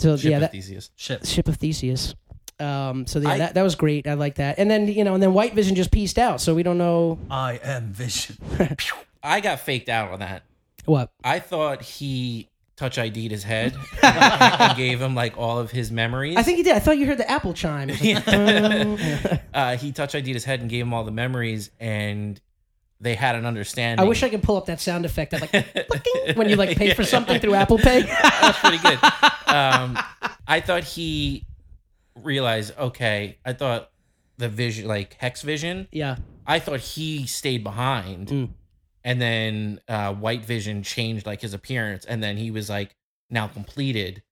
Speaker 4: So
Speaker 5: ship
Speaker 4: yeah,
Speaker 5: of
Speaker 4: that
Speaker 5: Theseus.
Speaker 6: Shit.
Speaker 4: ship of Theseus. Um, so yeah,
Speaker 5: I-
Speaker 4: that that was great. I like that. And then you know, and then White Vision just pieced out, so we don't know
Speaker 6: I am Vision.
Speaker 5: I got faked out on that.
Speaker 4: what.
Speaker 5: I thought he touch ID'd his head and gave him like all of his memories.
Speaker 4: I think he did. I thought you heard the apple chime. It was like, "Dum."
Speaker 5: uh, he touch ID'd his head and gave him all the memories, and they had an understanding.
Speaker 4: I wish I could pull up that sound effect. I'm like, "Plicking," when you like pay for something through Apple Pay.
Speaker 5: That's pretty good. Um, I thought he realized. Okay, I thought the vision, like hex vision.
Speaker 4: yeah.
Speaker 5: I thought he stayed behind,
Speaker 4: Mm.
Speaker 5: and then uh, white vision changed like his appearance, and then he was like now completed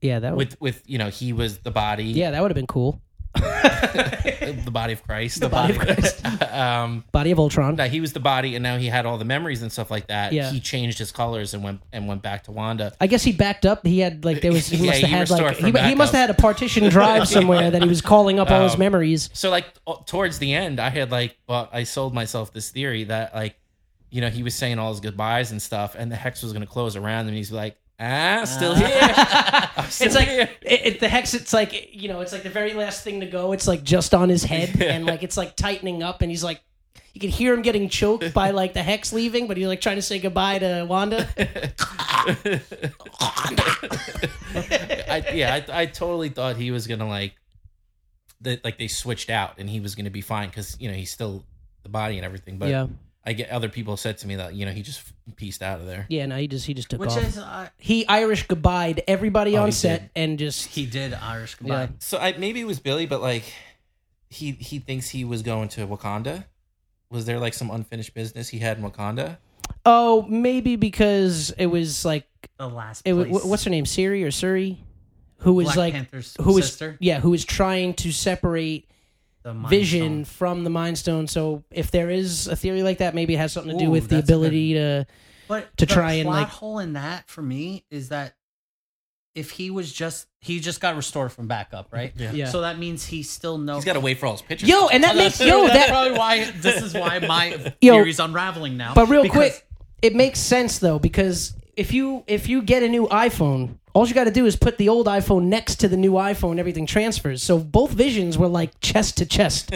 Speaker 4: Yeah, that would
Speaker 5: with with you know he was the body.
Speaker 4: Oh. Yeah, that would have been cool.
Speaker 5: the body of Christ.
Speaker 4: The body of
Speaker 5: um,
Speaker 4: Body of Ultron.
Speaker 5: now he was the body, and now he had all the memories and stuff like that.
Speaker 4: Yeah.
Speaker 5: He changed his colors and went and went back to Wanda.
Speaker 4: I guess he backed up. He had like there was he
Speaker 5: Yeah,
Speaker 4: must
Speaker 5: he
Speaker 4: have had like
Speaker 5: restored
Speaker 4: he,
Speaker 5: from
Speaker 4: he must
Speaker 5: backup.
Speaker 4: have had a partition drive somewhere that he was calling up all his
Speaker 5: Um,
Speaker 4: memories.
Speaker 5: So like o- towards the end, I had like bought, I sold myself this theory that like, you know, he was saying all his goodbyes and stuff, and the hex was going to close around him, and he's like, ah, still here. I'm still
Speaker 4: It's like
Speaker 5: here.
Speaker 4: it, it, the hex. It's like you know, it's like the very last thing to go. It's like just on his head, and like it's like tightening up, and he's like, you can hear him getting choked by like the hex leaving, but he's like trying to say goodbye to Wanda.
Speaker 5: I, yeah, I, I totally thought he was gonna like that, like they switched out and he was gonna be fine because you know he's still the body and everything. But
Speaker 4: Yeah.
Speaker 5: I get other people said to me that you know he just pieced out of there.
Speaker 4: Yeah, no, he just he just took
Speaker 6: Which
Speaker 4: off.
Speaker 6: is, uh,
Speaker 4: he Irish goodbyed everybody
Speaker 5: Oh,
Speaker 4: on
Speaker 5: he
Speaker 4: set
Speaker 5: did.
Speaker 4: and just
Speaker 6: he did Irish goodbye.
Speaker 5: So I maybe it was Billy, but like he he thinks he was going to Wakanda. Was there like some unfinished business he had in Wakanda?
Speaker 4: oh maybe because it was like
Speaker 6: The last
Speaker 4: it
Speaker 6: place.
Speaker 4: was, what's her name Siri or Suri, who was
Speaker 6: Black
Speaker 4: like
Speaker 6: Panther's
Speaker 4: who was
Speaker 6: sister?
Speaker 4: yeah who was trying to separate
Speaker 6: The Mind
Speaker 4: Vision
Speaker 6: Stone.
Speaker 4: from the Mind Stone. So if there is a theory like that, maybe it has something to do
Speaker 6: Ooh,
Speaker 4: with the
Speaker 6: that's good.
Speaker 4: ability to
Speaker 6: But
Speaker 4: to
Speaker 6: the
Speaker 4: try
Speaker 6: plot
Speaker 4: and, like-
Speaker 6: hole in that for me is that if he was just he just got restored from backup, right?
Speaker 4: Yeah.
Speaker 6: So that means he still knows.
Speaker 5: He's got to wait for all his pictures.
Speaker 4: yo and that makes yo
Speaker 6: that's
Speaker 4: that.
Speaker 6: probably why this is why my
Speaker 4: Yo.
Speaker 6: theory's unraveling now.
Speaker 4: But real
Speaker 6: because
Speaker 4: quick, it makes sense though because if you if you get a new iPhone, all you got to do is put the old iPhone next to the new iPhone. Everything transfers. So both visions were like chest to chest.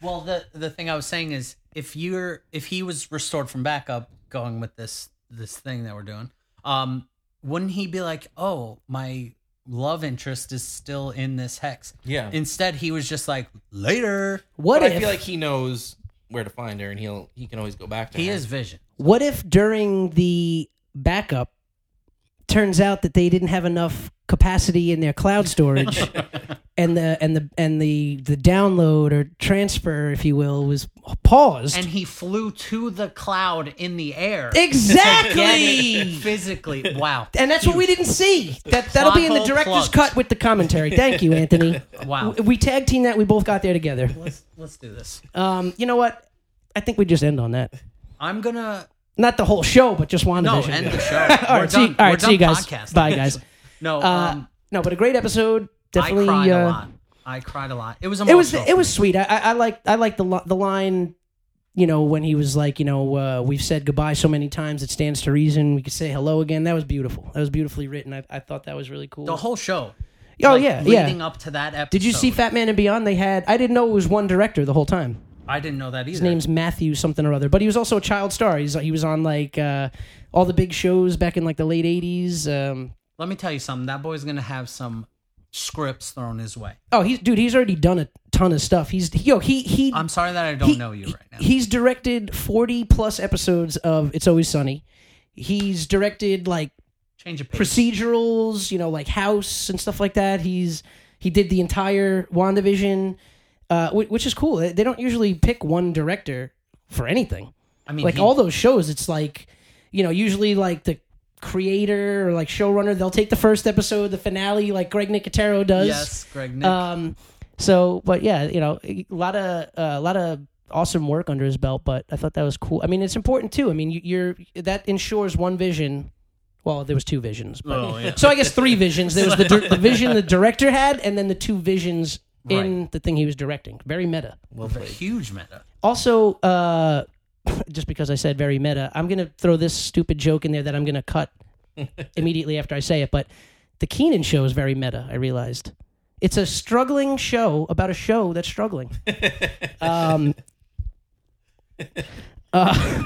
Speaker 6: Well, the the thing I was saying is if you're if he was restored from backup, going with this this thing that we're doing, um, wouldn't he be like, oh, my love interest is still in this hex?
Speaker 5: Yeah.
Speaker 6: Instead, he was just like, later.
Speaker 4: What
Speaker 5: But
Speaker 4: if
Speaker 5: I feel like he knows where to find her, and he'll he can always go back to
Speaker 6: He
Speaker 5: her.
Speaker 6: is Vision.
Speaker 4: What if during the backup turns out that they didn't have enough capacity in their cloud storage and the and the and the the download or transfer if you will was paused.
Speaker 6: and he flew to the cloud in the air. Get it?
Speaker 4: exactly.
Speaker 6: Physically, wow,
Speaker 4: And that's what we didn't see. That that'll be in the
Speaker 6: Plot hole
Speaker 4: director's
Speaker 6: plugged.
Speaker 4: cut with the commentary. Thank you, Anthony.
Speaker 6: wow.
Speaker 4: We tag team that we both got there together.
Speaker 6: Let's let's do this.
Speaker 4: Um, you know what? I think we just end on that.
Speaker 6: I'm gonna
Speaker 4: Not the whole show, but just WandaVision.
Speaker 6: no end the show. We're
Speaker 4: all right, see,
Speaker 6: done.
Speaker 4: all
Speaker 6: We're
Speaker 4: right, see you
Speaker 6: done
Speaker 4: guys.
Speaker 6: podcasting.
Speaker 4: Bye, guys.
Speaker 6: No,
Speaker 4: Uh,
Speaker 6: um,
Speaker 4: no, but a great episode. Definitely.
Speaker 6: I cried
Speaker 4: uh,
Speaker 6: a lot. I cried a lot. It was
Speaker 4: it
Speaker 6: emotional.
Speaker 4: was it was sweet. I I, I like I like the li- the line, you know, when he was like, you know, uh, we've said goodbye so many times, it stands to reason we could say hello again. That was beautiful. That was beautifully written. I, I thought that was really cool.
Speaker 6: the whole
Speaker 4: oh
Speaker 6: show. like,
Speaker 4: yeah,
Speaker 6: leading
Speaker 4: yeah.
Speaker 6: up to that episode.
Speaker 4: Did you see Fat Man and Beyond? They had I didn't know it was one director the whole time.
Speaker 6: I didn't know that either.
Speaker 4: His name's Matthew something or other, but he was also a child star. He's he was on like uh, all the big shows back in like the late '80s. Um,
Speaker 6: Let me tell you something. That boy's gonna have some scripts thrown his way.
Speaker 4: oh, he's dude. He's already done a ton of stuff. He's yo he he.
Speaker 6: I'm sorry that I don't
Speaker 4: Oh, he-
Speaker 6: know you
Speaker 4: he-
Speaker 6: right now.
Speaker 4: He's directed 40 plus episodes of It's Always Sunny. He's directed like
Speaker 6: Change of pace.
Speaker 4: procedurals, you know, like House and stuff like that. He's he did the entire WandaVision, uh, whi- which is cool. They they don't usually pick one director for anything.
Speaker 6: I mean,
Speaker 4: like
Speaker 6: he-
Speaker 4: all those shows, it's like you know, usually like the creator or like showrunner, they'll take the first episode, the finale, like Greg Nicotero does.
Speaker 6: Yes, Greg Nick.
Speaker 4: Um, so, but yeah, you know, a lot of uh, a lot of awesome work under his belt. But I thought that was cool. I mean, it's important too. I mean, you, you're that ensures one vision. Well, there was two visions, but
Speaker 5: Oh, yeah.
Speaker 4: so I guess three visions. There was the, dir- the vision the director had, and then the two visions in the thing he was directing. Very meta.
Speaker 5: Well
Speaker 6: With a
Speaker 5: played.
Speaker 6: huge meta.
Speaker 4: Also, uh, just because I said very meta, I'm gonna throw this stupid joke in there that I'm gonna cut immediately after I say it. But the Keenan show is very meta. I realized it's a struggling show about a show that's struggling. um, uh,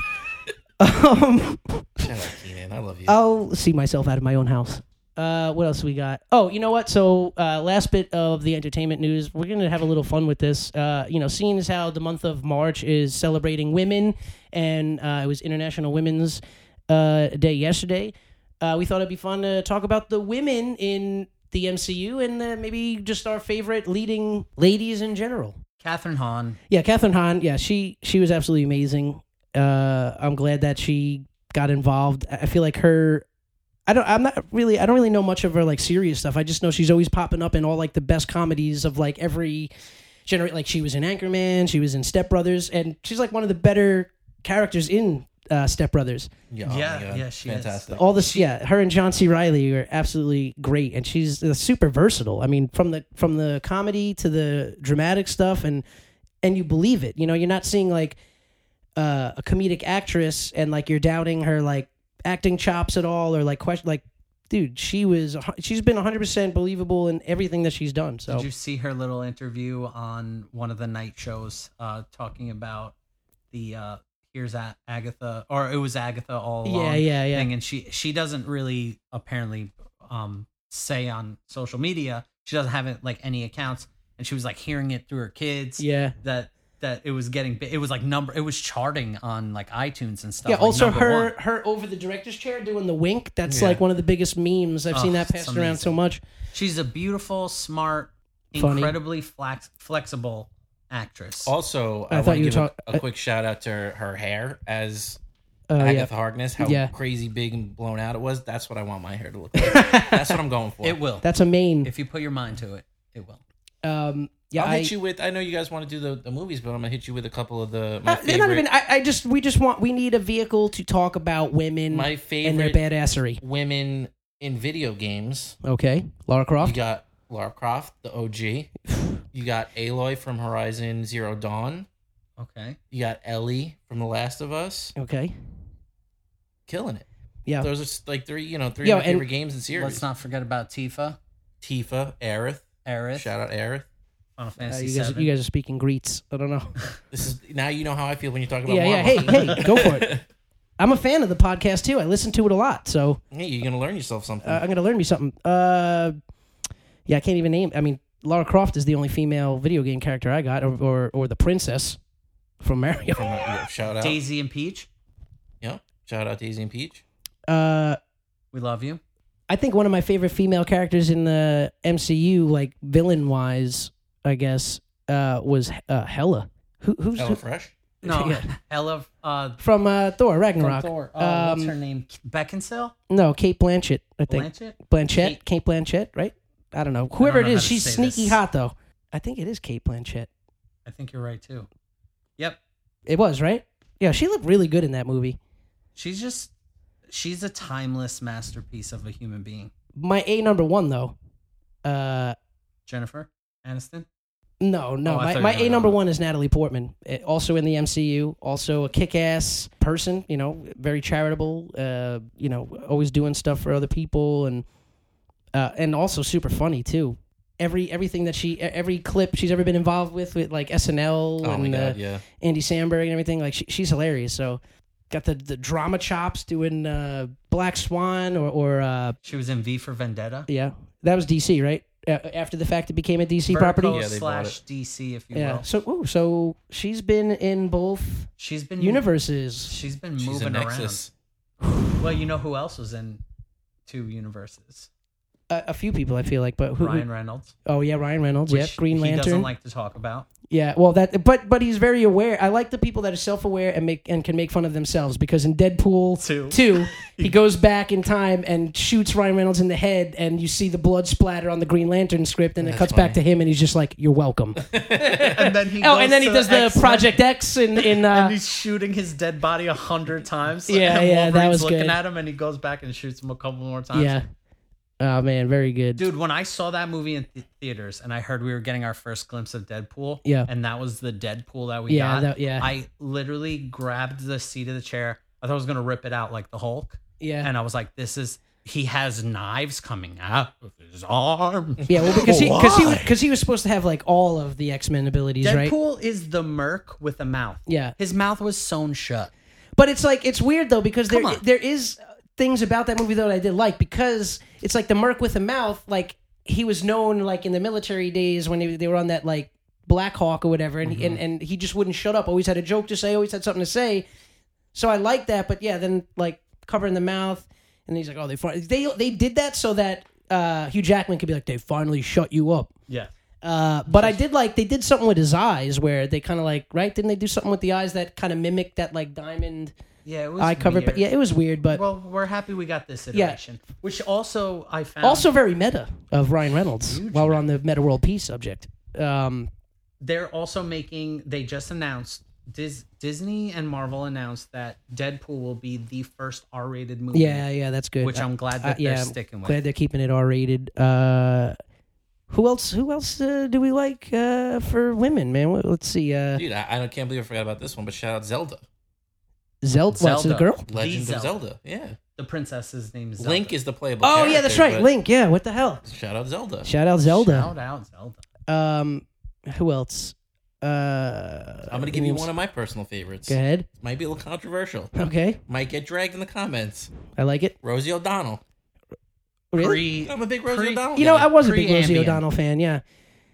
Speaker 4: um,
Speaker 5: Shut up, Keenan. I love you.
Speaker 4: I'll see myself out of my own house. Uh, what else we got? Oh, you know what? So, uh, last bit of the entertainment news. We're gonna have a little fun with this. Uh, you know, seeing as how the month of March is celebrating women, and uh, it was International Women's uh, Day yesterday. Uh, we thought it'd be fun to talk about the women in the MCU and uh, maybe just our favorite leading ladies in general.
Speaker 6: Catherine Hahn.
Speaker 4: Yeah, Catherine Hahn. Yeah, she she was absolutely amazing. Uh, I'm glad that she got involved. I I feel like her. I don't. I'm not really. I don't really know much of her like serious stuff. I just know she's always popping up in all like the best comedies of like every generate. Like she was in Anchorman. She was in Step Brothers, and she's like one of the better characters in uh, Step Brothers.
Speaker 5: Yeah, oh my
Speaker 6: Yeah,
Speaker 5: God.
Speaker 6: yeah, she is.
Speaker 5: fantastic.
Speaker 4: All this, yeah. Her and John C. Riley are absolutely great, and she's uh, super versatile. I mean, from the from the comedy to the dramatic stuff, and and you believe it. You know, you're not seeing like uh, a comedic actress and like you're doubting her like acting chops at all, or like question like, dude, she was a hu- she's been 100 percent believable in everything that she's done. So
Speaker 6: Did you see her little interview on one of the night shows uh, talking about the uh, here's A- Agatha or it was Agatha all along
Speaker 4: yeah, yeah, yeah.
Speaker 6: thing, and she she doesn't really apparently um, say on social media. She doesn't have it like any accounts, and she was like hearing it through her kids.
Speaker 4: Yeah.
Speaker 6: that that it was getting bi- it was like number it was charting on like iTunes and stuff.
Speaker 4: Yeah.
Speaker 6: like,
Speaker 4: Also,
Speaker 6: number
Speaker 4: her
Speaker 6: one.
Speaker 4: her over the director's chair doing the wink. That's
Speaker 5: Yeah.
Speaker 4: like one of the biggest memes I've seen
Speaker 6: Oh,
Speaker 4: that
Speaker 6: it's
Speaker 4: passed around so
Speaker 6: amazing.
Speaker 4: much.
Speaker 6: She's a beautiful, smart,
Speaker 4: Funny.
Speaker 6: incredibly flex, flexible actress.
Speaker 5: Oh, Also,
Speaker 4: I
Speaker 5: I,
Speaker 4: thought
Speaker 5: want
Speaker 4: you
Speaker 5: to
Speaker 4: were
Speaker 5: give a-
Speaker 4: talk-
Speaker 5: a, quick shout out to her, her hair as
Speaker 4: Uh, yeah.
Speaker 5: Agatha Harkness. How
Speaker 4: Yeah.
Speaker 5: crazy big and blown out it was. That's what I want my hair to look like. That's what I'm going for.
Speaker 6: it will
Speaker 4: That's a main.
Speaker 6: if you put your mind to it. It will.
Speaker 4: Um, yeah,
Speaker 5: I'll
Speaker 4: I-
Speaker 5: hit you with. I know you guys want to do the, the movies, but I'm gonna hit you with a couple of the my
Speaker 4: Uh, they're
Speaker 5: favorite.
Speaker 4: not even. I, I just we just want we need a vehicle to talk about women
Speaker 5: my
Speaker 4: and their
Speaker 5: favorite
Speaker 4: badassery.
Speaker 5: women in video games.
Speaker 4: Okay, Lara
Speaker 5: You
Speaker 4: Croft.
Speaker 5: got Lara Croft, the OG. You got Aloy from Horizon Zero Dawn.
Speaker 6: Okay.
Speaker 5: You got Ellie from The Last of Us.
Speaker 4: Okay,
Speaker 5: Killing it.
Speaker 4: yeah.
Speaker 5: Those are just like three, you know, three
Speaker 4: Yo,
Speaker 5: of my
Speaker 4: and
Speaker 5: favorite games and series.
Speaker 6: Let's not forget about Tifa,
Speaker 5: Tifa, Aerith.
Speaker 6: Aerith,
Speaker 5: Shout out Aerith.
Speaker 6: Final
Speaker 4: Uh,
Speaker 6: Fantasy
Speaker 4: you guys,
Speaker 6: VII.
Speaker 4: you guys are speaking Greets. I don't know.
Speaker 5: This is now you know how I feel when you talk about
Speaker 4: Yeah, yeah. Hey,
Speaker 5: Marvel.
Speaker 4: hey, go for it. I'm a fan of the podcast too. I listen to it a lot, so
Speaker 5: Hey, you're gonna learn yourself something.
Speaker 4: uh, I'm gonna learn me something. Uh, yeah, I can't even name. I mean, Lara Croft is the only female video game character I got, or or, or the princess from Mario.
Speaker 5: From, uh, yeah, shout out,
Speaker 6: Daisy and Peach,
Speaker 5: yeah. Shout out Daisy and Peach.
Speaker 4: Uh,
Speaker 6: we love you.
Speaker 4: I think one of my favorite female characters in the MCU, like villain wise, I guess, uh, was uh, Hela. Who, who's
Speaker 5: Hello
Speaker 4: who,
Speaker 5: Fresh.
Speaker 6: No,
Speaker 4: Yeah.
Speaker 6: Ella, uh,
Speaker 4: from uh, Thor
Speaker 6: from
Speaker 4: Ragnarok?
Speaker 6: Thor. Oh, what's her
Speaker 4: um,
Speaker 6: name? Beckinsale?
Speaker 4: no, Kate Blanchett. I think
Speaker 6: Blanchett?
Speaker 4: Blanchett. Kate, Blanchett, right? I don't know. Whoever
Speaker 6: know
Speaker 4: it
Speaker 6: how
Speaker 4: is,
Speaker 6: to
Speaker 4: she's
Speaker 6: say
Speaker 4: sneaky
Speaker 6: this.
Speaker 4: hot though. I think it is Kate Blanchett.
Speaker 6: I think you're right too. Yep.
Speaker 4: It was right. Yeah, she looked really good in that movie.
Speaker 6: She's just she's a timeless masterpiece of a human being.
Speaker 4: My A number one though. Uh,
Speaker 6: Jennifer Aniston.
Speaker 4: No, no.
Speaker 6: Oh,
Speaker 4: my
Speaker 6: I thought you
Speaker 4: my
Speaker 6: were
Speaker 4: A
Speaker 6: gonna-
Speaker 4: number one is Natalie Portman, eh, also in the MCU, also a kick ass person, you know, very charitable, uh, you know, always doing stuff for other people and uh, and also super funny too. Every everything that she e- every clip she's ever been involved with with like SNL
Speaker 5: Oh my
Speaker 4: and
Speaker 5: god,
Speaker 4: uh,
Speaker 5: yeah.
Speaker 4: Andy Samberg and everything, like she, she's hilarious. So got the, the drama chops doing uh, Black Swan or, or uh,
Speaker 6: She was in V for Vendetta.
Speaker 4: yeah, that was DC, right? Uh, after the fact it became a DC
Speaker 6: Vertigo
Speaker 4: property.
Speaker 5: Yeah, they bought
Speaker 6: slash DC, if you
Speaker 4: Yeah.
Speaker 6: will.
Speaker 4: So ooh, so she's been in both
Speaker 6: She's been
Speaker 4: universes.
Speaker 6: She's been
Speaker 5: She's a
Speaker 6: moving around.
Speaker 5: Nexus.
Speaker 6: Well, you know who else was in two universes?
Speaker 4: A, a few people, I feel like, but who?
Speaker 6: Ryan Reynolds.
Speaker 4: oh yeah, Ryan Reynolds.
Speaker 6: which
Speaker 4: Yeah, Green
Speaker 6: He doesn't
Speaker 4: Lantern.
Speaker 6: like to talk about.
Speaker 4: yeah. Well, that. But but he's very aware. I like the people that are self-aware and make and can make fun of themselves because in Deadpool
Speaker 6: Two.
Speaker 4: he goes back in time and shoots Ryan Reynolds in the head, and you see the blood splatter on the Green Lantern script, and it cuts back to him, and he's just like, "You're welcome."
Speaker 6: And then he.
Speaker 4: oh,
Speaker 6: goes
Speaker 4: and then he
Speaker 6: to
Speaker 4: does the
Speaker 6: X-Men
Speaker 4: Project X in in. Uh,
Speaker 6: And he's shooting his dead body a hundred times.
Speaker 4: Yeah,
Speaker 6: and
Speaker 4: yeah, that
Speaker 6: Wolverine's
Speaker 4: was
Speaker 6: looking
Speaker 4: good.
Speaker 6: at him, and he goes back and shoots him a couple more times.
Speaker 4: yeah. Oh man, very good.
Speaker 6: Dude, when I saw that movie in th- theaters and I heard we were getting our first glimpse of Deadpool,
Speaker 4: Yeah.
Speaker 6: and that was the Deadpool that we
Speaker 4: Yeah,
Speaker 6: got.
Speaker 4: that- yeah.
Speaker 6: I literally grabbed the seat of the chair. I thought I was gonna rip it out like the Hulk,
Speaker 4: yeah.
Speaker 6: and I was like, "This is he has knives coming out of his arms."
Speaker 4: Yeah, well, because he because he because he was supposed to have like all of the X Men abilities, right?
Speaker 6: Deadpool is the Merc with a mouth.
Speaker 4: Yeah.
Speaker 6: his mouth was sewn shut.
Speaker 4: But it's like it's weird though because there
Speaker 6: Come on.
Speaker 4: there is uh, things about that movie though that I did like because it's like the Merc with a mouth, like he was known like in the military days when he, they were on that like Black Hawk or whatever, and, he and
Speaker 6: Mm-hmm.
Speaker 4: and he just wouldn't shut up. Always had a joke to say, always had something to say. So I like that, but yeah, then like covering the mouth, and he's like, oh, they fin- they they did that so that uh, Hugh Jackman could be like, they finally shut you up.
Speaker 6: Yeah,
Speaker 4: Uh, but I did like they did something with his eyes where they kind of like right didn't they do something with the eyes that kind of mimicked that like diamond
Speaker 6: yeah, it was
Speaker 4: eye cover?
Speaker 6: weird.
Speaker 4: But yeah, it was weird, but
Speaker 6: Well, we're happy we got this iteration, which also I found.
Speaker 4: also very meta of Ryan Reynolds. While we're on the meta world peace subject, um,
Speaker 6: they're also making they just announced Dis, disney and marvel announced that deadpool will be the first r-rated movie
Speaker 4: yeah, yeah, that's good.
Speaker 6: which i'm glad that
Speaker 4: Uh, yeah,
Speaker 6: they're
Speaker 4: I'm
Speaker 6: sticking with
Speaker 4: glad they're keeping it R rated. Uh, who else? Who else uh, do we like uh, for women, man? Well, Let's see. Uh,
Speaker 5: Dude, I, I can't believe I forgot about this one, but shout out Zelda.
Speaker 4: Zelda, Zelda. the
Speaker 6: Zelda.
Speaker 4: girl.
Speaker 6: The
Speaker 5: Legend
Speaker 6: Zelda.
Speaker 5: of Zelda. Yeah.
Speaker 6: the princess's name is Zelda.
Speaker 5: Link is the playable.
Speaker 4: Oh yeah, that's
Speaker 5: character,
Speaker 4: right.
Speaker 5: but
Speaker 4: Link. Yeah, what the hell?
Speaker 5: Shout out Zelda.
Speaker 4: Shout out Zelda.
Speaker 6: shout out zelda
Speaker 4: Um, who else? Uh,
Speaker 5: I'm gonna give you one of my personal favorites.
Speaker 4: Go ahead.
Speaker 5: Might be a little controversial.
Speaker 4: Okay,
Speaker 5: Might get dragged in the comments.
Speaker 4: I like it.
Speaker 5: Rosie O'Donnell.
Speaker 4: Really?
Speaker 6: Pre-
Speaker 5: I'm a big Rosie
Speaker 6: pre-
Speaker 5: O'Donnell.
Speaker 4: You know, I
Speaker 5: guy.
Speaker 4: was a big Rosie
Speaker 6: Pre-ambient.
Speaker 4: O'Donnell fan. Yeah,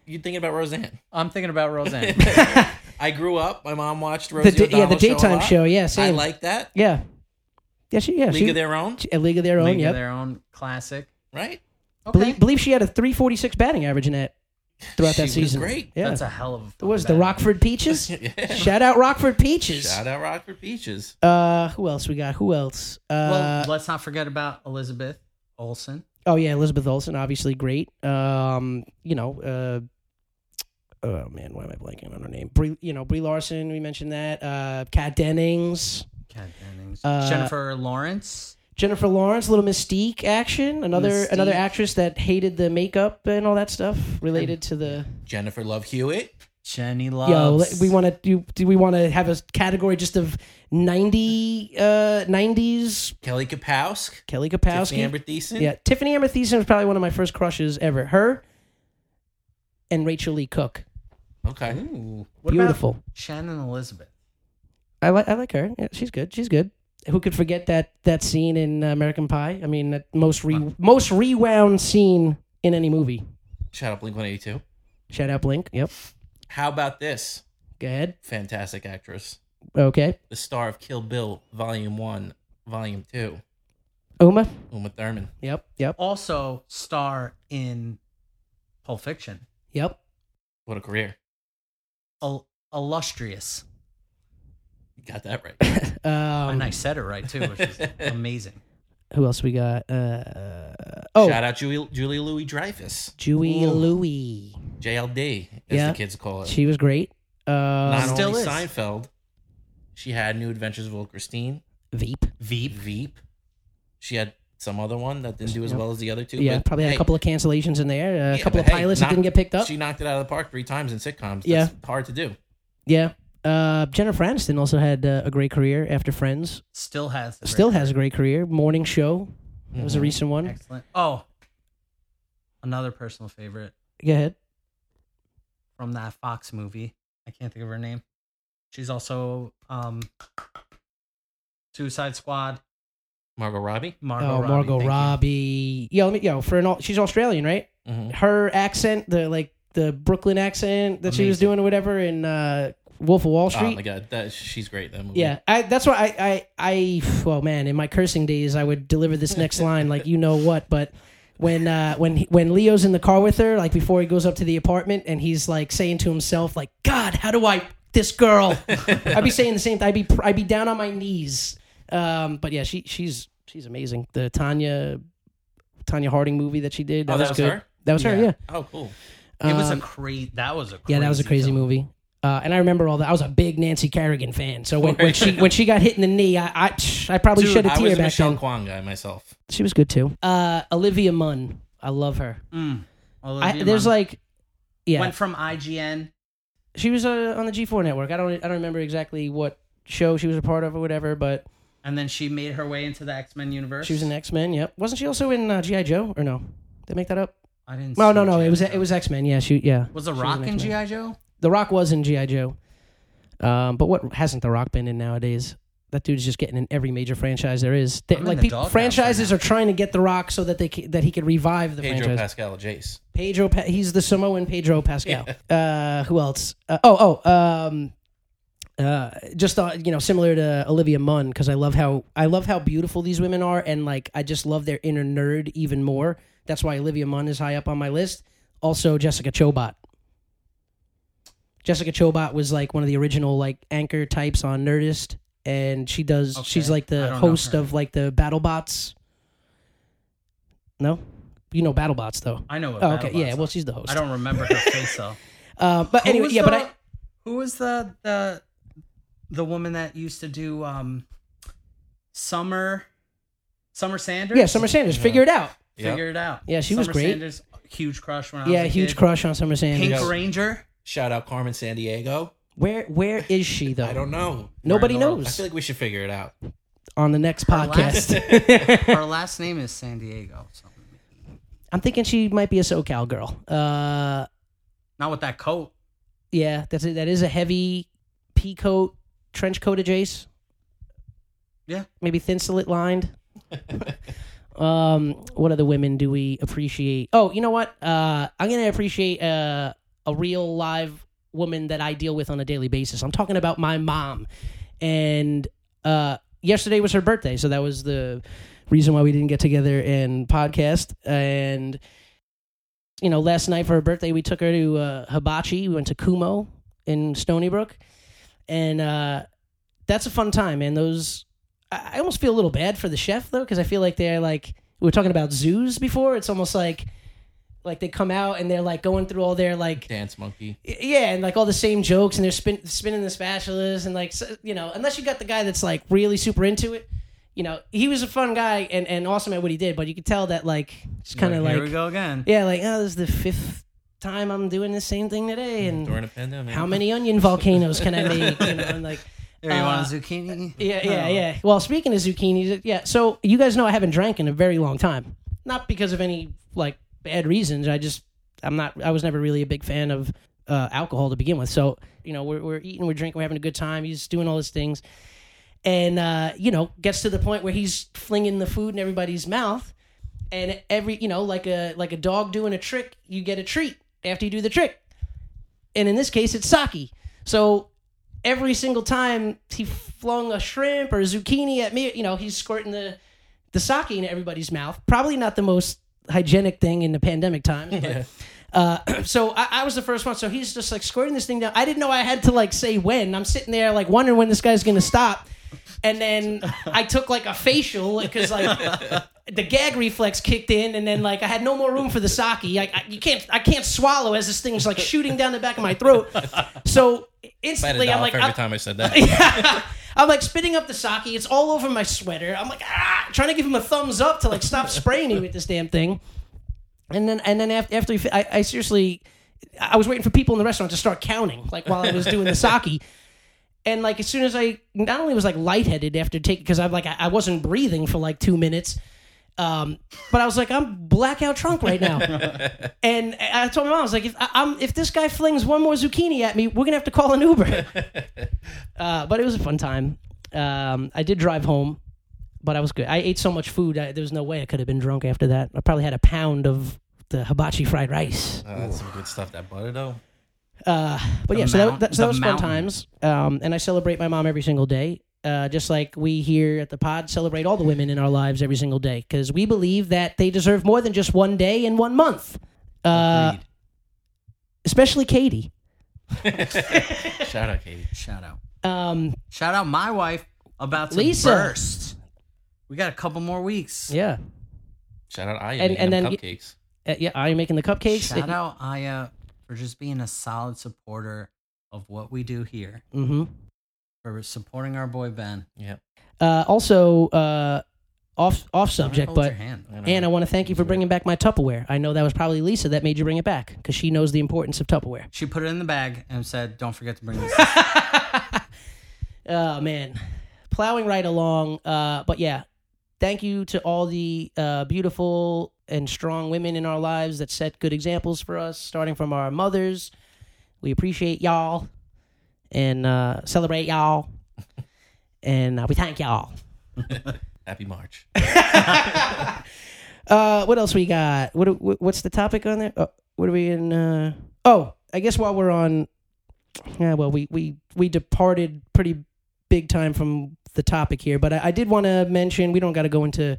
Speaker 5: you thinking about Roseanne?
Speaker 6: i'm thinking about roseanne
Speaker 5: I grew up. My mom watched
Speaker 4: the
Speaker 5: Rosie
Speaker 4: da- yeah
Speaker 5: O'Donnell
Speaker 4: the
Speaker 5: show, a
Speaker 4: daytime
Speaker 5: lot.
Speaker 4: show. Yeah,
Speaker 5: I
Speaker 4: same.
Speaker 5: like that.
Speaker 4: yeah, yeah, she yeah
Speaker 5: League
Speaker 4: she
Speaker 5: of Their Own,
Speaker 4: a League of Their Own.
Speaker 6: League of
Speaker 4: Yep.
Speaker 6: their own classic
Speaker 5: right?
Speaker 6: okay
Speaker 4: believe, believe she had a three forty six batting average in that throughout
Speaker 5: She
Speaker 4: that
Speaker 5: was
Speaker 4: season.
Speaker 5: great.
Speaker 4: Yeah,
Speaker 6: that's a hell of a
Speaker 4: it was the Rockford Peaches.
Speaker 5: Yeah.
Speaker 4: Shout out Rockford Peaches.
Speaker 5: Shout out Rockford Peaches.
Speaker 4: Uh, who else we got? Who else? Uh,
Speaker 6: well let's not forget about elizabeth olsen
Speaker 4: oh yeah, Elizabeth Olsen, obviously great. Um, you know, uh. Oh man, why am I blanking on her name? Brie, you know, Brie Larson. We mentioned that. Uh, Kat Dennings.
Speaker 6: Kat Dennings.
Speaker 4: Uh,
Speaker 6: jennifer lawrence
Speaker 4: Jennifer Lawrence, little Mystique action, another
Speaker 6: Mystique.
Speaker 4: another actress that hated the makeup and all that stuff related to the.
Speaker 5: Jennifer Love Hewitt.
Speaker 6: jenny
Speaker 4: Yo, let-
Speaker 6: loves
Speaker 4: we want to do. Do we want to have a category just of ninety uh nineties
Speaker 5: Kelly Kapowsk.
Speaker 4: Kelly
Speaker 5: Tiffany Amber
Speaker 4: Kapowski?
Speaker 5: Thiessen.
Speaker 4: Yeah, Tiffany Amber Thiessen was probably one of my first crushes ever. Her and Rachel Lee Cook,
Speaker 5: Okay.
Speaker 4: Mm-hmm.
Speaker 6: What about
Speaker 4: beautiful.
Speaker 6: shannon elizabeth
Speaker 4: I like I like her. Yeah, she's good. She's good. Who could forget that that scene in uh, American Pie? I mean, that most re- most rewound scene in any movie.
Speaker 5: Shout out Blink 182.
Speaker 4: Shout out Blink. Yep.
Speaker 5: How about this?
Speaker 4: Go ahead.
Speaker 5: Fantastic actress.
Speaker 4: Okay.
Speaker 5: The star of Kill Bill Volume 1, Volume 2.
Speaker 4: Uma.
Speaker 5: Uma Thurman.
Speaker 4: Yep. Yep.
Speaker 6: also star in Pulp Fiction.
Speaker 4: Yep.
Speaker 5: What a career.
Speaker 6: Il- illustrious.
Speaker 5: You got that right.
Speaker 4: Um,
Speaker 6: and I said it right too, which is amazing.
Speaker 4: Who else we got? Uh, oh,
Speaker 5: Shout out Julie, Julie Louis Dreyfus.
Speaker 4: Julie
Speaker 5: Ooh.
Speaker 4: Louis.
Speaker 5: JLD, as
Speaker 4: Yeah.
Speaker 5: the kids call it.
Speaker 4: She was great. Um,
Speaker 5: Not
Speaker 6: still
Speaker 5: only
Speaker 6: is.
Speaker 5: Seinfeld, she had New Adventures of Old Christine,
Speaker 4: Veep.
Speaker 5: Veep. Veep. She had some other one that didn't do as well as the other two.
Speaker 4: Yeah,
Speaker 5: but
Speaker 4: probably had
Speaker 5: hey,
Speaker 4: a couple of cancellations in there, Uh, a
Speaker 5: yeah,
Speaker 4: couple
Speaker 5: but
Speaker 4: of
Speaker 5: hey,
Speaker 4: pilots
Speaker 5: knock-
Speaker 4: that didn't get picked up.
Speaker 5: She knocked it out of the park three times in sitcoms. That's
Speaker 4: Yeah.
Speaker 5: hard to do.
Speaker 4: yeah. Uh, Jennifer Aniston also had uh, a great career after Friends.
Speaker 6: Still has. the
Speaker 4: Still
Speaker 6: record.
Speaker 4: has a great career. Morning Show was a recent one.
Speaker 6: Mm-hmm. Excellent. Oh, another personal favorite
Speaker 4: Go ahead.
Speaker 6: from that Fox movie. I can't think of her name. She's also um, Suicide Squad.
Speaker 5: Margot Robbie.
Speaker 6: Margot
Speaker 4: oh,
Speaker 6: Robbie.
Speaker 4: Margot
Speaker 6: thank you.
Speaker 4: Robbie. Yo, let me, yo, for an all, she's Australian, right?
Speaker 5: Mhm.
Speaker 4: Her accent, the like the Brooklyn accent that she was
Speaker 6: Amazing.
Speaker 4: doing or whatever in uh, Wolf of Wall
Speaker 5: Oh
Speaker 4: Street.
Speaker 5: my god, that she's great. That movie.
Speaker 4: yeah, I, that's why I, I, I, well, man, in my cursing days, I would deliver this next line like you know what, but when uh, when he- when Leo's in the car with her, like before he goes up to the apartment, and he's like saying to himself, like God, how do I f- this girl? I'd be saying the same. thing. I'd be pr- I'd be down on my knees. Um, but yeah, she she's she's amazing. The Tanya Tanya Harding movie that she did. That
Speaker 5: Oh,
Speaker 4: was,
Speaker 5: that was
Speaker 4: good.
Speaker 5: her?
Speaker 4: That was her. Yeah.
Speaker 5: Oh, cool.
Speaker 6: It was a
Speaker 4: Um,
Speaker 6: crazy. That was a crazy
Speaker 4: Yeah, that was a crazy
Speaker 6: film.
Speaker 4: movie. Uh, and I remember all that. I was a big Nancy Kerrigan fan. So when, when she when she got hit in the knee, I I, I probably
Speaker 5: Dude,
Speaker 4: shed a
Speaker 5: I was
Speaker 4: tear
Speaker 5: a
Speaker 4: back
Speaker 5: Michelle
Speaker 4: then.
Speaker 5: Kwan guy myself.
Speaker 4: She was good too. Uh, Olivia Munn, I love her.
Speaker 6: Mm.
Speaker 4: I,
Speaker 6: Olivia
Speaker 4: there's
Speaker 6: Munn.
Speaker 4: like, yeah,
Speaker 6: went from IGN.
Speaker 4: she was uh, on the G4 network. I don't I don't remember exactly what show she was a part of or whatever, but
Speaker 6: And then she made her way into the X Men universe.
Speaker 4: she was in X Men. Yep, wasn't she also in uh, GI Joe or no? Did they make that up?
Speaker 6: I didn't.
Speaker 4: No,
Speaker 6: see
Speaker 4: no, no.
Speaker 6: G.I.
Speaker 4: It was
Speaker 6: Joe.
Speaker 4: it was X Men. Yeah, she yeah.
Speaker 6: Was The
Speaker 4: She
Speaker 6: Rock in
Speaker 4: X-Men.
Speaker 6: GI Joe?
Speaker 4: The Rock was in GI Joe. Um, but what hasn't The Rock been in nowadays? That dude's just getting in every major franchise there is. They-
Speaker 6: I'm in
Speaker 4: like
Speaker 6: the
Speaker 4: peop-
Speaker 6: doghouse right
Speaker 4: franchises
Speaker 6: now.
Speaker 4: are trying to get The Rock so that they ca- that he can revive the
Speaker 5: Pedro
Speaker 4: franchise.
Speaker 5: Pascal Jace.
Speaker 4: Pedro, pa- he's the Samoan Pedro Pascal. Uh, who else? Uh, oh, oh, um, uh, just uh, you know, similar to Olivia Munn, because I love how I love how beautiful these women are, and like I just love their inner nerd even more. That's why Olivia Munn is high up on my list. Also, Jessica Chobot. Jessica Chobot was like one of the original like anchor types on Nerdist, and she does. She's
Speaker 6: Okay.
Speaker 4: like
Speaker 6: I
Speaker 4: the
Speaker 6: don't know
Speaker 4: host
Speaker 6: her.
Speaker 4: of like the BattleBots. No, you know BattleBots though.
Speaker 6: I know. What
Speaker 4: Oh, okay.
Speaker 6: Battlebots
Speaker 4: Yeah.
Speaker 6: are.
Speaker 4: Well, she's the host.
Speaker 6: I don't remember her face though.
Speaker 4: Uh, but
Speaker 6: Who
Speaker 4: anyway,
Speaker 6: was
Speaker 4: yeah. But
Speaker 6: the-
Speaker 4: I
Speaker 6: who was the the the woman that used to do um summer summer Sanders?
Speaker 4: yeah, Summer Sanders, figure it out.
Speaker 5: Yeah.
Speaker 6: Figure it out.
Speaker 4: Yeah, she was
Speaker 6: Summer
Speaker 4: great.
Speaker 6: Sanders, huge crush when I
Speaker 4: Yeah,
Speaker 6: was a
Speaker 4: huge
Speaker 6: kid.
Speaker 4: crush on Summer Sanders.
Speaker 6: Pink
Speaker 5: Yeah.
Speaker 6: Ranger.
Speaker 5: Shout out Carmen San Diego.
Speaker 4: Where where is she though?
Speaker 5: I don't know.
Speaker 4: Nobody
Speaker 6: Where in the
Speaker 5: I
Speaker 4: knows.
Speaker 5: feel like we should figure it out.
Speaker 4: on the next podcast,
Speaker 6: Her last name is San Diego. So.
Speaker 4: I'm thinking she might be a SoCal girl. Uh,
Speaker 6: Not with that coat.
Speaker 4: yeah, that's it. That is a heavy pea coat, trench coat, Jace.
Speaker 6: Yeah.
Speaker 4: maybe thin slit lined. um, what other women do we appreciate? Oh, you know what? Uh, I'm gonna appreciate uh, a real live woman that I deal with on a daily basis. I'm talking about my mom, and uh, yesterday was her birthday, so that was the reason why we didn't get together and podcast and. You know, last night for her birthday, we took her to uh, Hibachi. We went to Kumo in Stony Brook, and uh, that's a fun time, man. Those I I almost feel a little bad for the chef though, because I feel like they're like we were talking about zoos before. It's almost like like they come out and they're like going through all their like
Speaker 5: Dance Monkey.
Speaker 4: y- yeah, and like all the same jokes, and they're spin, spinning the spatulas, and like so- you know, unless you got the guy that's like really super into it, you know, he was a fun guy and and awesome at what he did, but you could tell that like just kind of
Speaker 6: here we
Speaker 4: like
Speaker 6: go again.
Speaker 4: yeah, like oh, this is the fifth time I'm doing the same thing today, and
Speaker 5: During a pandemic.
Speaker 4: Mm. how many onion volcanoes can I make? You know, and like.
Speaker 6: Here, you
Speaker 4: uh,
Speaker 6: want a zucchini?
Speaker 4: Yeah, yeah,
Speaker 6: Oh.
Speaker 4: yeah. Well, speaking of zucchinis, yeah. So you guys know I haven't drank in a very long time, not because of any like bad reasons. I just I'm not. I was never really a big fan of uh, alcohol to begin with. So you know, we're we're eating, we're drinking, we're having a good time. He's doing all these things, and uh, you know, gets to the point where he's flinging the food in everybody's mouth, and every you know, like a like a dog doing a trick, you get a treat after you do the trick, and in this case, it's sake. So every single time he flung a shrimp or a zucchini at me, you know, he's squirting the the sake in everybody's mouth. Probably not the most hygienic thing in the pandemic times. but, Uh, so I, I was the first one. So he's just like squirting this thing down. I didn't know I had to like say when. I'm sitting there like wondering when this guy's gonna stop. And then I took like a facial because like the gag reflex kicked in, and then like I had no more room for the sake. Like I, you can't, I can't swallow as this thing's like shooting down the back of my throat. So
Speaker 5: I had a
Speaker 4: instantly, I'm
Speaker 5: dollar
Speaker 4: like,
Speaker 5: for
Speaker 4: I'm-
Speaker 5: every time I said that. Uh,
Speaker 4: I'm like spitting up the sake. It's all over my sweater. I'm like ah, trying to give him a thumbs up to like stop spraying me with this damn thing. And then and then after after he, fi- I, I seriously, I was waiting for people in the restaurant to start counting like while I was doing the sake. And like as soon as I not only was like lightheaded after taking because I'm like I, I wasn't breathing for like two minutes. Um, but I was like, I'm blackout drunk right now, and I told my mom, I was like, if I, I'm if this guy flings one more zucchini at me, we're gonna have to call an Uber. Uh, but it was a fun time. Um, I did drive home, but I was good. I ate so much food, I, there was no way I could have been drunk after that. I probably had a pound of the hibachi fried rice.
Speaker 5: Oh, that's some good stuff. That butter though.
Speaker 4: But yeah, so that,
Speaker 6: mount-
Speaker 4: that, so that
Speaker 6: the
Speaker 4: was fun
Speaker 6: mountain.
Speaker 4: times. Um, and I celebrate my mom every single day. Uh, just like we here at the pod celebrate all the women in our lives every single day because we believe that they deserve more than just one day and one month. Uh,
Speaker 5: Agreed.
Speaker 4: especially Katie.
Speaker 5: Shout out, Katie.
Speaker 6: Shout out.
Speaker 4: Um,
Speaker 6: Shout out my wife about to
Speaker 4: Lisa.
Speaker 6: burst. We got a couple more weeks.
Speaker 4: yeah.
Speaker 5: Shout out, I
Speaker 4: And-
Speaker 5: and,
Speaker 4: and then-
Speaker 5: cupcakes.
Speaker 4: Uh, yeah, are you making the cupcakes?
Speaker 6: Shout out Aya for just being a solid supporter of what we do here,
Speaker 4: Mm-hmm.
Speaker 6: for supporting our boy Ben.
Speaker 5: Yeah.
Speaker 4: Uh, also, uh, off off subject,
Speaker 6: Hold
Speaker 4: but
Speaker 6: your hand.
Speaker 4: and I want to thank you for bringing back my Tupperware. I know that was probably Lisa that made you bring it back because she knows the importance of Tupperware.
Speaker 6: She put it in the bag and said, "Don't forget to bring this."
Speaker 4: Oh man, plowing right along. Uh, but yeah, thank you to all the uh, beautiful and strong women in our lives that set good examples for us, starting from our mothers. We appreciate y'all and uh, celebrate y'all, and uh, we thank y'all.
Speaker 5: Happy March.
Speaker 4: Uh, what else we got? What, what what's the topic on there? Oh, what are we in? Uh, oh, I guess while we're on, yeah. Well, we we we departed pretty big time from the topic here, but I, I did want to mention we don't got to go into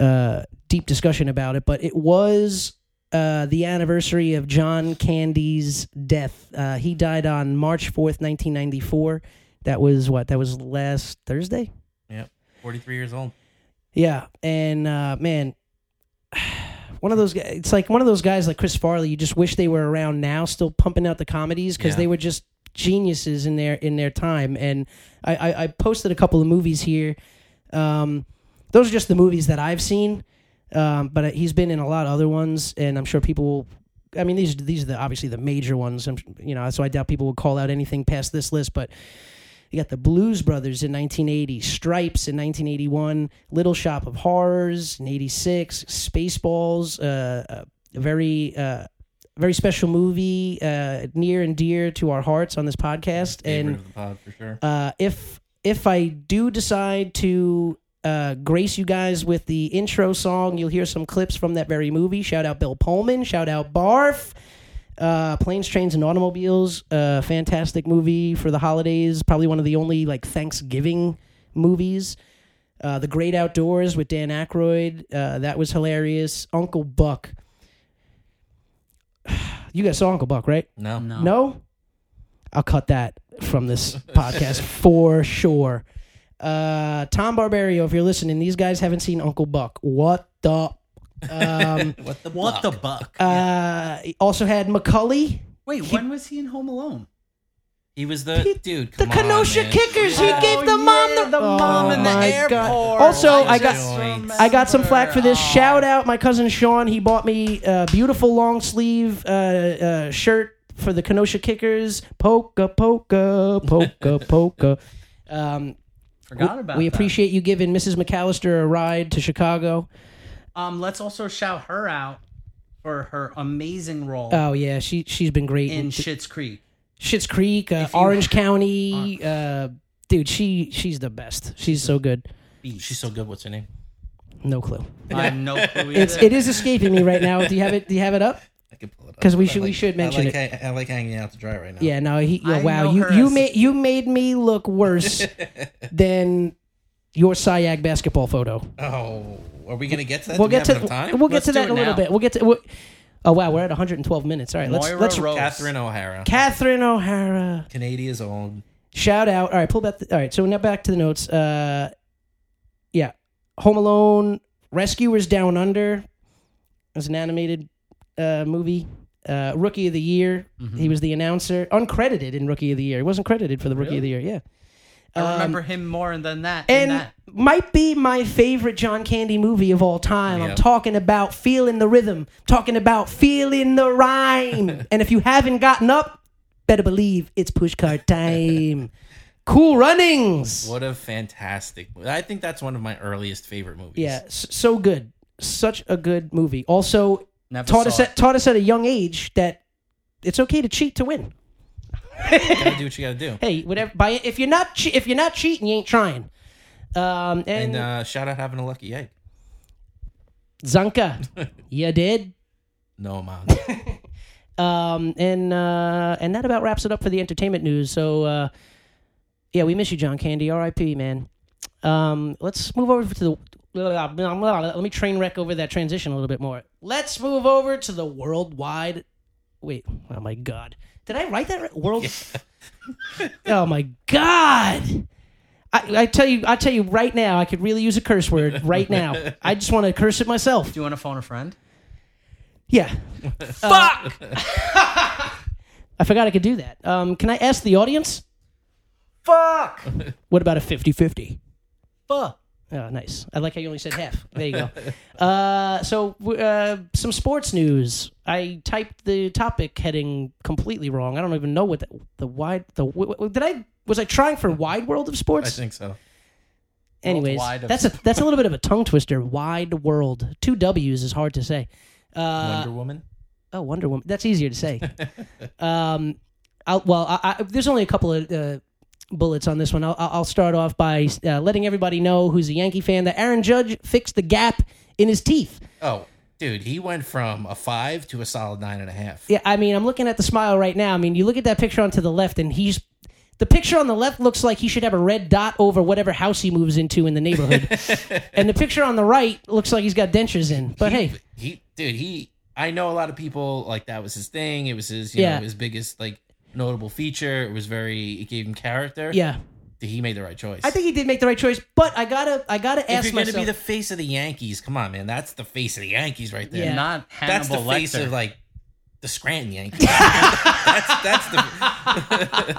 Speaker 4: uh, deep discussion about it, but it was. Uh, the anniversary of John Candy's death. Uh, he died on March 4th, 1994. That was what? That was last Thursday?
Speaker 5: Yeah. Forty-three years old.
Speaker 4: Yeah, and uh, man, one of those guys. It's like one of those guys like Chris Farley. You just wish they were around now, still pumping out the comedies because
Speaker 5: Yeah.
Speaker 4: they were just geniuses in their in their time. And I, I, I posted a couple of movies here. Um, those are just the movies that I've seen, um, but he's been in a lot of other ones, and I'm sure people will. I mean, these these are the, obviously the major ones. I'm, you know, so I doubt people will call out anything past this list, but. You got the Blues Brothers in 1980, Stripes in 1981, Little Shop of Horrors in 86, Spaceballs, uh, a very uh, very special movie, uh, near and dear to our hearts on this podcast.
Speaker 5: Favorite
Speaker 4: And
Speaker 5: of the pod for sure.
Speaker 4: uh, if if I do decide to uh, grace you guys with the intro song, you'll hear some clips from that very movie. Shout out Bill Pullman. Shout out Barf. Uh, Planes, Trains, and Automobiles. Uh, fantastic movie for the holidays. Probably one of the only like Thanksgiving movies. Uh, the Great Outdoors with Dan Aykroyd. Uh, that was hilarious. Uncle Buck. You guys saw Uncle Buck, right?
Speaker 5: No.
Speaker 6: No.
Speaker 4: No? I'll cut that from this podcast for sure. Uh, Tom Barbario, if you're listening, these guys haven't seen Uncle Buck. What the?
Speaker 5: What the?
Speaker 6: What the buck?
Speaker 4: Uh, he also had McCully.
Speaker 6: Wait, when was he in Home Alone?
Speaker 5: He was the
Speaker 4: He-
Speaker 5: dude.
Speaker 4: The
Speaker 5: Come
Speaker 4: Kenosha
Speaker 5: on, man.
Speaker 4: Kickers. He
Speaker 6: Oh,
Speaker 4: gave the mom
Speaker 6: yeah,
Speaker 4: the,
Speaker 6: the mom in the
Speaker 4: my God.
Speaker 6: airport.
Speaker 4: Also,
Speaker 6: I
Speaker 4: I got
Speaker 5: just remember.
Speaker 4: I got some flack for this.
Speaker 6: Oh.
Speaker 4: Shout out my cousin Sean. He bought me a beautiful long sleeve uh, uh, shirt for the Kenosha Kickers. Polka, polka, polka, polka. Um,
Speaker 6: Forgot about.
Speaker 4: we
Speaker 6: that.
Speaker 4: appreciate you giving Mrs. McAllister a ride to Chicago.
Speaker 6: Um, let's also shout her out for her amazing role
Speaker 4: Oh yeah, she she's been great
Speaker 6: in
Speaker 4: in
Speaker 6: Schitt's Creek.
Speaker 4: Schitt's Creek, uh,
Speaker 6: you-
Speaker 4: Orange County. Uh, dude, she she's the best. She's so good.
Speaker 5: She's so good. What's her name?
Speaker 4: No clue.
Speaker 6: I have no clue.
Speaker 4: It's
Speaker 6: either.
Speaker 4: it is escaping me right now. Do you have it? Do you have it up?
Speaker 5: I could pull it up.
Speaker 4: 'Cause we
Speaker 5: but I
Speaker 4: should- we should mention
Speaker 5: I like, it. I, like hanging out to dry right now.
Speaker 4: Yeah. No. He. yeah,
Speaker 6: I
Speaker 4: wow.
Speaker 6: know
Speaker 4: You
Speaker 6: her
Speaker 4: you
Speaker 6: as-
Speaker 4: made you made me look worse than your SIAG basketball photo.
Speaker 5: Oh, are we gonna get to that?
Speaker 4: We'll
Speaker 5: Do
Speaker 4: get to
Speaker 5: have enough time.
Speaker 4: we'll get
Speaker 6: Let's
Speaker 4: to
Speaker 6: do
Speaker 4: that in
Speaker 6: it
Speaker 4: a little
Speaker 6: now.
Speaker 4: bit. We'll get to. we oh wow, we're at 112 minutes. All right. Let's
Speaker 6: Moira
Speaker 4: let's.
Speaker 6: Rose.
Speaker 5: Oh, Catherine O'Hara,
Speaker 4: Catherine O'Hara.
Speaker 5: Canadian's own.
Speaker 4: Shout out. All right, pull back. The, all right, so now back to the notes. Uh, yeah, Home Alone, Rescuers Down Under was an animated uh, movie. Uh, Rookie of the Year. He was the announcer, uncredited in Rookie of the Year. He wasn't credited for the Rookie of the Year. Yeah.
Speaker 6: I remember him more than that.
Speaker 4: um, and
Speaker 6: than that.
Speaker 4: might be my favorite John Candy movie of all time. I'm
Speaker 5: Yep.
Speaker 4: talking about feeling the rhythm, talking about feeling the rhyme. and if you haven't gotten up, better believe it's pushcart time. cool runnings.
Speaker 5: What a fantastic! I think that's one of my earliest favorite movies.
Speaker 4: Yeah, s- so good. Such a good movie. Also,
Speaker 6: Never
Speaker 4: taught
Speaker 6: saw
Speaker 4: us at,
Speaker 6: it.
Speaker 4: taught us at a young age that it's okay to cheat to win.
Speaker 5: you gotta do what you gotta do.
Speaker 4: Hey, whatever. By if you're not che- if you're not cheating, you ain't trying. Um, and,
Speaker 5: And uh, shout out having a lucky egg.
Speaker 4: Zanka, you did.
Speaker 5: No amount.
Speaker 4: Um, and uh, and that about wraps it up for the entertainment news. So uh, yeah, we miss you, John Candy. R.I.P. Man. Um, let's move over to the. Let me train wreck over that transition a little bit more. Let's move over to the worldwide. Wait, oh my god, did I write that right? world? oh my god. I, I tell you, I tell you right now, I could really use a curse word right now. I just want to curse it myself.
Speaker 6: Do you want to phone a friend?
Speaker 4: Yeah. Fuck! I forgot I could do that. Um, can I ask the audience?
Speaker 6: Fuck.
Speaker 4: What about a 50 50?
Speaker 6: Fuck.
Speaker 4: Oh, nice. I like how you only said half. There you go. Uh, so, w- uh, some sports news. I typed the topic heading completely wrong. I don't even know what the, the wide the w- w- did I was I trying for wide world of
Speaker 5: I
Speaker 4: sports?
Speaker 5: think so.
Speaker 4: Anyways,
Speaker 6: Worldwide of-
Speaker 4: that's a that's a little bit of a tongue twister. Wide world. Two W's is hard to say. Uh,
Speaker 5: Wonder Woman.
Speaker 4: Oh, Wonder Woman. That's easier to say. um, I'll, well, I, I, there's only a couple of uh, bullets on this one. I'll, I'll start off by uh, letting everybody know who's a Yankee fan that Aaron Judge fixed the gap in his teeth.
Speaker 5: Oh, dude, he went from a five to a solid nine and a half.
Speaker 4: Yeah, I mean, I'm looking at the smile right now. I mean, you look at that picture on to the left, and he's the picture on the left looks like he should have a red dot over whatever house he moves into in the neighborhood, and the picture on the right looks like he's got dentures in. But hey,
Speaker 5: he dude he i know a lot of people like that was his thing it was his you
Speaker 4: Yeah.
Speaker 5: know his biggest like notable feature it was very it gave him character
Speaker 4: yeah,
Speaker 5: he made the right choice
Speaker 4: I think he did make the right choice. But I gotta, I gotta
Speaker 5: if
Speaker 4: ask
Speaker 5: you're
Speaker 4: myself.
Speaker 5: gonna be the face of the yankees come on man that's the face of the yankees right there
Speaker 4: Yeah.
Speaker 6: Not
Speaker 5: that's
Speaker 6: Hannibal
Speaker 5: the face
Speaker 6: Lecter.
Speaker 5: of like the scranton yankees that's that's the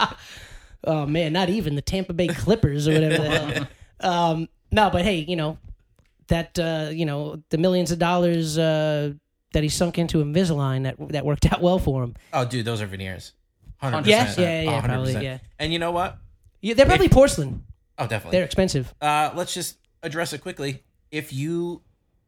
Speaker 4: oh man, not even the Tampa Bay Clippers or whatever. the hell. Um, no, but hey, you know that uh, you know the millions of dollars uh, that he sunk into Invisalign that that worked out well for him.
Speaker 5: oh dude those are veneers 100%.
Speaker 4: Yes, yeah, yeah, probably,
Speaker 5: 100%.
Speaker 4: yeah.
Speaker 5: And you know what?
Speaker 4: Yeah, they're probably porcelain.
Speaker 5: Oh, definitely.
Speaker 4: They're expensive.
Speaker 5: uh, let's just address it quickly. If you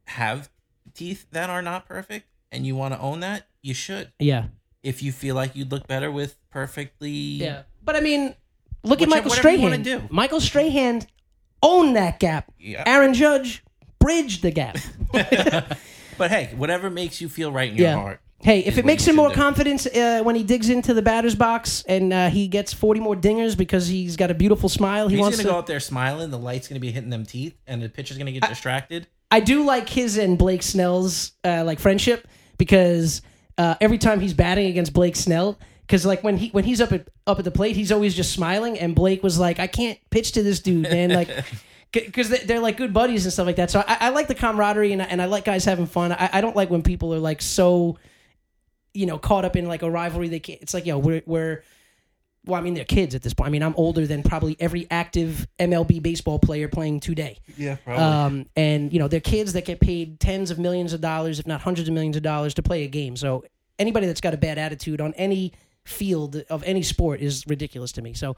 Speaker 5: have teeth that are not perfect and you want to own that, you should.
Speaker 4: Yeah,
Speaker 5: If you feel like you'd look better with perfectly,
Speaker 4: yeah. But I mean, look
Speaker 5: Whichever-
Speaker 4: at Michael
Speaker 5: whatever you wanna
Speaker 4: Strahan.
Speaker 5: do.
Speaker 4: Michael Strahan owned that gap.
Speaker 5: Yeah.
Speaker 4: Aaron Judge bridged the gap.
Speaker 5: But hey, whatever makes you feel right in your
Speaker 4: yeah.
Speaker 5: heart.
Speaker 4: Hey, if it
Speaker 5: what
Speaker 4: makes
Speaker 5: you
Speaker 4: him
Speaker 5: should
Speaker 4: more
Speaker 5: do.
Speaker 4: confidence uh, when he digs into the batter's box and uh, he gets 40 more dingers because he's got a beautiful smile, he
Speaker 5: He's
Speaker 4: wants
Speaker 5: gonna
Speaker 4: to
Speaker 5: go out there smiling. The light's gonna be hitting them teeth, and the pitcher's gonna get distracted.
Speaker 4: I do like his and Blake Snell's uh, like friendship because uh, every time he's batting against Blake Snell, because like when he when he's up at up at the plate, he's always just smiling, and Blake was like, "I can't pitch to this dude, man." Like. Because they're like good buddies and stuff like that, so I, I like the camaraderie and I, and I like guys having fun. I, I don't like when people are like so, you know, caught up in like a rivalry. They can't. It's like yo, we're we're well, I mean, they're kids at this point. I mean, I'm older than probably every active MLB baseball player playing today. Yeah, probably. Um, and you know, they're kids that get paid tens of millions of dollars, if not hundreds of millions of dollars, to play a game. So anybody that's got a bad attitude on any field of any sport is ridiculous to me. So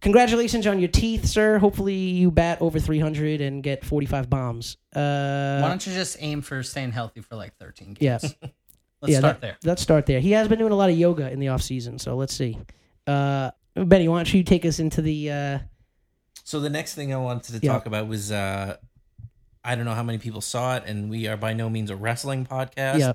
Speaker 4: congratulations on your teeth, sir. Hopefully, you bat over 300 and get 45 bombs.
Speaker 6: Why
Speaker 4: Uh,
Speaker 6: don't you just aim for staying healthy for like 13 games?
Speaker 4: yeah.
Speaker 6: Let's start
Speaker 4: that-
Speaker 6: there.
Speaker 4: Let's start there. He has been doing a lot of yoga in the off season, so let's see. Uh, Benny, why don't you take us into the? Uh,
Speaker 5: So the next thing I wanted to
Speaker 4: Yeah.
Speaker 5: talk about was uh, I don't know how many people saw it, and we are by no means a wrestling podcast.
Speaker 4: Yeah.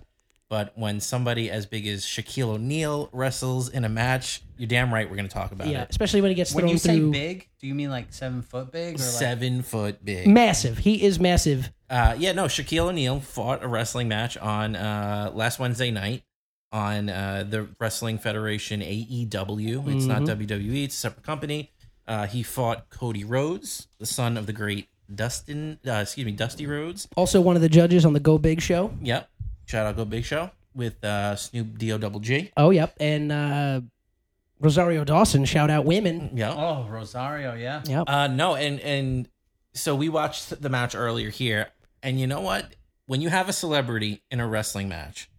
Speaker 5: But when somebody as big as Shaquille O'Neal wrestles in a match, you're damn right we're going to talk about
Speaker 4: yeah,
Speaker 5: it.
Speaker 4: especially when he gets
Speaker 6: When
Speaker 4: thrown
Speaker 6: you say
Speaker 4: through.
Speaker 6: big, do you mean like seven foot big or like
Speaker 5: Seven foot big.
Speaker 4: Massive. He is massive.
Speaker 5: Uh, yeah, no, Shaquille O'Neal fought a wrestling match on uh, last Wednesday night on uh, the Wrestling Federation AEW. It's
Speaker 4: Mm-hmm.
Speaker 5: not WWE, it's a separate company. Uh, he fought Cody Rhodes, the son of the great Dustin, uh, excuse me, Dusty Rhodes.
Speaker 4: Also, one of the judges on the Go Big show.
Speaker 5: Yep. Shout out Go Big Show with uh, Snoop D O Double G.
Speaker 4: Oh, yep. And uh, Rosario Dawson, shout out women.
Speaker 5: Yeah.
Speaker 6: Oh, Rosario, yeah.
Speaker 4: Yep.
Speaker 5: Uh, no, and and so we watched the match earlier here, and you know what? When you have a celebrity in a wrestling match,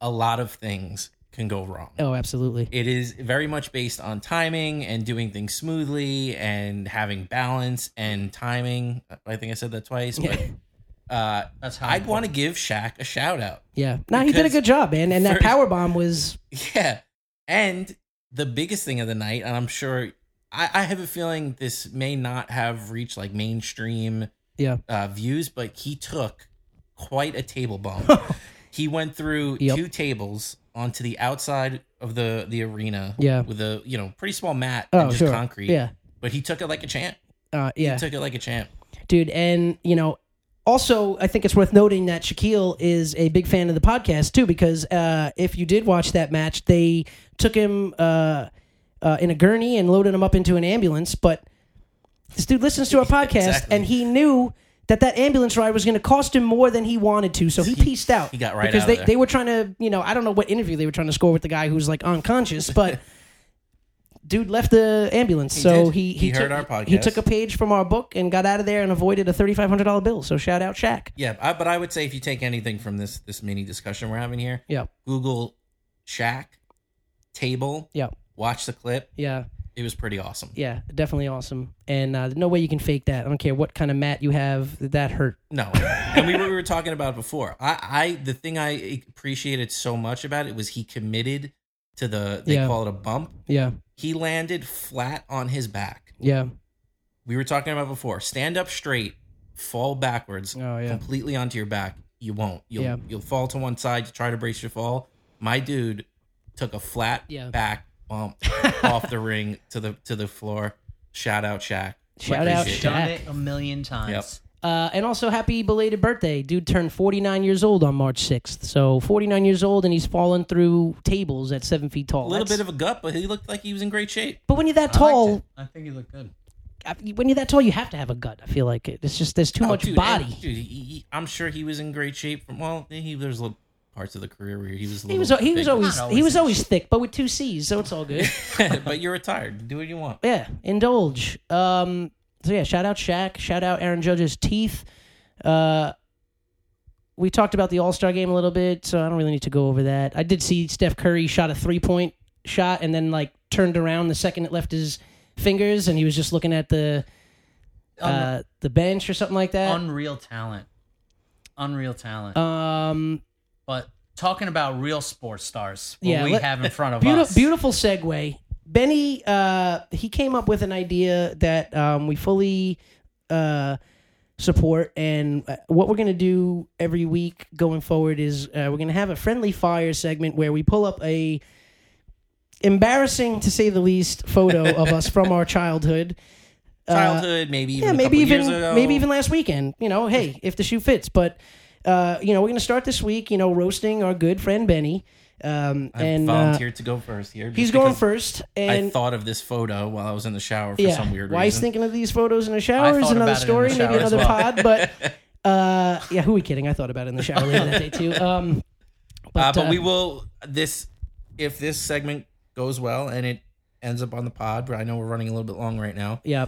Speaker 5: a lot of things can go wrong.
Speaker 6: Mm.
Speaker 4: oh, absolutely.
Speaker 5: It is very much based on timing and doing things smoothly and having balance and timing. I think I said that twice, but uh,
Speaker 6: That's how
Speaker 5: I'd want to give Shaq a shout out.
Speaker 4: Yeah. No, he did a
Speaker 5: Because
Speaker 4: good job, man. And that
Speaker 5: first-
Speaker 4: power bomb was
Speaker 5: Yeah. And the biggest thing of the night, and I'm sure I, I have a feeling this may not have reached like mainstream
Speaker 4: yeah.
Speaker 5: uh, views, but he took quite a table bump. he went through
Speaker 4: Yep.
Speaker 5: two tables onto the outside of the the arena
Speaker 4: Yeah.
Speaker 5: with a you know pretty small mat
Speaker 4: Oh,
Speaker 5: and just
Speaker 4: sure.
Speaker 5: concrete.
Speaker 4: Yeah.
Speaker 5: But he took it like a champ.
Speaker 4: Uh, yeah.
Speaker 5: He took it like a champ.
Speaker 4: dude. And you know, also I think it's worth noting that Shaquille is a big fan of the podcast too, because uh, if you did watch that match, they took him uh, uh, in a gurney and loaded him up into an ambulance. But this dude listens to our podcast,
Speaker 5: Exactly.
Speaker 4: and he knew. That that ambulance ride was going to cost him more than he wanted to, so he pieced out.
Speaker 5: he got right
Speaker 4: because
Speaker 5: out
Speaker 4: they
Speaker 5: of there.
Speaker 4: they were trying to, you know, I don't know what interview they were trying to score with the guy who's like unconscious, but dude left the ambulance, so
Speaker 5: did.
Speaker 4: he
Speaker 5: He heard
Speaker 4: took-
Speaker 5: our
Speaker 4: He
Speaker 5: podcast.
Speaker 4: took a page from our book and got out of there and avoided a thirty five hundred dollar bill. So shout out Shaq.
Speaker 5: Yeah, I, but I would say if you take anything from this this mini discussion we're having here,
Speaker 4: Yeah,
Speaker 5: Google Shaq table,
Speaker 4: yeah,
Speaker 5: watch the clip.
Speaker 4: yeah,
Speaker 5: It was pretty awesome.
Speaker 4: yeah. Definitely awesome. And uh, no way you can fake that. I don't care what kind of mat you have. That hurt.
Speaker 5: No, and we were, we were talking about it before. I, I the thing I appreciated so much about it was he committed to the they
Speaker 4: Yeah.
Speaker 5: call it a bump.
Speaker 4: Yeah,
Speaker 5: He landed flat on his back.
Speaker 4: yeah,
Speaker 5: We were talking about before. Stand up straight, fall backwards,
Speaker 4: Oh, yeah.
Speaker 5: completely onto your back. You won't. You'll
Speaker 4: Yeah.
Speaker 5: you'll fall to one side. You try to brace your fall. My dude took a flat
Speaker 4: Yeah.
Speaker 5: back bump off the ring to the to the floor. Shout out Shaq.
Speaker 4: Shout out
Speaker 5: Appreciate it.
Speaker 6: Done
Speaker 4: Shaq.
Speaker 6: it a million times.
Speaker 4: Uh, and also happy belated birthday, dude. Turned forty nine years old on March sixth. So forty nine years old, and he's fallen through tables at seven feet tall.
Speaker 5: A little bit of a gut, but he looked like he was in great shape.
Speaker 4: But when you're that
Speaker 6: I liked
Speaker 4: tall,
Speaker 6: it. I think you look good.
Speaker 4: I- when you're that tall, you have to have a gut. I feel like it's just there's too
Speaker 5: Oh,
Speaker 4: much
Speaker 5: dude,
Speaker 4: body.
Speaker 5: and, dude, he, he- I'm sure he was in great shape. From well, he there's little parts of the career where he was. A
Speaker 4: He was
Speaker 5: little
Speaker 4: he was
Speaker 5: big.
Speaker 4: always,
Speaker 6: Not
Speaker 4: he
Speaker 6: always.
Speaker 4: was always thick, but with two C's, so it's all good.
Speaker 5: but you're retired. Do what you want.
Speaker 4: yeah, indulge. Um, so yeah, shout out Shaq. Shout out Aaron Judge's teeth. Uh, we talked about the All Star game a little bit, so I don't really need to go over that. I did see Steph Curry shot a three point shot and then like turned around the second it left his fingers, and he was just looking at the uh, the bench or something like that.
Speaker 6: Unreal talent. Unreal talent.
Speaker 4: um,
Speaker 6: but talking about real sports stars, what
Speaker 4: Yeah,
Speaker 6: we
Speaker 4: let-
Speaker 6: have in front of
Speaker 4: Beautiful,
Speaker 6: us.
Speaker 4: beautiful segue. Benny, uh, he came up with an idea that um, we fully uh, support, and uh, what we're going to do every week going forward is uh, we're going to have a friendly fire segment where we pull up a embarrassing, to say the least, photo of us from our childhood.
Speaker 5: Childhood, maybe even
Speaker 4: Uh, Yeah,
Speaker 5: a
Speaker 4: maybe
Speaker 5: couple
Speaker 4: even
Speaker 5: years ago.
Speaker 4: maybe even last weekend. You know, hey, if the shoe fits. But uh, you know, we're going to start this week. You know, roasting our good friend Benny. Um,
Speaker 5: I
Speaker 4: and uh,
Speaker 5: volunteered to go first here.
Speaker 4: He's
Speaker 5: just
Speaker 4: going
Speaker 5: because
Speaker 4: first, and
Speaker 5: I thought of this photo while I was in the shower for
Speaker 4: yeah,
Speaker 5: some weird
Speaker 4: why he's
Speaker 5: reason.
Speaker 4: thinking of these photos in the shower is
Speaker 6: thought
Speaker 4: another
Speaker 6: about it in the
Speaker 4: story,
Speaker 6: shower
Speaker 4: maybe
Speaker 6: as
Speaker 4: another
Speaker 6: well.
Speaker 4: pod. But uh, yeah, who are we kidding? I thought about it in the shower later that day too. Um,
Speaker 5: Uh,
Speaker 4: but,
Speaker 5: but
Speaker 4: uh,
Speaker 5: we will this if this segment goes well and it ends up on the pod. But I know we're running a little bit long right now.
Speaker 4: yeah,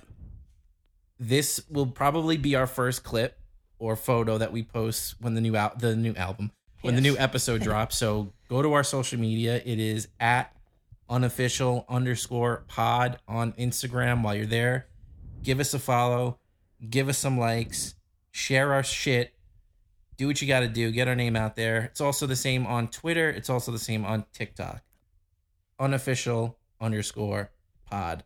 Speaker 5: this will probably be our first clip or photo that we post when the new out the new album when the
Speaker 4: Yes.
Speaker 5: new episode drops so go to our social media it is at unofficial underscore pod on instagram while you're there give us a follow give us some likes share our shit do what you got to do get our name out there it's also the same on twitter it's also the same on tiktok unofficial underscore pod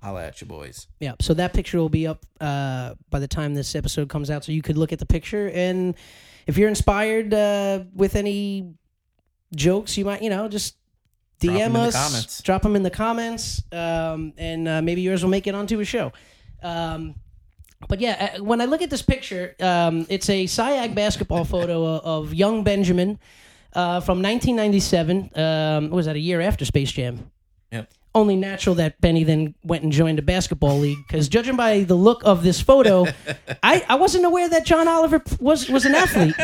Speaker 5: holla at you boys
Speaker 4: yeah. So that picture will be up uh, by the time this episode comes out, so you could look at the picture, and if you're inspired uh, with any jokes, you might, you know, just.
Speaker 5: Drop 'em
Speaker 4: DM
Speaker 5: in the
Speaker 4: us,
Speaker 5: comments.
Speaker 4: drop them in the comments, um, and uh, maybe yours will make it onto a show. Um, But yeah, uh, when I look at this picture, um, it's a SIAG basketball photo o- of young Benjamin uh, from 1997. Um, what was that a year after Space Jam?
Speaker 5: Yep.
Speaker 4: Only natural that Benny then went and joined a basketball league because, judging by the look of this photo, I, I wasn't aware that John Oliver was was an athlete.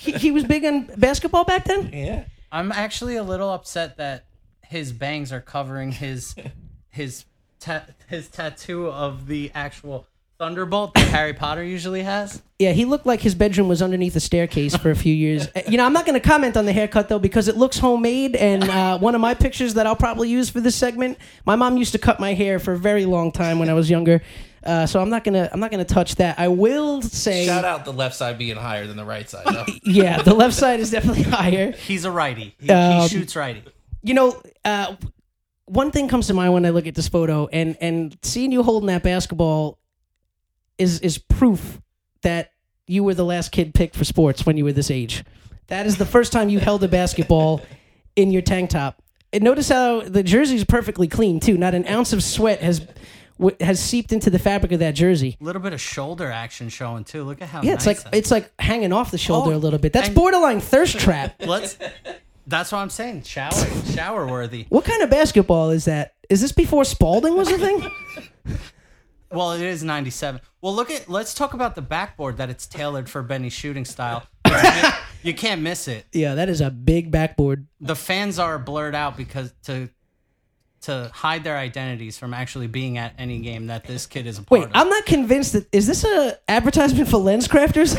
Speaker 4: he, he was big in basketball back then.
Speaker 5: yeah
Speaker 6: I'm actually a little upset that his bangs are covering his his ta- his tattoo of the actual thunderbolt that Harry Potter usually has.
Speaker 4: Yeah, he looked like his bedroom was underneath a staircase for a few years. Uh, you know, I'm not going to comment on the haircut though because it looks homemade. And uh, one of my pictures that I'll probably use for this segment, my mom used to cut my hair for a very long time when I was younger. Uh, so I'm not gonna I'm not gonna touch that. I will say,
Speaker 5: Shout out the left side being higher than the right side. Oh, though.
Speaker 4: yeah, the left side is definitely higher.
Speaker 6: He's a righty. He, he
Speaker 4: Um,
Speaker 6: shoots righty.
Speaker 4: you know, uh, one thing comes to mind when I look at this photo, and and seeing you holding that basketball is is proof that you were the last kid picked for sports when you were this age. That is the first time you held a basketball in your tank top. And notice how the jersey's perfectly clean too. Not an ounce of sweat has w- has seeped into the fabric of that jersey.
Speaker 6: A little bit of shoulder action showing too. Look at how
Speaker 4: Yeah, it's
Speaker 6: nice
Speaker 4: like
Speaker 6: that-
Speaker 4: it's like hanging off the shoulder
Speaker 6: Oh,
Speaker 4: a little bit. That's
Speaker 6: and-
Speaker 4: borderline thirst trap.
Speaker 6: Let's. That's what I'm saying. Shower, shower worthy.
Speaker 4: What kind of basketball is that? Is this before Spalding was a thing?
Speaker 6: Well, it is 97. Well, look at. Let's talk about the backboard that it's tailored for Benny's shooting style. you can't miss it.
Speaker 4: Yeah, that is a big backboard.
Speaker 6: The fans are blurred out because to to hide their identities from actually being at any game that this kid is a part
Speaker 4: Wait,
Speaker 6: of.
Speaker 4: I'm not convinced that is this a advertisement for lens crafters?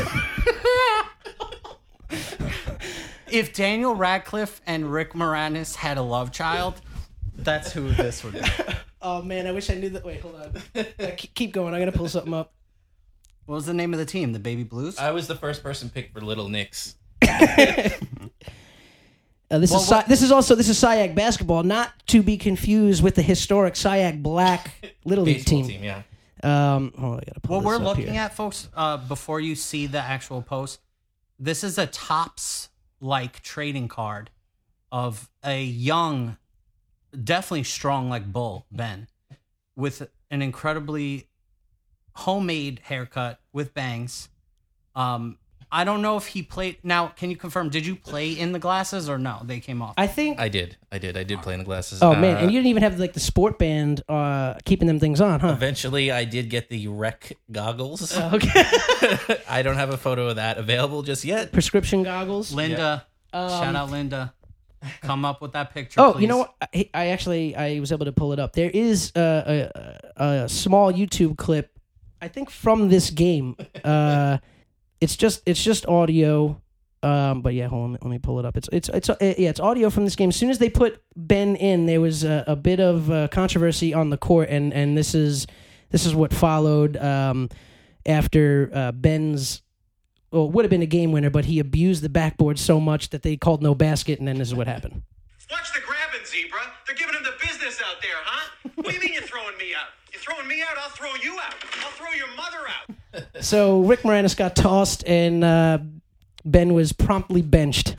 Speaker 6: if Daniel Radcliffe and Rick Moranis had a love child, that's who this would be.
Speaker 4: oh man, I wish I knew that. Wait, hold on. Uh, keep keep going. I'm gonna pull something up.
Speaker 6: What was the name of the team? The Baby Blues.
Speaker 5: I was the first person picked for Little Knicks.
Speaker 4: Uh, this
Speaker 6: Well,
Speaker 4: is Sy-
Speaker 6: what-
Speaker 4: this is also this is SIAC basketball, not to be confused with the historic SIAC Black Little League
Speaker 5: Baseball
Speaker 4: team.
Speaker 5: team, yeah.
Speaker 4: Um, hold on, I gotta pull
Speaker 6: What
Speaker 4: this
Speaker 6: we're
Speaker 4: up
Speaker 6: looking
Speaker 4: here.
Speaker 6: at, folks, uh, before you see the actual post, this is a tops like trading card of a young, definitely strong like bull Ben, with an incredibly homemade haircut with bangs. Um, I don't know if he played. Now, can you confirm? Did you play in the glasses or no? They came off.
Speaker 4: I think.
Speaker 5: I did. I did. I did play in the glasses.
Speaker 4: oh man,
Speaker 5: Uh,
Speaker 4: and you didn't even have like the sport band uh, keeping them things on, huh?
Speaker 5: Eventually, I did get the rec goggles.
Speaker 4: Okay.
Speaker 5: I don't have a photo of that available just yet.
Speaker 4: Prescription goggles.
Speaker 6: Linda, shout
Speaker 4: Um,
Speaker 6: out Linda. Come up with that picture.
Speaker 4: Oh,
Speaker 6: please.
Speaker 4: you know what? I, I actually I was able to pull it up. There is uh, a, a, a small YouTube clip, I think from this game. Uh, it's just it's just audio, um, but yeah, hold on, let me pull it up. It's it's it's uh, yeah, it's audio from this game. As soon as they put Ben in, there was a, a bit of uh, controversy on the court, and and this is this is what followed um, after uh, Ben's. Well, it would have been a game winner, but he abused the backboard so much that they called no basket, and then this is what happened.
Speaker 7: Watch the grabbing, zebra. They're giving him the business out there, huh? What do you mean you're throwing me out? You're throwing me out, I'll throw you out. I'll throw your mother out.
Speaker 4: So Rick Moranis got tossed, and uh, Ben was promptly benched.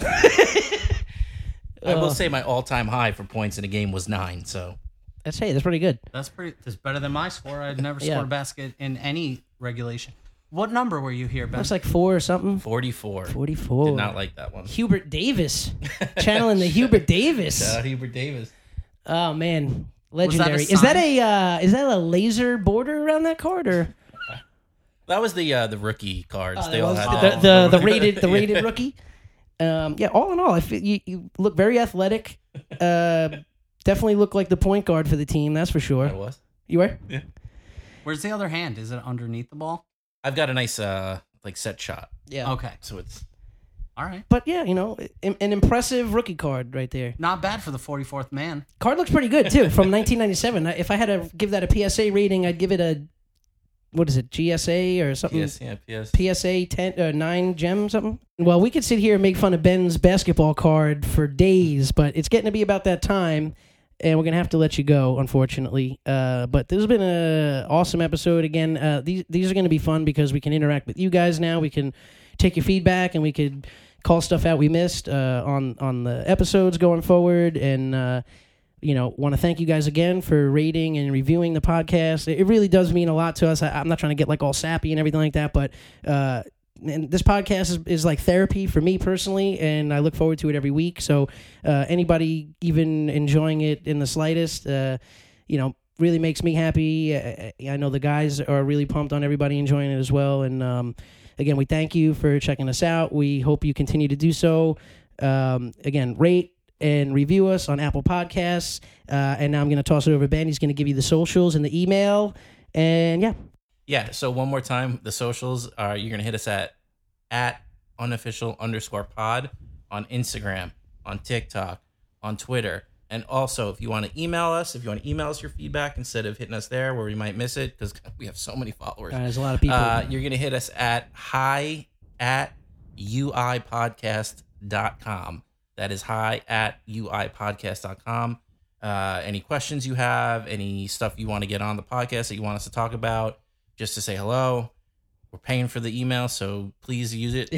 Speaker 5: I
Speaker 4: Uh.
Speaker 5: will say my all-time high for points in a game was nine. So
Speaker 4: That's hey, that's pretty good.
Speaker 6: That's pretty. That's better than my score. I'd never
Speaker 4: Yeah.
Speaker 6: scored a basket in any regulation. What number were you here, Ben?
Speaker 4: That's like four or something.
Speaker 5: forty-four.
Speaker 4: Forty-four.
Speaker 5: Did not like that one.
Speaker 4: Hubert Davis channeling the Hubert Davis.
Speaker 5: Shout out Uh, Hubert Davis.
Speaker 4: Oh man,
Speaker 6: that a
Speaker 4: legendary. Is that
Speaker 6: sign?
Speaker 4: a uh, is that a laser border around that card or
Speaker 5: That was the uh, the rookie cards. they all had
Speaker 4: the,
Speaker 5: that.
Speaker 4: the, the rated the rated rookie? Um, yeah. All in all, I feel you, you look very athletic. Uh, definitely look like the point guard for the team. That's for
Speaker 5: That
Speaker 4: sure.
Speaker 5: was.
Speaker 4: You are.
Speaker 6: Where's the other hand? Is it underneath the ball?
Speaker 5: I've got a nice uh like set shot.
Speaker 4: Yeah.
Speaker 6: Okay.
Speaker 5: So
Speaker 4: Mm.
Speaker 5: it's
Speaker 6: All right.
Speaker 4: But yeah, you know, an, an impressive rookie card right there.
Speaker 6: Not bad for the 44th man.
Speaker 4: Card looks pretty good too, from 1997. I- If I had to give that a PSA rating, I'd give it a what is it, GSA or something?
Speaker 5: PS yeah PS.
Speaker 4: PSA ten or nine gem something. Well, we could sit here and make fun of Ben's basketball card for days, but it's getting to be about that time, and we're gonna have to let you go, unfortunately. Uh, but this has been an awesome episode again. Uh, these these are gonna be fun because we can interact with you guys now. We can take your feedback, and we could call stuff out we missed uh, on on the episodes going forward, and. Uh, you know, want to thank you guys again for rating and reviewing the podcast. It it really does mean a lot to us. I, I'm not trying to get like all sappy and everything like that, but uh, and this podcast is, is like therapy for me personally, and I look forward to it every week. So uh, anybody even enjoying it in the slightest, uh, you know, really makes me happy. I, I I know the guys are really pumped on everybody enjoying it as well, and um, again, we thank you for checking us out. We hope you continue to do so. Um, again, rate and review us on Apple Podcasts. Uh, and now I'm going to toss it over to Ben. He's going to give you the socials and the email. And yeah,
Speaker 5: Yeah. So one more time, the socials are you're gonna hit us at at unofficial underscore pod on Instagram, on TikTok, on Twitter. And also, if you want to email us, if you want to email us your feedback instead of hitting us there where we might miss it, because we have so many followers,
Speaker 4: uh, there's a lot of people.
Speaker 5: uh, you're going to hit us at hi at uipodcast.com. That is hi at uipodcast.com. Uh, any questions you have, any stuff you want to get on the podcast that you want us to talk about, just to say hello. We're paying for the email, so please use it.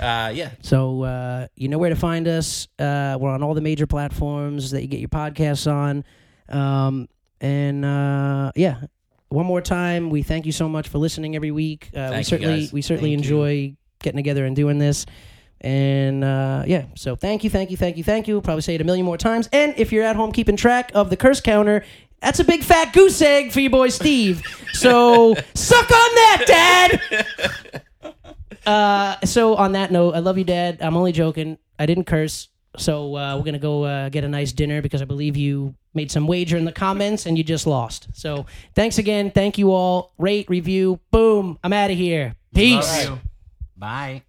Speaker 5: uh, yeah,
Speaker 4: So uh, you know where to find us. Uh, we're on all the major platforms that you get your podcasts on. Um, and uh, yeah, one more time, we thank you so much for listening every week. Uh, we
Speaker 5: you,
Speaker 4: certainly
Speaker 5: guys.
Speaker 4: we certainly
Speaker 5: Thank you.
Speaker 4: enjoy getting together and doing this. And uh, yeah, so thank you, thank you, thank you, thank you. We'll probably say it a million more times. And if you're at home keeping track of the curse counter, that's a big fat goose egg for your boy Steve. so suck on that, Dad. Uh, so on that note, I love you, Dad. I'm only joking. I didn't curse. So uh, we're gonna go uh, get a nice dinner because I believe you made some wager in the comments and you just lost. So thanks again. Thank you all. Rate, review, boom. I'm out of here. Peace.
Speaker 6: Bye.